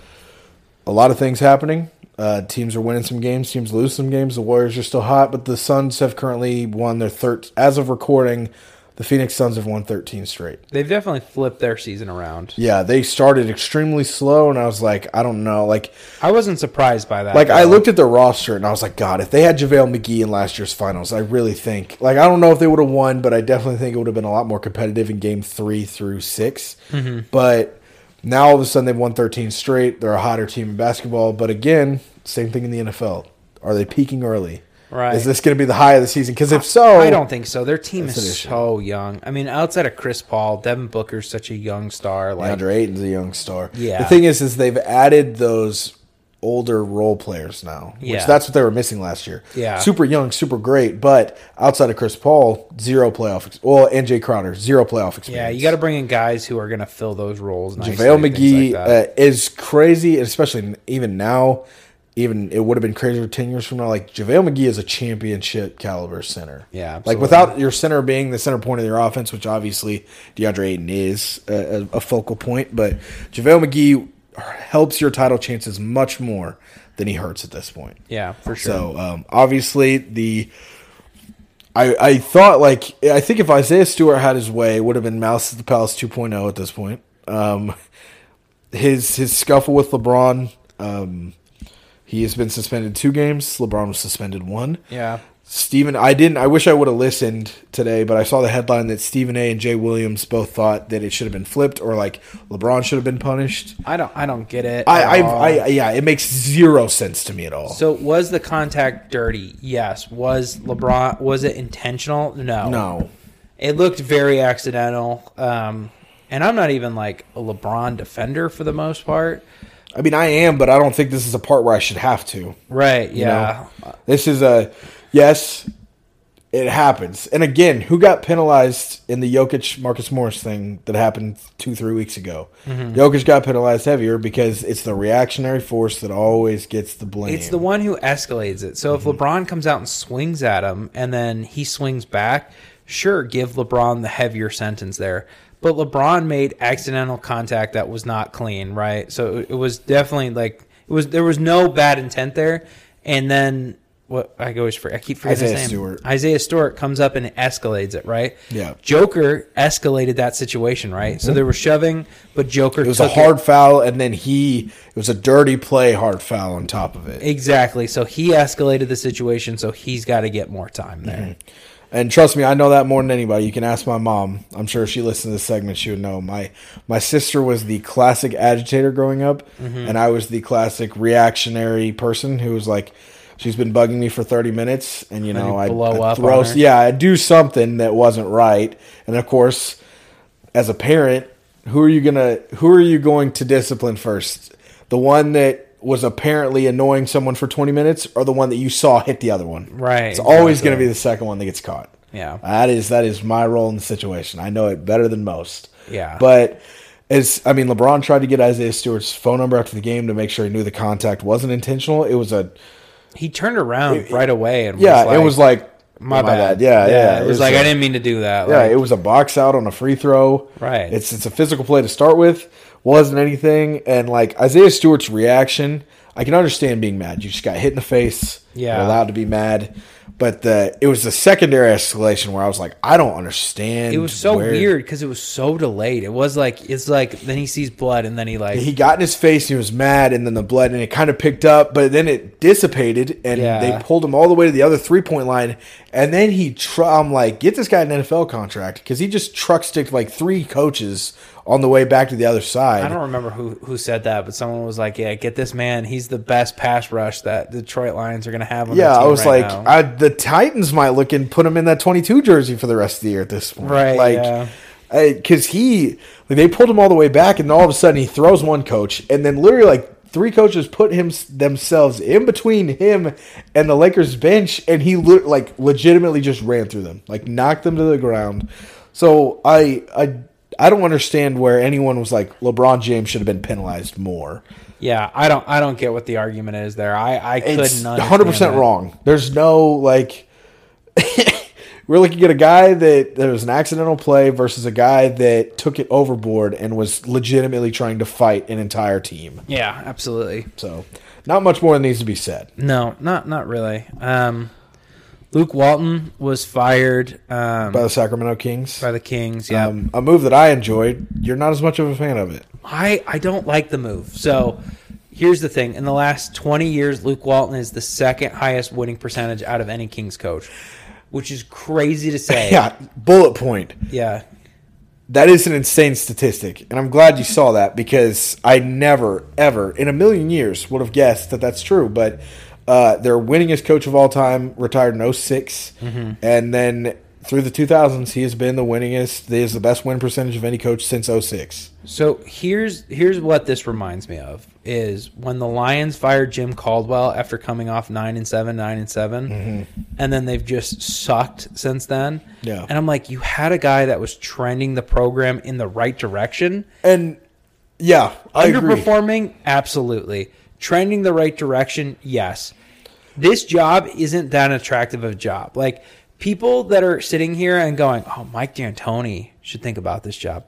Speaker 1: a lot of things happening. Uh, teams are winning some games, teams lose some games. The Warriors are still hot, but the Suns have currently won their third. As of recording, the Phoenix Suns have won 13 straight.
Speaker 2: They've definitely flipped their season around.
Speaker 1: Yeah, they started extremely slow, and I was like, I don't know, like.
Speaker 2: I wasn't surprised by that.
Speaker 1: Like I
Speaker 2: though.
Speaker 1: looked at their roster and I was like, God, if they had JaVale McGee in last year's finals, I really think like I don't know if they would have won, but I definitely think it would have been a lot more competitive in game three through 6
Speaker 2: Mm-hmm.
Speaker 1: But now all of a sudden they've won thirteen straight. They're a hotter team in basketball. But again, same thing in the NFL. Are they peaking early?
Speaker 2: Right.
Speaker 1: Is this going to be the high of the season? Because if so,
Speaker 2: I don't think so. Their team
Speaker 1: That's an
Speaker 2: is
Speaker 1: issue.
Speaker 2: so young. I mean, outside of Chris Paul, Devin Booker's such a young star. Like,
Speaker 1: DeAndre Ayton's a young star.
Speaker 2: Yeah.
Speaker 1: The thing is, is they've added those older role players now, which
Speaker 2: Yeah.
Speaker 1: that's what they were missing last year.
Speaker 2: Yeah.
Speaker 1: Super young, super great, but outside of Chris Paul, zero playoff. Ex- well, and Jay Crowder, zero playoff experience.
Speaker 2: yeah, you got to bring in guys who are going to fill those roles. Nicely,
Speaker 1: JaVale
Speaker 2: things
Speaker 1: McGee
Speaker 2: like that.
Speaker 1: uh, is crazy, especially even now. Even it would have been crazier ten years from now. Like JaVale McGee is a championship caliber center.
Speaker 2: Yeah,
Speaker 1: like
Speaker 2: absolutely.
Speaker 1: without your center being the center point of your offense, which obviously DeAndre Ayton is uh, a, a a focal point, but JaVale McGee helps your title chances much more than he hurts at this point.
Speaker 2: yeah, for sure.
Speaker 1: So um, obviously the I I thought like I think if Isaiah Stewart had his way, it would have been Mouse at the Palace 2.0 at this point. Um, his his scuffle with LeBron, um, he has been suspended two games. LeBron was suspended one.
Speaker 2: yeah,
Speaker 1: Stephen, I didn't. I wish I would have listened today, but I saw the headline that Stephen A. and Jay Williams both thought that it should have been flipped, or like LeBron should have been punished.
Speaker 2: I don't. I don't get it.
Speaker 1: I,
Speaker 2: at
Speaker 1: I,
Speaker 2: all.
Speaker 1: I, yeah, it makes zero sense to me at all.
Speaker 2: Uh, So was the contact dirty? Yes. Was LeBron? Was it intentional? No.
Speaker 1: no,
Speaker 2: It looked very accidental. Um, and I'm not even like a LeBron defender for the most part.
Speaker 1: I mean I am, but I don't think this is a part where I should have to.
Speaker 2: Right.
Speaker 1: you know?
Speaker 2: Yeah.
Speaker 1: this is a yes. It happens, and again, who got penalized in the Jokic Marcus Morris thing that happened two three weeks ago?
Speaker 2: Mm-hmm.
Speaker 1: Jokic got penalized heavier because it's the reactionary force that always gets the blame.
Speaker 2: It's the one who escalates it. So
Speaker 1: Mm-hmm.
Speaker 2: if LeBron comes out and swings at him and then he swings back, sure, give LeBron the heavier sentence there. But LeBron made accidental contact that was not clean, right? So it it was definitely like it was there was no bad intent there. And then what I always for I keep forgetting
Speaker 1: Isaiah
Speaker 2: his name.
Speaker 1: Stewart.
Speaker 2: Isaiah Stewart comes up and escalates it, right?
Speaker 1: Yeah. Mm-hmm.
Speaker 2: Joker escalated that situation, right? So they were shoving, but Joker
Speaker 1: It was a hard foul, and then he it was a dirty play hard foul on top of it.
Speaker 2: Exactly. So he escalated the situation, so he's got to get more time there.
Speaker 1: Mm-hmm. And trust me, I know that more than anybody. You can ask my mom. I'm sure if she listened to this segment, she would know. My my sister was the classic agitator growing up,
Speaker 2: Mm-hmm.
Speaker 1: and I was the classic reactionary person who was like, she's been bugging me for 30 minutes, and you
Speaker 2: you
Speaker 1: know, I
Speaker 2: blow
Speaker 1: I
Speaker 2: up
Speaker 1: throw,
Speaker 2: on her.
Speaker 1: yeah, I do something that wasn't right, and of course, as a parent, who are you gonna who are you going to discipline first? The one that was apparently annoying someone for 20 minutes or the one that you saw hit the other one.
Speaker 2: Right,
Speaker 1: It's always
Speaker 2: exactly.
Speaker 1: going to be the second one that gets caught.
Speaker 2: Yeah.
Speaker 1: That is that is my role in the situation. I know it better than most.
Speaker 2: Yeah.
Speaker 1: But as I mean LeBron tried to get Isaiah Stewart's phone number after the game to make sure he knew the contact wasn't intentional. It was a
Speaker 2: He turned around right away and
Speaker 1: yeah,
Speaker 2: was like,
Speaker 1: it was like
Speaker 2: my, bad.
Speaker 1: Yeah, yeah.
Speaker 2: It was, like
Speaker 1: I
Speaker 2: I I didn't mean to do that.
Speaker 1: yeah,
Speaker 2: Like,
Speaker 1: it was a box out on a free throw.
Speaker 2: Right.
Speaker 1: It's it's a physical play to start with. Wasn't anything, and like Isaiah Stewart's reaction, I can understand being mad. You just got hit in the face.
Speaker 2: Yeah.
Speaker 1: You're allowed to be mad, but the it was the secondary escalation where I was like, I don't understand.
Speaker 2: it was so
Speaker 1: where-
Speaker 2: weird because it was so delayed. It was like it's like then he sees blood and then he like
Speaker 1: He got in his face. He was mad, and then the blood, and it kind of picked up, but then it dissipated, and
Speaker 2: Yeah.
Speaker 1: they pulled him all the way to the other three point line, and then he. Tr- I'm like, get this guy an NFL contract because he just truck sticked like three coaches on the way back to the other side.
Speaker 2: I don't remember who who said that, but someone was like, "Yeah, get this man. He's the best pass rush that Detroit Lions are going to have." on their
Speaker 1: yeah, I
Speaker 2: team
Speaker 1: was
Speaker 2: right
Speaker 1: like,
Speaker 2: now."
Speaker 1: I, the Titans might look and put him in that 22 jersey for the rest of the year at this point.
Speaker 2: Right, yeah.
Speaker 1: Like, because he, like, they pulled him all the way back, and all of a sudden he throws one coach, and then literally, like, three coaches put him themselves in between him and the Lakers bench, and he, le- like, legitimately just ran through them, like, knocked them to the ground. So I, I, I don't understand where anyone was like LeBron James should have been penalized more.
Speaker 2: "Yeah, I don't, I don't get what the argument is there. I, I
Speaker 1: It's
Speaker 2: couldn't."
Speaker 1: hundred
Speaker 2: understand
Speaker 1: percent
Speaker 2: that.
Speaker 1: wrong. There's no like we're looking at a guy that there was an accidental play versus a guy that took it overboard and was legitimately trying to fight an entire team.
Speaker 2: Yeah, absolutely.
Speaker 1: So not much more needs to be said.
Speaker 2: No, not not really. Um, Luke Walton was fired um,
Speaker 1: By the Sacramento Kings.
Speaker 2: by the Kings. Yeah,
Speaker 1: Um, a move that I enjoyed. You're not as much of a fan of it.
Speaker 2: I I don't like the move. So here's the thing: in the last 20 years, Luke Walton is the second highest winning percentage out of any Kings coach, which is crazy to say.
Speaker 1: Yeah, bullet point.
Speaker 2: yeah,
Speaker 1: That is an insane statistic, and I'm glad you saw that because I never, ever in a million years would have guessed that that's true. But uh, their winningest coach of all time retired in 6 and then through the 2000s, he has been the winningest. He has the best win percentage of any coach since 06.
Speaker 2: So here's here's what this reminds me of is when the Lions fired Jim Caldwell after coming off nine and seven, nine and 7
Speaker 1: Mm-hmm.
Speaker 2: and then they've just sucked since then.
Speaker 1: Yeah.
Speaker 2: and I'm like, you had a guy that was trending the program in the right direction,
Speaker 1: And yeah, I agree.
Speaker 2: underperforming, absolutely, trending the right direction, yes. This job isn't that attractive of a job. Like people that are sitting here and going, "Oh, Mike D'Antoni should think about this job."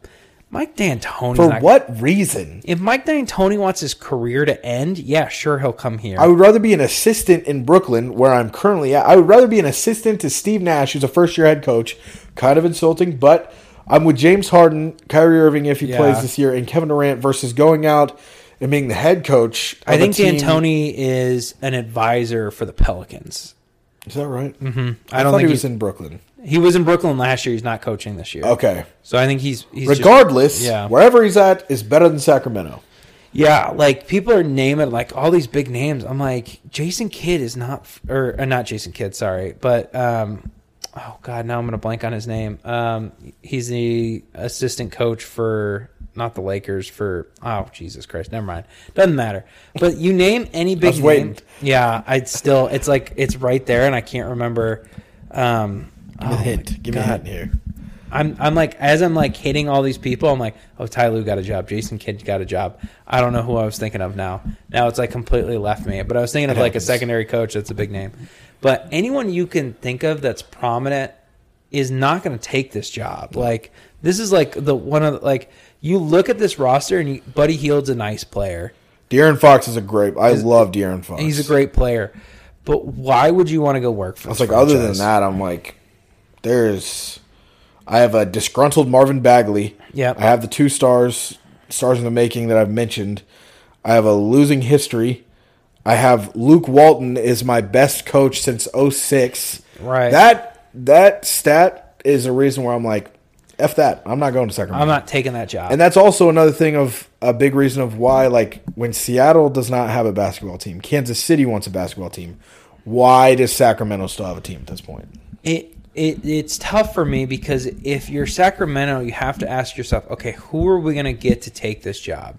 Speaker 2: Mike D'Antoni
Speaker 1: For what reason?
Speaker 2: if Mike D'Antoni wants his career to end, yeah, sure he'll come here.
Speaker 1: I would rather be an assistant in Brooklyn, where I'm currently at. I would rather be an assistant to Steve Nash, who's a first year head coach. Kind of insulting, but I'm with James Harden, Kyrie Irving, if he
Speaker 2: Yeah.
Speaker 1: plays this year, and Kevin Durant versus going out and being the head coach.
Speaker 2: I
Speaker 1: of a
Speaker 2: think
Speaker 1: team-
Speaker 2: D'Antoni is an advisor for the Pelicans.
Speaker 1: Is that right?
Speaker 2: Mm-hmm. I, don't
Speaker 1: thought
Speaker 2: think
Speaker 1: he
Speaker 2: he
Speaker 1: was in Brooklyn.
Speaker 2: he was in Brooklyn last year. He's not coaching this year.
Speaker 1: Okay.
Speaker 2: So I think he's he's just-
Speaker 1: Regardless,
Speaker 2: yeah.
Speaker 1: wherever he's at is better than Sacramento.
Speaker 2: yeah, like people are naming like all these big names. I'm like Jason Kidd is not f- or, or not Jason Kidd, sorry, but um oh god, now I'm going to blank on his name. Um he's the assistant coach for not the Lakers for oh Jesus Christ, never mind. Doesn't matter. But you name any big
Speaker 1: was waiting.
Speaker 2: name. Yeah, I'd still it's like it's right there and I can't remember um
Speaker 1: Give me
Speaker 2: oh
Speaker 1: a
Speaker 2: my
Speaker 1: hint. Give me a
Speaker 2: God.
Speaker 1: hint here.
Speaker 2: I'm I'm like as I'm like hitting all these people, I'm like, oh Ty Lue got a job, Jason Kidd got a job. I don't know who I was thinking of now. Now it's like completely left me. But I was thinking of like a
Speaker 1: happens.
Speaker 2: secondary coach that's a big name. But anyone you can think of that's prominent is not going to take this job. Like this is like the one of the, like you look at this roster and you, Buddy Heald's a nice player.
Speaker 1: De'Aaron Fox is a great. I love De'Aaron Fox.
Speaker 2: He's a great player. But why would you want to go work for?
Speaker 1: I was like, other than that, I'm like, there's. I have a disgruntled Marvin Bagley.
Speaker 2: Yep.
Speaker 1: I have the two stars, stars in the making that I've mentioned. I have a losing history. I have Luke Walton is my best coach since 06.
Speaker 2: Right.
Speaker 1: That that stat is a reason where I'm like, f that. I'm not going to Sacramento.
Speaker 2: I'm not taking that job.
Speaker 1: And that's also another thing of a big reason of why, like, when Seattle does not have a basketball team, Kansas City wants a basketball team. Why does Sacramento still have a team at this point?
Speaker 2: It, it it's tough for me because if you're Sacramento, you have to ask yourself, okay, who are we going to get to take this job?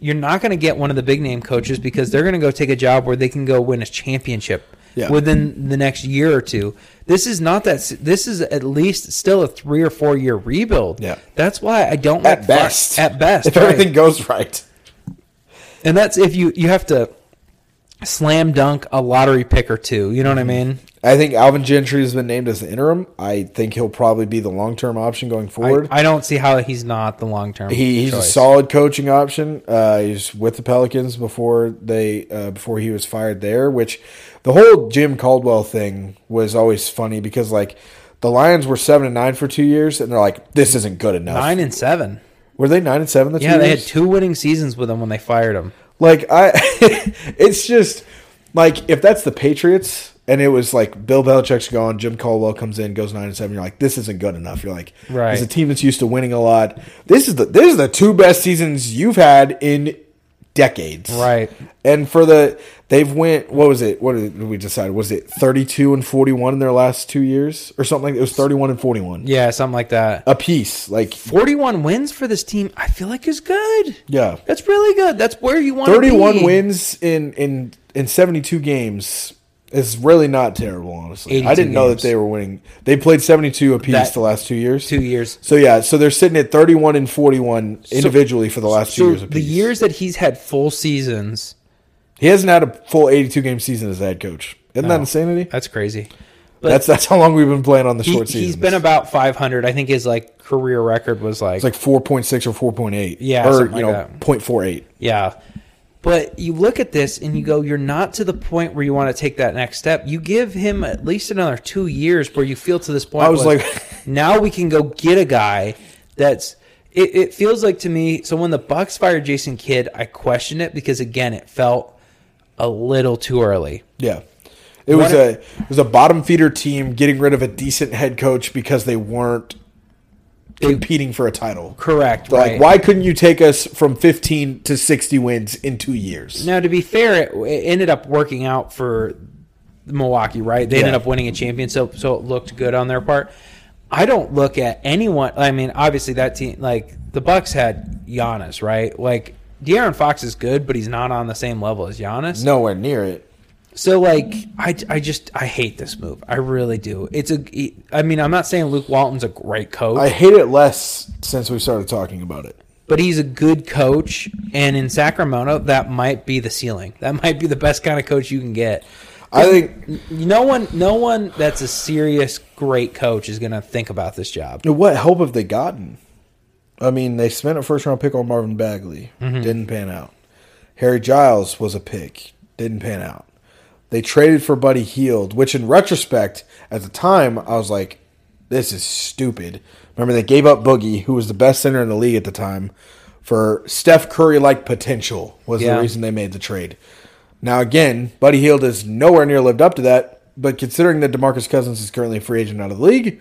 Speaker 2: You're not going to get one of the big name coaches because they're going to go take a job where they can go win a championship
Speaker 1: Yeah.
Speaker 2: within the next year or two. This is not that. s- This is at least still a three or four year rebuild.
Speaker 1: Yeah.
Speaker 2: that's why I don't
Speaker 1: At
Speaker 2: like Fox-
Speaker 1: best,
Speaker 2: At best,
Speaker 1: if
Speaker 2: right.
Speaker 1: everything goes right,
Speaker 2: and that's if you you have to slam dunk a lottery pick or two. You know
Speaker 1: Mm-hmm.
Speaker 2: what I mean?
Speaker 1: I think Alvin Gentry has been named as the interim. I think he'll probably be the long term option going forward.
Speaker 2: I, I don't see how he's not the long term.
Speaker 1: he, he's a solid coaching option. Uh, he's with the Pelicans before they uh, before he was fired there. Which the whole Jim Caldwell thing was always funny because like the Lions were seven and nine for two years, and they're like, this isn't good enough.
Speaker 2: nine and seven.
Speaker 1: Were they nine and seven? The
Speaker 2: Yeah,
Speaker 1: two
Speaker 2: they had
Speaker 1: years?
Speaker 2: two winning seasons with him when they fired him.
Speaker 1: Like I, it's just like if that's the Patriots and it was like Bill Belichick's gone, Jim Caldwell comes in, goes nine and seven. You're like, this isn't good enough. You're like,
Speaker 2: Right.
Speaker 1: It's a team that's used to winning a lot. This is the this is the two best seasons you've had in decades,
Speaker 2: Right.
Speaker 1: And for the they've went what was it? What did we decide? Was it thirty two and forty one in their last two years or something? Like it was thirty one and forty one.
Speaker 2: Yeah, something like that.
Speaker 1: A piece, like
Speaker 2: Forty-one wins for this team, I feel like is good.
Speaker 1: yeah,
Speaker 2: That's really good. That's where you want.
Speaker 1: Thirty-one wins in in in seventy-two games is really not terrible. Honestly, I
Speaker 2: 82
Speaker 1: didn't know that
Speaker 2: games.
Speaker 1: they were winning. They played seventy-two apiece
Speaker 2: That-
Speaker 1: the last two years.
Speaker 2: Two years.
Speaker 1: So yeah, so they're sitting at thirty-one and forty-one individually for the last two
Speaker 2: So
Speaker 1: years apiece.
Speaker 2: the years that he's had full seasons,
Speaker 1: he hasn't had a full eighty-two game season as head coach. Isn't that insanity?
Speaker 2: that's crazy. But
Speaker 1: That's that's how long we've been playing on the
Speaker 2: he,
Speaker 1: short season.
Speaker 2: has been about five hundred. I think his like career record was like,
Speaker 1: it's like four point six or four point eight.
Speaker 2: Yeah,
Speaker 1: or
Speaker 2: something
Speaker 1: you know
Speaker 2: like that.
Speaker 1: point four eight.
Speaker 2: yeah. But you look at this and you go, you're not to the point where you want to take that next step. You give him at least another two years where you feel to this point.
Speaker 1: I was like-
Speaker 2: now we can go get a guy that's it, it feels like to me so when the bucks fired jason kidd i questioned it because again it felt a little too early
Speaker 1: Yeah. It
Speaker 2: What
Speaker 1: was
Speaker 2: if-
Speaker 1: a it was a bottom feeder team getting rid of a decent head coach because they weren't competing for a title.
Speaker 2: correct
Speaker 1: They're
Speaker 2: right.
Speaker 1: Like, why couldn't you take us from 15 to 60 wins in two years?
Speaker 2: now to be fair it, it ended up working out for milwaukee right they ended
Speaker 1: Yeah.
Speaker 2: up winning a championship so it looked good on their part i don't look at anyone i mean obviously that team like the bucks had Giannis, right like De'Aaron Fox is good, but he's not on the same level as Giannis.
Speaker 1: Nowhere near it.
Speaker 2: So like I, I just I hate this move. I really do. It's a I mean I'm not saying Luke Walton's a great coach,
Speaker 1: I hate it less since we started talking about it.
Speaker 2: but he's a good coach and in Sacramento that might be the ceiling. That might be the best kind of coach you can get.
Speaker 1: I think
Speaker 2: N- No one no one that's a serious great coach is going to think about this job.
Speaker 1: what help have they gotten? I mean, they spent a first round pick on Marvin Bagley,
Speaker 2: Mm-hmm.
Speaker 1: didn't pan out. Harry Giles was a pick, didn't pan out. They traded for Buddy Heald, which in retrospect, at the time, I was like, this is stupid. Remember, they gave up Boogie, who was the best center in the league at the time, for Steph Curry like potential, was
Speaker 2: Yeah.
Speaker 1: the reason they made the trade. Now, again, Buddy Heald has nowhere near lived up to that. But considering that Demarcus Cousins is currently a free agent out of the league,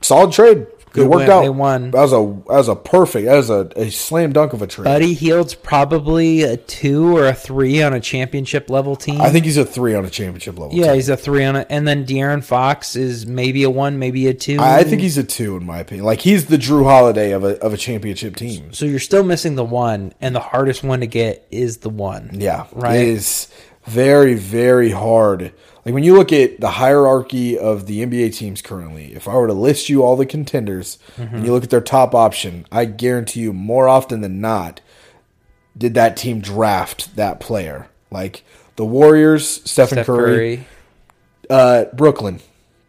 Speaker 1: solid trade.
Speaker 2: Good
Speaker 1: it worked
Speaker 2: win.
Speaker 1: out.
Speaker 2: They won.
Speaker 1: That was a that was a perfect. That was a, a slam dunk of a trade.
Speaker 2: Buddy Heald's probably a two or a three on a championship level team.
Speaker 1: I think he's a three on a championship level.
Speaker 2: Yeah,
Speaker 1: team.
Speaker 2: he's a three on it, and then De'Aaron Fox is maybe a one, maybe a two.
Speaker 1: I, I think he's a two in my opinion. Like he's the Drew Holiday of a of a championship team.
Speaker 2: so. You're still missing the one, and the hardest one to get is the one.
Speaker 1: Yeah,
Speaker 2: Right.
Speaker 1: It is very, very hard. Like when you look at the hierarchy of the NBA teams currently, if I were to list you all the contenders
Speaker 2: Mm-hmm.
Speaker 1: and you look at their top option, I guarantee you more often than not did that team draft that player. Like the Warriors, Stephen
Speaker 2: Steph
Speaker 1: Curry,
Speaker 2: Curry.
Speaker 1: Uh, Brooklyn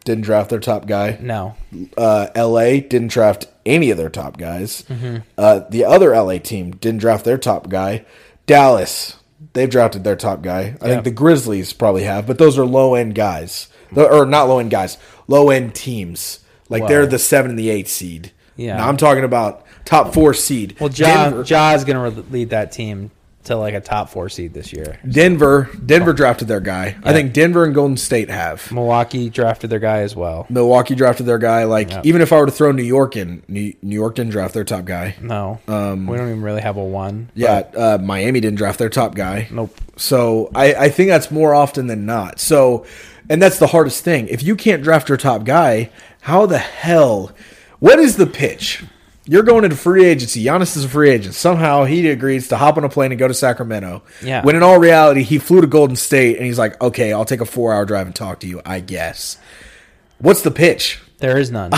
Speaker 1: didn't draft their top guy.
Speaker 2: no,
Speaker 1: Uh, LA didn't draft any of their top guys.
Speaker 2: Mm-hmm.
Speaker 1: Uh, the other LA team didn't draft their top guy. Dallas, they've drafted their top guy. I
Speaker 2: Yeah.
Speaker 1: think the Grizzlies probably have, but those are low end guys. Th- or not low end guys, low end teams. Like they're
Speaker 2: Well.
Speaker 1: the seven and the eight seed.
Speaker 2: Yeah.
Speaker 1: Now I'm talking about top four seed.
Speaker 2: well, Ja
Speaker 1: Denver,
Speaker 2: Ja's going to lead that team to like a top four seed this year.
Speaker 1: Denver,
Speaker 2: Oh.
Speaker 1: Denver drafted their guy. I think Denver and Golden State have.
Speaker 2: Milwaukee drafted their guy as well.
Speaker 1: Milwaukee drafted their guy. Like even if I were to throw New York in, New, New York didn't draft their top guy.
Speaker 2: No, we don't even really have a one.
Speaker 1: Um, Yeah, uh, Miami didn't draft their top guy.
Speaker 2: Nope.
Speaker 1: So I, I think that's more often than not. So, and that's the hardest thing. If you can't draft your top guy, how the hell? What is the pitch? You're going into free agency. Giannis is a free agent. Somehow he agrees to hop on a plane and go to Sacramento.
Speaker 2: Yeah.
Speaker 1: When in all reality, he flew to Golden State and he's like, okay, I'll take a four hour drive and talk to you, I guess. What's the pitch?
Speaker 2: There is none.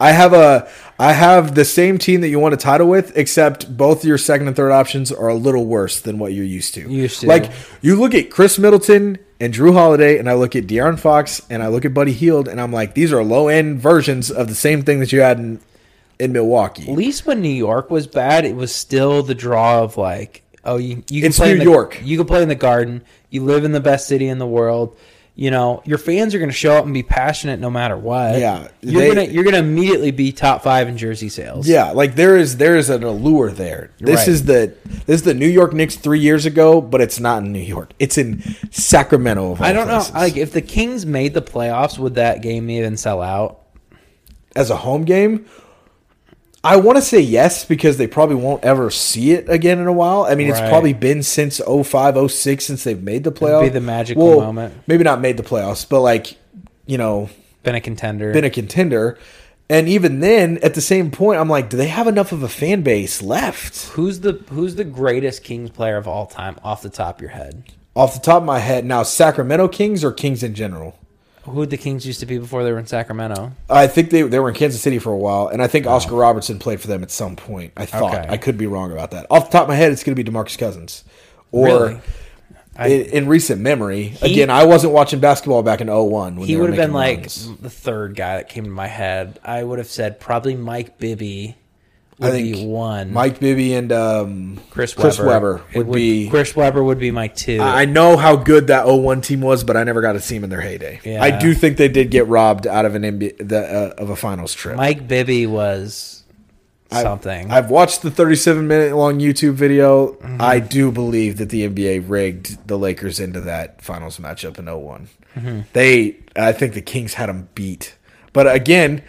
Speaker 1: I have a I have the same team that you want a title with, except both your second and third options are a little worse than what you're used to.
Speaker 2: Used to.
Speaker 1: Like you look at Chris Middleton and Drew Holiday, and I look at De'Aaron Fox and I look at Buddy Heald, and I'm like, these are low end versions of the same thing that you had in in Milwaukee.
Speaker 2: At least when New York was bad, it was still the draw of like, oh, you, you can
Speaker 1: It's
Speaker 2: play in
Speaker 1: New
Speaker 2: the-
Speaker 1: York.
Speaker 2: You can play in the Garden. You live in the best city in the world. You know your fans are going to show up and be passionate no matter what.
Speaker 1: Yeah,
Speaker 2: you're
Speaker 1: they-
Speaker 2: gonna you're gonna immediately be top five in jersey sales.
Speaker 1: Yeah, like there is there is an allure there. This
Speaker 2: Right.
Speaker 1: is the this is the New York Knicks three years ago, but it's not in New York. It's in Sacramento. Of all
Speaker 2: I don't
Speaker 1: places.
Speaker 2: know. Like if the Kings made the playoffs, would that game even sell out?
Speaker 1: as a home game i want to say yes because they probably won't ever see it again in a while i mean it's
Speaker 2: Right.
Speaker 1: probably been since 05 06 since they've made the playoffs
Speaker 2: be the magical moment.
Speaker 1: maybe not made the playoffs but like you know
Speaker 2: Been a contender.
Speaker 1: been a contender and even then at the same point i'm like do they have enough of a fan base left
Speaker 2: who's the who's the greatest Kings player of all time off the top of your head?
Speaker 1: off the top of my head now sacramento kings or kings in general
Speaker 2: Who the Kings used to be before they were in Sacramento?
Speaker 1: I think they, they were in Kansas City for a while, and I think Oscar Robertson played for them at some point. I thought
Speaker 2: Oh. Okay.
Speaker 1: I could be wrong about that. Off the top of my head, it's going to be Demarcus Cousins, or
Speaker 2: Really? I-
Speaker 1: in, in recent memory. again, I wasn't watching basketball back in 01 when
Speaker 2: He
Speaker 1: they
Speaker 2: would
Speaker 1: were
Speaker 2: have
Speaker 1: making
Speaker 2: been like
Speaker 1: runs.
Speaker 2: the third guy that came to my head. I would have said probably Mike Bibby
Speaker 1: I
Speaker 2: would be
Speaker 1: think
Speaker 2: one.
Speaker 1: Mike Bibby and um,
Speaker 2: Chris Webber,
Speaker 1: Chris Webber
Speaker 2: It
Speaker 1: would, be.
Speaker 2: Chris Webber would be my two.
Speaker 1: I know how good that 01 team was, but I never got to see them in their heyday.
Speaker 2: Yeah.
Speaker 1: I do think they did get robbed out of an NBA, the, uh, of a finals trip.
Speaker 2: Mike Bibby was something.
Speaker 1: I've watched the 37 minute long YouTube video. I do believe that the NBA rigged the Lakers into that finals matchup in 1 They, I think the Kings had them beat. But again,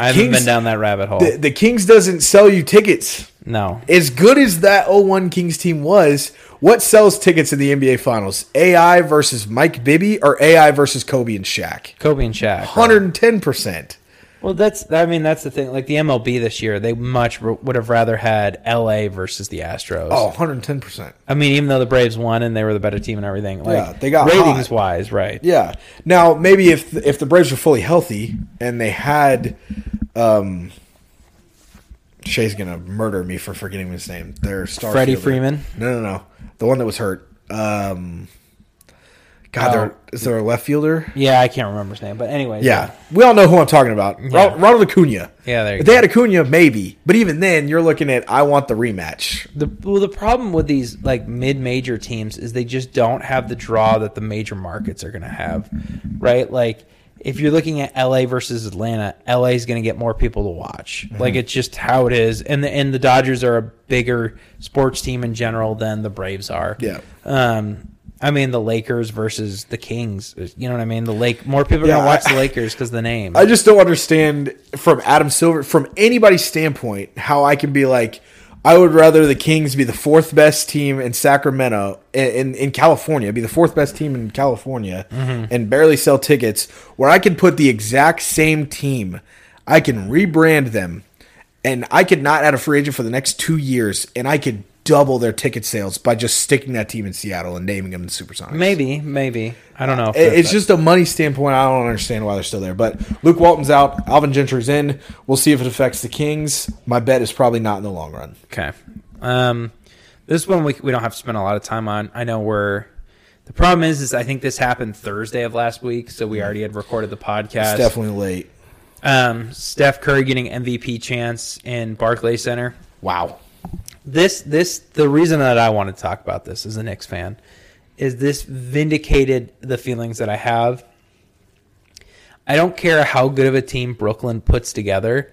Speaker 2: I haven't
Speaker 1: Kings-
Speaker 2: been down that rabbit hole.
Speaker 1: the, the Kings doesn't sell you tickets.
Speaker 2: no,
Speaker 1: As good as that 01 Kings team was, what sells tickets in the NBA finals? AI versus Mike Bibby or AI versus Kobe and Shaq?
Speaker 2: Kobe and Shaq. right?
Speaker 1: 110%.
Speaker 2: Well, that's I mean that's the thing. Like the MLB this year, they much r- would have rather had LA versus the Astros.
Speaker 1: Oh, 110%.
Speaker 2: I mean, even though the Braves won and they were the better team and everything, like
Speaker 1: Yeah, they got
Speaker 2: ratings
Speaker 1: hot.
Speaker 2: wise, right?
Speaker 1: Yeah. Now maybe if if the Braves were fully healthy and they had, um, Shay's gonna murder me for forgetting his name. Their star
Speaker 2: Freddie
Speaker 1: fielder.
Speaker 2: Freeman?
Speaker 1: No, no, no. The one that was hurt. Um, God,
Speaker 2: Oh.
Speaker 1: there is there a left fielder?
Speaker 2: Yeah, I can't remember his name, but anyways,
Speaker 1: Yeah, we all know who I'm talking about. Ro- Ronald Acuna.
Speaker 2: Yeah, there you
Speaker 1: if they
Speaker 2: go.
Speaker 1: had Acuna, maybe. But even then, you're looking at I want the rematch.
Speaker 2: The well, the problem with these like mid-major teams is they just don't have the draw that the major markets are going to have, right? Like if you're looking at LA versus Atlanta, LA is going to get more people to watch.
Speaker 1: Mm-hmm.
Speaker 2: Like it's just how it is, and the and the Dodgers are a bigger sports team in general than the Braves are.
Speaker 1: Yeah.
Speaker 2: Um, I mean, the Lakers versus the Kings. You know what I mean? The Lake. More people are
Speaker 1: Yeah,
Speaker 2: gonna watch
Speaker 1: I-
Speaker 2: the Lakers because the name.
Speaker 1: I just don't understand from Adam Silver, from anybody's standpoint, how I can be like, I would rather the Kings be the fourth best team in Sacramento, in, in, in California, be the fourth best team in California, and barely sell tickets, where I can put the exact same team, I can rebrand them, and I could not add a free agent for the next two years, and I could double their ticket sales by just sticking that team in Seattle and naming them the Supersonics.
Speaker 2: maybe, maybe. I don't know. if
Speaker 1: It-
Speaker 2: they're-
Speaker 1: It's just a money standpoint. I don't understand why they're still there. But Luke Walton's out. Alvin Gentry's in. We'll see if it affects the Kings. My bet is probably not in the long run.
Speaker 2: Okay. Um, this one we, we don't have to spend a lot of time on. I know we're. The problem is, is I think this happened Thursday of last week, so we already had recorded the podcast.
Speaker 1: It's definitely late.
Speaker 2: Um, Steph Curry getting MVP chance in Barclays Center.
Speaker 1: Wow.
Speaker 2: This this the reason that I want to talk about this as a Knicks fan is this vindicated the feelings that I have. I don't care how good of a team Brooklyn puts together.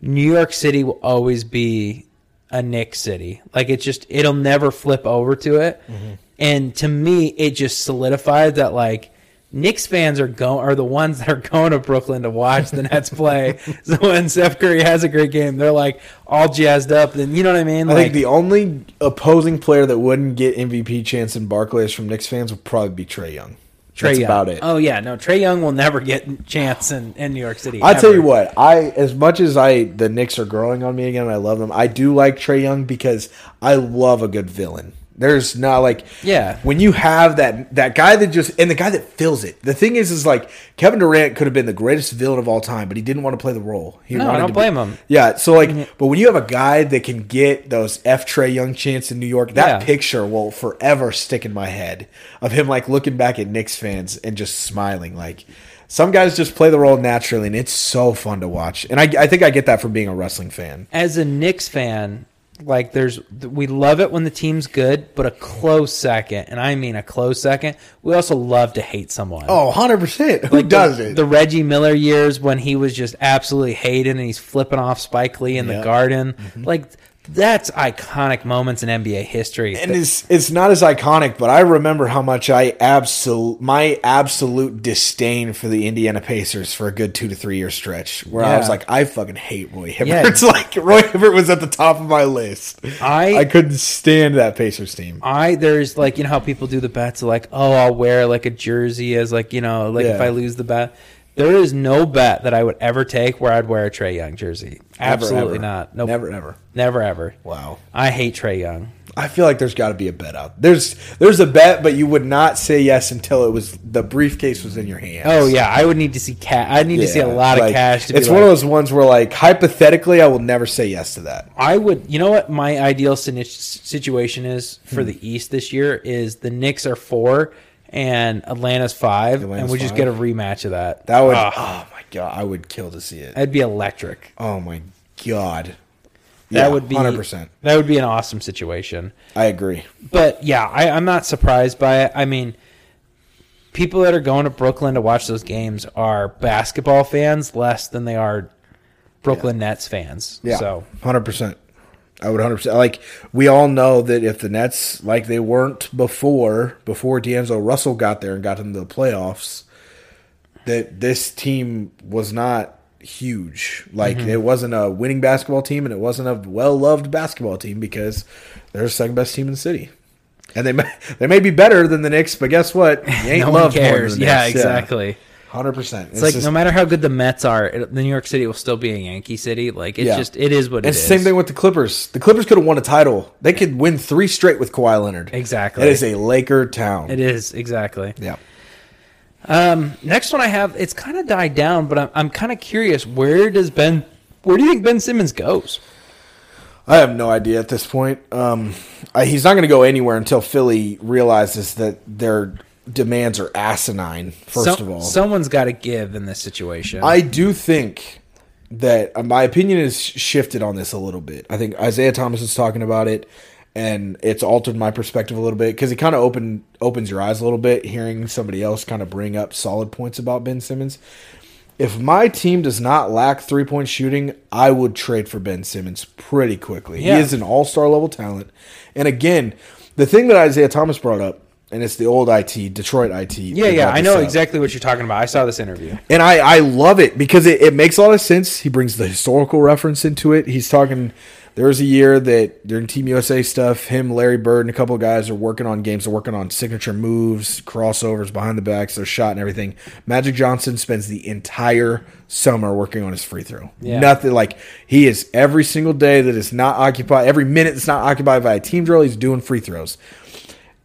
Speaker 2: New York City will always be a Knicks city. Like it just it'll never flip over to it.
Speaker 1: Mm-hmm.
Speaker 2: And to me, it just solidified that like Knicks fans are going are the ones that are going to Brooklyn to watch the Nets play. so when Steph Curry has a great game, they're like all jazzed up. Then you know what I mean?
Speaker 1: I
Speaker 2: like
Speaker 1: think the only opposing player that wouldn't get MVP chance in Barclays from Knicks fans would probably be Trey Young.
Speaker 2: Trae
Speaker 1: That's
Speaker 2: Young.
Speaker 1: about it.
Speaker 2: Oh yeah, no, Trey Young will never get chance in, in New York City.
Speaker 1: I tell
Speaker 2: ever.
Speaker 1: you what, I as much as I the Knicks are growing on me again, and I love them. I do like Trey Young because I love a good villain. There's not like
Speaker 2: Yeah.
Speaker 1: when you have that that guy that just and the guy that fills it. The thing is, is like Kevin Durant could have been the greatest villain of all time, but he didn't want to play the role. He
Speaker 2: No, I
Speaker 1: wanted
Speaker 2: don't
Speaker 1: to
Speaker 2: blame him.
Speaker 1: Yeah, so like, but when you have a guy that can get those F Trey Young chants in New York, that
Speaker 2: Yeah.
Speaker 1: picture will forever stick in my head of him like looking back at Knicks fans and just smiling. Like some guys just play the role naturally, and it's so fun to watch. And I, I think I get that from being a wrestling fan.
Speaker 2: as a Knicks fan, like there's we love it when the team's good, but a close second, and I mean a close second, we also love to hate someone.
Speaker 1: Oh, 100 percent. Who
Speaker 2: the,
Speaker 1: does it?
Speaker 2: The Reggie Miller years when he was just absolutely hated and he's flipping off Spike Lee in the
Speaker 1: Yep. Mm-hmm.
Speaker 2: garden. Like that's iconic moments in NBA history.
Speaker 1: and it's it's not as iconic, but I remember how much I absolute my absolute disdain for the Indiana Pacers for a good two to three year stretch, where I was
Speaker 2: Yeah.
Speaker 1: like, I fucking hate Roy Hibbert.
Speaker 2: Yeah.
Speaker 1: It's like Roy Hibbert was at the top of my list.
Speaker 2: I-
Speaker 1: I couldn't stand that Pacers team.
Speaker 2: I there's like you know how people do the bets like oh I'll wear like a jersey as like you know like if
Speaker 1: Yeah.
Speaker 2: I lose the bet there is no bet that I would ever take where I'd wear a Trey Young jersey
Speaker 1: Never,
Speaker 2: absolutely
Speaker 1: ever.
Speaker 2: not nope.
Speaker 1: Never ever.
Speaker 2: never ever
Speaker 1: Wow.
Speaker 2: I hate Trey Young
Speaker 1: I feel like there's got to be a bet out. There's there's a bet, but you would not say yes until it was the briefcase was in your hand.
Speaker 2: oh yeah I would need to see cat I need to see a lot of cash to be
Speaker 1: it's
Speaker 2: like,
Speaker 1: one of those ones where like hypothetically, I will never say yes to that.
Speaker 2: I would you know what my ideal sin- situation is for
Speaker 1: Hmm.
Speaker 2: the East this year is the Knicks are four and Atlanta's five and
Speaker 1: Atlanta's
Speaker 2: we just
Speaker 1: five.
Speaker 2: get a rematch of that
Speaker 1: That would
Speaker 2: Ah,
Speaker 1: oh my god, I would kill to see it.
Speaker 2: that'd be electric
Speaker 1: Oh my god.
Speaker 2: That would be
Speaker 1: hundred percent.
Speaker 2: That would be an awesome situation.
Speaker 1: I agree.
Speaker 2: But yeah, I, I'm not surprised by it. I mean, people that are going to Brooklyn to watch those games are basketball fans less than they are Brooklyn Nets fans.
Speaker 1: Yeah,
Speaker 2: So
Speaker 1: hundred percent. I would hundred percent. Like we all know that if the Nets, like they weren't before, before D'Angelo Russell got there and got into the playoffs, that this team was not huge. Like
Speaker 2: Mm-hmm.
Speaker 1: it wasn't a winning basketball team, and it wasn't a well loved basketball team because they're the second best team in the city. And they may, they may be better than the Knicks, but guess what? You ain't
Speaker 2: no one
Speaker 1: loved more than
Speaker 2: cares.
Speaker 1: the
Speaker 2: Yeah,
Speaker 1: Knicks.
Speaker 2: exactly.
Speaker 1: Hundred percent.
Speaker 2: It's like no matter how good the Mets are, it, the New York City will still be a Yankee city. Like it's
Speaker 1: Yeah.
Speaker 2: just it is what it
Speaker 1: It's
Speaker 2: is.
Speaker 1: the same thing with the Clippers. The Clippers could have won a title. They could win three straight with Kawhi Leonard.
Speaker 2: Exactly.
Speaker 1: It is a Laker town.
Speaker 2: It is exactly.
Speaker 1: Yeah.
Speaker 2: Um, next one I have, it's kind of died down, but I'm, I'm kind of curious. Where does Ben? Where do you think Ben Simmons goes?
Speaker 1: I have no idea at this point. Um, I, he's not going to go anywhere until Philly realizes that their demands are asinine. First
Speaker 2: Some-
Speaker 1: of all,
Speaker 2: someone's got to give in this situation.
Speaker 1: I do think that uh, my opinion has sh- shifted on this a little bit. I think Isaiah Thomas is talking about it, and it's altered my perspective a little bit because it kind of opened opens your eyes a little bit hearing somebody else kind of bring up solid points about Ben Simmons. If my team does not lack three point shooting, I would trade for Ben Simmons pretty quickly.
Speaker 2: Yeah.
Speaker 1: He is an all star level talent, and again, the thing that Isaiah Thomas brought up and it's the old IT, Detroit IT.
Speaker 2: Yeah,
Speaker 1: that
Speaker 2: yeah,
Speaker 1: brought
Speaker 2: I
Speaker 1: this
Speaker 2: know
Speaker 1: up.
Speaker 2: exactly what you're talking about. I saw this interview.
Speaker 1: And I, I love it because it, it makes a lot of sense. He brings the historical reference into it. He's talking, there was a year that during Team USA stuff, him, Larry Bird, and a couple of guys are working on games. They're working on signature moves, crossovers, behind the backs, their shot, and everything. Magic Johnson spends the entire summer working on his free throw.
Speaker 2: Yeah.
Speaker 1: Nothing like he is every single day that is not occupied, every minute that's not occupied by a team drill, he's doing free throws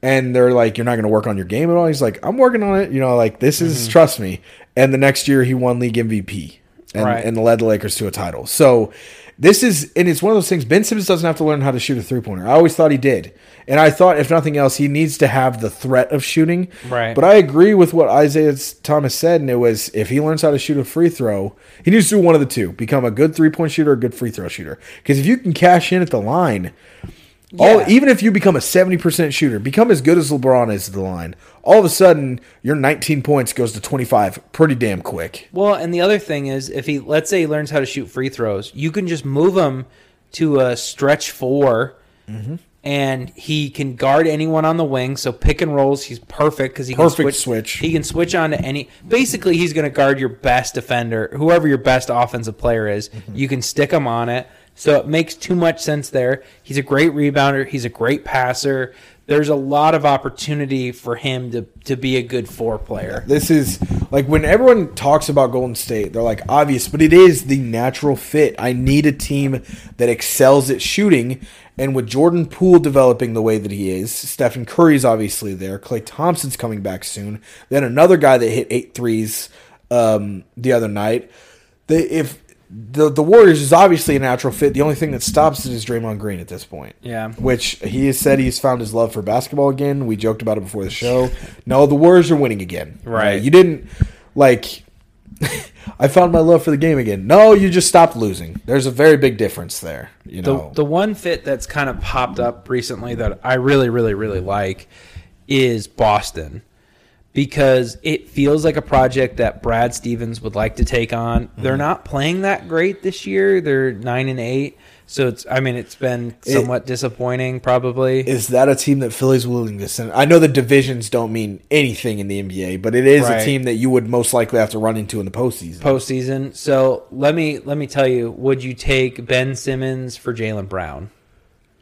Speaker 1: and they're like, "You're not going to work on your game at all." He's like, "I'm working on it." You know, like this is trust me. And the next year, he won league MVP and,
Speaker 2: Right.
Speaker 1: and led the Lakers to a title. So this is, and it's one of those things. Ben Simmons doesn't have to learn how to shoot a three pointer. I always thought he did, and I thought if nothing else, he needs to have the threat of shooting.
Speaker 2: Right.
Speaker 1: But I agree with what Isaiah Thomas said, and it was if he learns how to shoot a free throw, he needs to do one of the two: become a good three point shooter, or a good free throw shooter. Because if you can cash in at the line.
Speaker 2: Yeah.
Speaker 1: All, even if you become a 70% shooter, become as good as LeBron is at the line, all of a sudden your 19 points goes to 25 pretty damn quick.
Speaker 2: Well, and the other thing is, if he let's say he learns how to shoot free throws, you can just move him to a stretch 4
Speaker 1: Mm-hmm.
Speaker 2: and he can guard anyone on the wing. So pick and rolls, he's perfect because he can
Speaker 1: Perfect switch.
Speaker 2: He can switch on to any. Basically, he's going to guard your best defender, whoever your best offensive player is.
Speaker 1: Mm-hmm.
Speaker 2: You can stick him on it. So it makes too much sense there. He's a great rebounder. He's a great passer. There's a lot of opportunity for him to, to be a good four player.
Speaker 1: This is like when everyone talks about Golden State, they're like obvious, but it is the natural fit. I need a team that excels at shooting. And with Jordan Poole developing the way that he is, Stephen Curry's obviously there. Clay Thompson's coming back soon. Then another guy that hit eight threes um, the other night. They, if the the Warriors is obviously a natural fit, the only thing that stops it is Draymond Green at this point.
Speaker 2: Yeah.
Speaker 1: Which he has said he's found his love for basketball again. We joked about it before the show. No, the Warriors are winning again.
Speaker 2: Right.
Speaker 1: You didn't like I found my love for the game again. No, you just stopped losing. There's a very big difference there. You
Speaker 2: the,
Speaker 1: know.
Speaker 2: the one fit that's kind of popped up recently that I really, really, really like is Boston because it feels like a project that Brad Stevens would like to take on.
Speaker 1: Mm-hmm.
Speaker 2: They're not playing that great this year. They're nine and eight. So it's I mean it's been somewhat disappointing probably.
Speaker 1: is that a team that Philly's willing to send? I know the divisions don't mean anything in the NBA, but it is
Speaker 2: Right.
Speaker 1: a team that you would most likely have to run into in the postseason.
Speaker 2: postseason. So let me let me tell you, would you take Ben Simmons for Jalen Brown?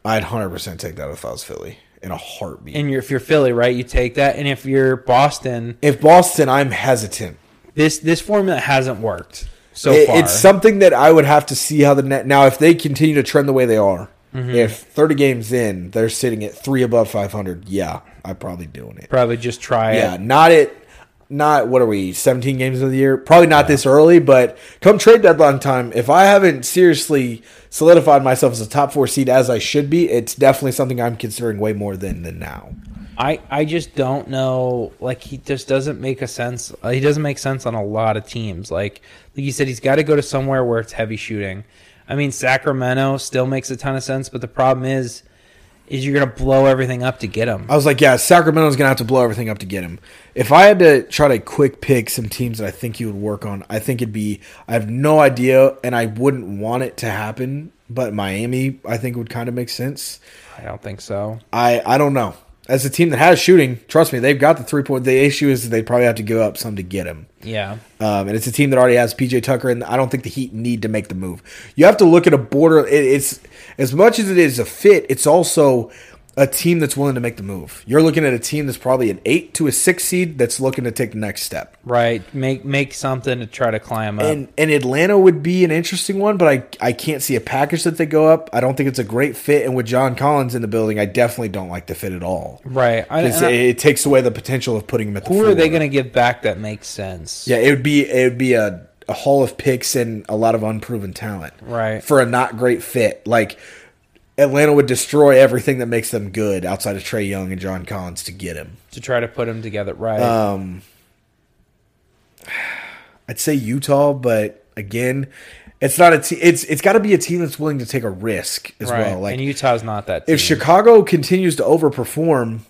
Speaker 1: I'd hundred percent take that if I was Philly in a heartbeat.
Speaker 2: And you're, if you're Philly, right, you take that. And if you're Boston,
Speaker 1: if Boston, I'm hesitant.
Speaker 2: this this formula hasn't worked so
Speaker 1: It-
Speaker 2: far.
Speaker 1: It's something that I would have to see how the net. Now, if they continue to trend the way they are,
Speaker 2: Mm-hmm.
Speaker 1: if 30 games in, they're sitting at three above 500, yeah, I'm probably doing it.
Speaker 2: probably just try
Speaker 1: Yeah,
Speaker 2: it.
Speaker 1: not at, not, what are we, 17 games of the year? Probably not this early, but come trade deadline time, if I haven't seriously solidified myself as a top four seed as I should be, it's definitely something I'm considering way more than, than now.
Speaker 2: I I just don't know. Like he just doesn't make a sense. uh, He doesn't make sense on a lot of teams. Like like you said, he's got to go to somewhere where it's heavy shooting. I mean, Sacramento still makes a ton of sense, but the problem is, is you're gonna blow everything up to get him.
Speaker 1: I was like, yeah, Sacramento's gonna have to blow everything up to get him. If I had to try to quick pick some teams that I think he would work on, I think it'd be I have no idea and I wouldn't want it to happen, but Miami I think would kind of make sense.
Speaker 2: I don't think so.
Speaker 1: I I don't know. As a team that has shooting, trust me, they've got the three point. The issue is they probably have to give up some to get him.
Speaker 2: Yeah,
Speaker 1: Um, and it's a team that already has PJ Tucker, and I don't think the Heat need to make the move. You have to look at a border. It, it's as much as it is a fit, it's also a team that's willing to make the move. You're looking at a team that's probably an eight to a six seed that's looking to take the next step.
Speaker 2: right. Make make something to try to climb up.
Speaker 1: And and Atlanta would be an interesting one, but I I can't see a package that they go up. I don't think it's a great fit. And with John Collins in the building, I definitely don't like the fit at all.
Speaker 2: right. I,
Speaker 1: 'Cause
Speaker 2: and I-
Speaker 1: it, it takes away the potential of putting him at the.
Speaker 2: who are they
Speaker 1: four.
Speaker 2: going to give back that makes sense?
Speaker 1: Yeah, it would be it would be a, a haul of picks and a lot of unproven talent.
Speaker 2: Right.
Speaker 1: For a not great fit. Like Atlanta would destroy everything that makes them good outside of Trey Young and John Collins to get him.
Speaker 2: To try to put them together. Right.
Speaker 1: Uh, I'd say Utah, but again, it's not a te- it's it's got to be a team that's willing to take a risk as
Speaker 2: right.
Speaker 1: well. Like
Speaker 2: and Utah's not that.
Speaker 1: if
Speaker 2: team.
Speaker 1: Chicago continues to overperform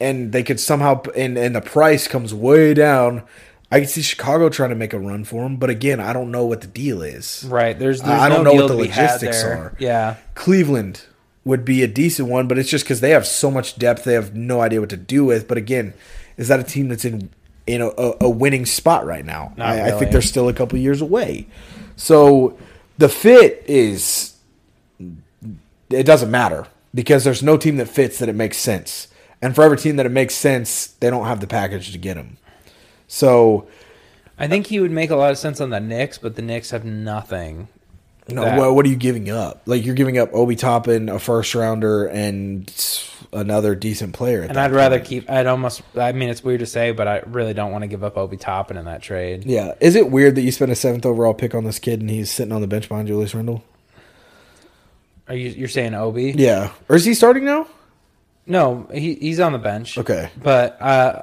Speaker 1: and they could somehow and and the price comes way down, I could see Chicago trying to make a run for him, but again, I don't know what the deal is.
Speaker 2: Right. There's, there's
Speaker 1: I
Speaker 2: no
Speaker 1: don't know
Speaker 2: deal
Speaker 1: what the
Speaker 2: to be had
Speaker 1: logistics
Speaker 2: there.
Speaker 1: are.
Speaker 2: Yeah.
Speaker 1: Cleveland. would be a decent one, but it's just because they have so much depth, they have no idea what to do with. But again, is that a team that's in in a, a, a winning spot right now?
Speaker 2: Not
Speaker 1: I, I
Speaker 2: really.
Speaker 1: think they're still a couple years away. So the fit is it doesn't matter because there's no team that fits that it makes sense. And for every team that it makes sense, they don't have the package to get them. So
Speaker 2: I think he would make a lot of sense on the Knicks, but the Knicks have nothing.
Speaker 1: No,
Speaker 2: that-
Speaker 1: well, what are you giving up? Like you're giving up Obi Toppin, a first rounder, and another decent player. at
Speaker 2: And
Speaker 1: that
Speaker 2: I'd rather
Speaker 1: point.
Speaker 2: keep. I'd almost. I mean, it's weird to say, but I really don't want to give up Obi Toppin in that trade.
Speaker 1: Yeah, is it weird that you spent a seventh overall pick on this kid and he's sitting on the bench behind Julius Randle?
Speaker 2: Are you? You're saying Obi?
Speaker 1: Yeah, or is he starting now?
Speaker 2: No, he, he's on the bench.
Speaker 1: Okay.
Speaker 2: But uh,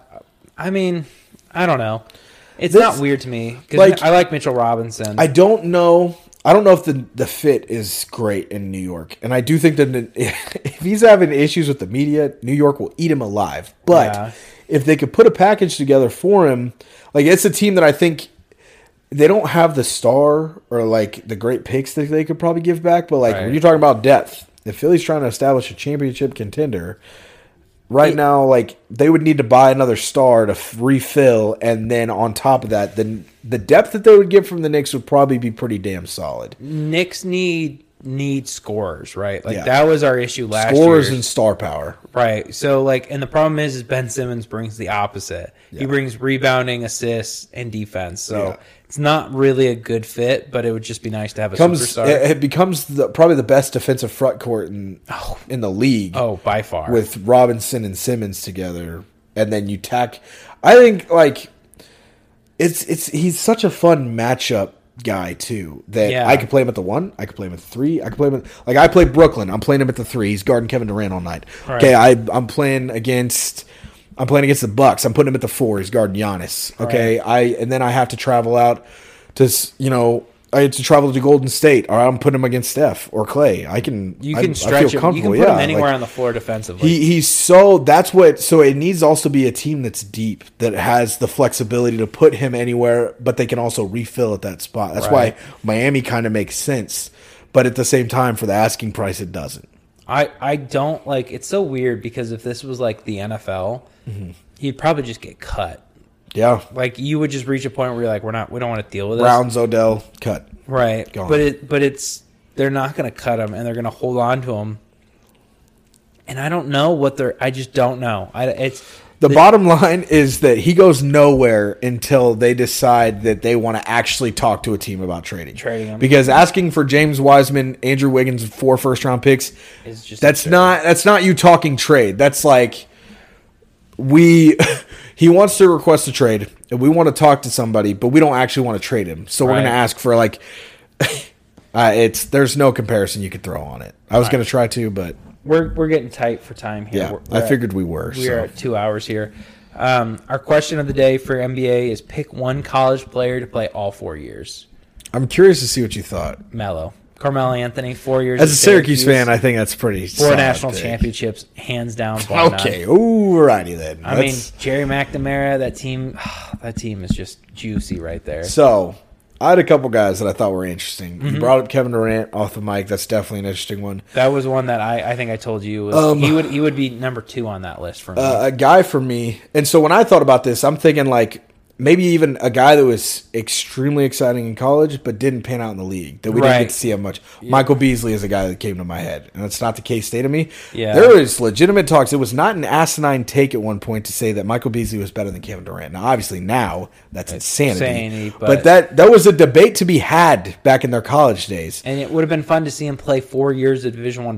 Speaker 2: I mean, I don't know. It's
Speaker 1: This-
Speaker 2: not weird to me because
Speaker 1: like-
Speaker 2: I like Mitchell Robinson.
Speaker 1: I don't know. I don't know if the the fit is great in New York, and I do think that if he's having issues with the media, New York will eat him alive. But
Speaker 2: Yeah.
Speaker 1: if they could put a package together for him, like it's a team that I think they don't have the star or like the great picks that they could probably give back. But like
Speaker 2: Right.
Speaker 1: when you're talking about depth, if Philly's trying to establish a championship contender, right
Speaker 2: Yeah.
Speaker 1: now like they would need to buy another star to f- refill and then on top of that then the depth that they would get from the Knicks would probably be pretty damn solid.
Speaker 2: Knicks need need scores, right? Like
Speaker 1: Yeah.
Speaker 2: that was our issue last
Speaker 1: Scores
Speaker 2: year,
Speaker 1: and star power.
Speaker 2: right? So like, and the problem is, is Ben Simmons brings the opposite. He
Speaker 1: Yeah.
Speaker 2: brings rebounding, assists, and defense. So
Speaker 1: Yeah.
Speaker 2: it's not really a good fit, but it would just be nice to have a
Speaker 1: Comes it,
Speaker 2: superstar.
Speaker 1: it becomes the, probably the best defensive front court in in the league
Speaker 2: oh, by far.
Speaker 1: with Robinson and Simmons together and then you tack I think like it's it's he's such a fun matchup guy too that
Speaker 2: Yeah.
Speaker 1: I could play him at the one, I could play him at the three, I could play him at, like I play Brooklyn. I'm playing him at the three. He's guarding Kevin Durant all night.
Speaker 2: All right.
Speaker 1: Okay, I I'm playing against I'm playing against the Bucks. I'm putting him at the four. He's guarding Giannis. Okay, I and then I have to travel out to s- you know. I had to travel to Golden State, or I'm putting him against Steph or Clay. I can
Speaker 2: you
Speaker 1: I-
Speaker 2: can
Speaker 1: I feel
Speaker 2: stretch him. You can
Speaker 1: comfortable,
Speaker 2: put
Speaker 1: yeah,
Speaker 2: him
Speaker 1: like-
Speaker 2: anywhere on the floor defensively.
Speaker 1: he he's so that's what so it needs to also be a team that's deep that has the flexibility to put him anywhere, but they can also refill at that spot. That's
Speaker 2: Right.
Speaker 1: why Miami kind of makes sense, but at the same time, for the asking price, it doesn't.
Speaker 2: I I don't like it's so weird because if this was like the NFL,
Speaker 1: Mm-hmm.
Speaker 2: he'd probably just get cut.
Speaker 1: Yeah,
Speaker 2: Like you would just reach a point where you're like, we're not, we don't want to deal with this,
Speaker 1: Browns Odell cut.
Speaker 2: right?
Speaker 1: Gone.
Speaker 2: But it, but it's they're not going to cut him and they're going to hold on to him. And I don't know what they're. I just don't know. I it's
Speaker 1: The bottom line is that he goes nowhere until they decide that they want to actually talk to a team about trading.
Speaker 2: Trading him.
Speaker 1: Because asking for James Wiseman, Andrew Wiggins, four first round picks
Speaker 2: Is just
Speaker 1: that's
Speaker 2: absurd.
Speaker 1: not that's not you talking trade. That's like we he wants to request a trade and we want to talk to somebody, but we don't actually want to trade him. So we're
Speaker 2: Right.
Speaker 1: gonna ask for like uh, it's there's no comparison you could throw on it. I was gonna try to, but
Speaker 2: we're we're getting tight for time here.
Speaker 1: yeah,
Speaker 2: We're-
Speaker 1: I
Speaker 2: we're at-
Speaker 1: figured we were.
Speaker 2: we
Speaker 1: so.
Speaker 2: are at two hours here. Um, our question of the day for NBA is pick one college player to play all four years.
Speaker 1: I'm curious to see what you thought.
Speaker 2: Mello. Carmelo Anthony, four years
Speaker 1: As
Speaker 2: at
Speaker 1: a Syracuse, fan, I think that's pretty.
Speaker 2: four
Speaker 1: solid
Speaker 2: national
Speaker 1: pick.
Speaker 2: championships, hands down. bar none.
Speaker 1: Okay, alrighty then.
Speaker 2: I
Speaker 1: Let's-
Speaker 2: mean Jerry McNamara. That team, that team is just juicy right there.
Speaker 1: so I had a couple guys that I thought were interesting.
Speaker 2: Mm-hmm.
Speaker 1: You brought up Kevin Durant off the mic. That's definitely an interesting one.
Speaker 2: That was one that I, I think I told you was,
Speaker 1: Um,
Speaker 2: he would he would be number two on that list for me.
Speaker 1: Uh, a guy for me, and so when I thought about this, I'm thinking like maybe even a guy that was extremely exciting in college but didn't pan out in the league that we
Speaker 2: Right.
Speaker 1: didn't get to see him much. Michael Beasley is a guy that came to my head, and that's not the case state of me.
Speaker 2: Yeah.
Speaker 1: there is legitimate talks. It was not an asinine take at one point to say that Michael Beasley was better than Kevin Durant. Now, obviously, now that's insanity.
Speaker 2: insanity,
Speaker 1: but,
Speaker 2: but-
Speaker 1: that that was a debate to be had back in their college days.
Speaker 2: and it would have been fun to see him play four years of Division One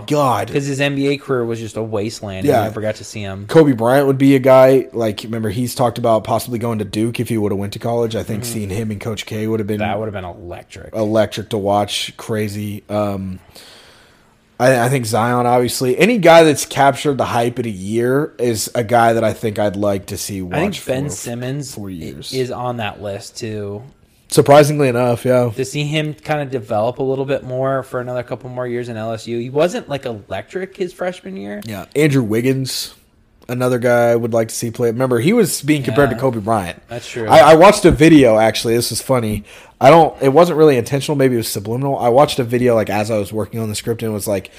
Speaker 1: Oh God.
Speaker 2: Because his NBA career was just a wasteland. Yeah,
Speaker 1: Yeah.
Speaker 2: and never got to see him.
Speaker 1: Kobe Bryant would be a guy like remember he's talked about possibly going to Duke if he would have went to college. I think seeing him and Coach K would have been
Speaker 2: Mm-hmm. That would have been electric.
Speaker 1: electric to watch, crazy. Um, I, I think Zion, obviously, any guy that's captured the hype in a year is a guy that I think I'd like to see. Watch
Speaker 2: I think Ben
Speaker 1: for-
Speaker 2: Simmons
Speaker 1: four years.
Speaker 2: is on that list too.
Speaker 1: surprisingly enough, yeah,
Speaker 2: to see him kind of develop a little bit more for another couple more years in LSU. He wasn't like electric his freshman year.
Speaker 1: yeah. Andrew Wiggins, another guy I would like to see play. Remember, he was being compared
Speaker 2: Yeah.
Speaker 1: to Kobe Bryant.
Speaker 2: That's true.
Speaker 1: I, I watched a video actually. This is funny. I don't. It wasn't really intentional. Maybe it was subliminal. I watched a video like as I was working on the script and it was like,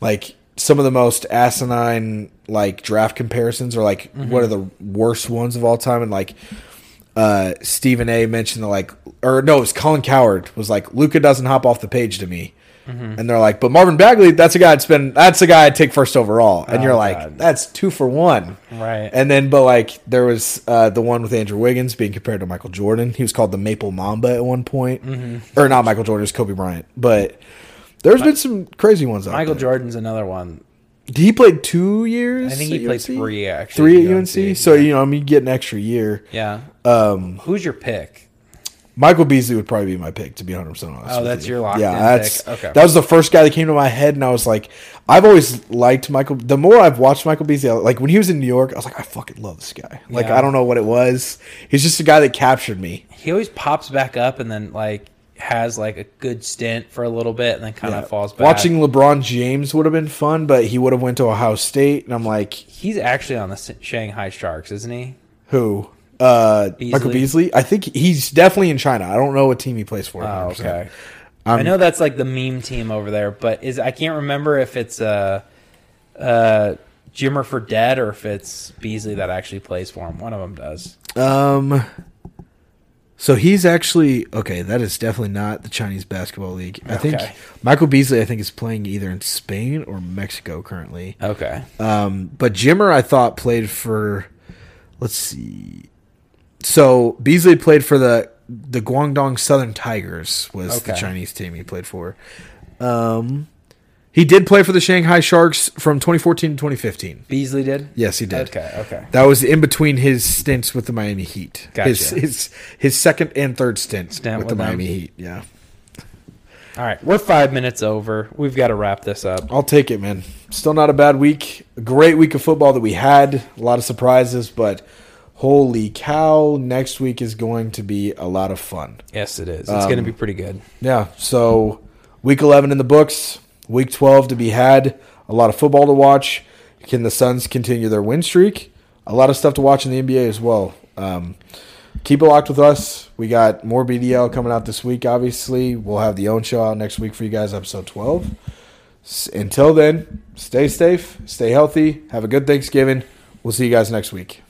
Speaker 1: like some of the most asinine like draft comparisons are like
Speaker 2: Mm-hmm.
Speaker 1: what are the worst ones of all time and like uh Stephen A mentioned the like or no it was Colin Coward was like Luca doesn't hop off the page to me
Speaker 2: Mm-hmm.
Speaker 1: and they're like but Marvin Bagley that's a guy I'd spend that's a guy I'd take first overall and
Speaker 2: Oh,
Speaker 1: you're like
Speaker 2: God.
Speaker 1: that's two for one
Speaker 2: Right.
Speaker 1: and then but like there was uh the one with Andrew Wiggins being compared to Michael Jordan he was called the Maple Mamba at one point
Speaker 2: Mm-hmm.
Speaker 1: or not Michael Jordan it was Kobe Bryant but there's been some crazy ones out
Speaker 2: Michael
Speaker 1: there.
Speaker 2: Jordan's another one.
Speaker 1: He played two years.
Speaker 2: I think he
Speaker 1: at
Speaker 2: played
Speaker 1: UNC?
Speaker 2: three actually.
Speaker 1: Three at
Speaker 2: at
Speaker 1: UNC. So you know, I mean, you get an extra year.
Speaker 2: yeah.
Speaker 1: Um,
Speaker 2: Who's your pick?
Speaker 1: Michael Beasley would probably be my pick, to be 100 percent honest.
Speaker 2: Oh,
Speaker 1: with
Speaker 2: that's
Speaker 1: you.
Speaker 2: your locked-in
Speaker 1: Yeah, that's
Speaker 2: pick. Okay.
Speaker 1: that was the first guy that came to my head, and I was like, I've always liked Michael. The more I've watched Michael Beasley, I- like when he was in New York, I was like, I fucking love this guy. Like
Speaker 2: Yeah.
Speaker 1: I don't know what it was. He's just a guy that captured me.
Speaker 2: He always pops back up and then like has like a good stint for a little bit and then kind of
Speaker 1: Yeah.
Speaker 2: falls back.
Speaker 1: Watching LeBron James would have been fun, but he would have went to Ohio State, and I'm like,
Speaker 2: he's actually on the S- Shanghai Sharks, isn't he?
Speaker 1: Who? Uh, Michael
Speaker 2: Beasley?
Speaker 1: Beasley. I think he's definitely in China. I don't know what team he plays for.
Speaker 2: Oh,
Speaker 1: 100%.
Speaker 2: okay. i know that's like the meme team over there, but is I can't remember if it's uh uh Jimmer for dead or if it's Beasley that actually plays for him. One of them does.
Speaker 1: Um. So he's actually okay. That is definitely not the Chinese basketball league. I think
Speaker 2: Okay.
Speaker 1: Michael Beasley. I think is playing either in Spain or Mexico currently.
Speaker 2: Okay.
Speaker 1: Um, but Jimmer, I thought played for. Let's see. So Beasley played for the the Guangdong Southern Tigers was the
Speaker 2: Okay.
Speaker 1: Chinese team he played for. Um, he did play for the Shanghai Sharks from 2014 to 2015.
Speaker 2: Beasley did?
Speaker 1: Yes, he did.
Speaker 2: Okay, okay.
Speaker 1: That was in between his stints with the Miami Heat.
Speaker 2: Gotcha.
Speaker 1: His his his second and third stint,
Speaker 2: Stint
Speaker 1: with,
Speaker 2: with
Speaker 1: the
Speaker 2: them.
Speaker 1: Miami Heat. Yeah,
Speaker 2: All right. We're five minutes over. We've got to wrap this up.
Speaker 1: I'll take it, man. Still not a bad week. A great week of football that we had. A lot of surprises, but holy cow! Next week is going to be a lot of fun.
Speaker 2: Yes, it is. Um, It's going to be pretty good.
Speaker 1: Yeah. So week eleven in the books. Week twelve to be had. A lot of football to watch. Can the Suns continue their win streak? A lot of stuff to watch in the NBA as well. Um, keep it locked with us. We got more BDL coming out this week. Obviously, we'll have the own show out next week for you guys, episode twelve. S- Until then, stay safe, stay healthy, have a good Thanksgiving. We'll see you guys next week.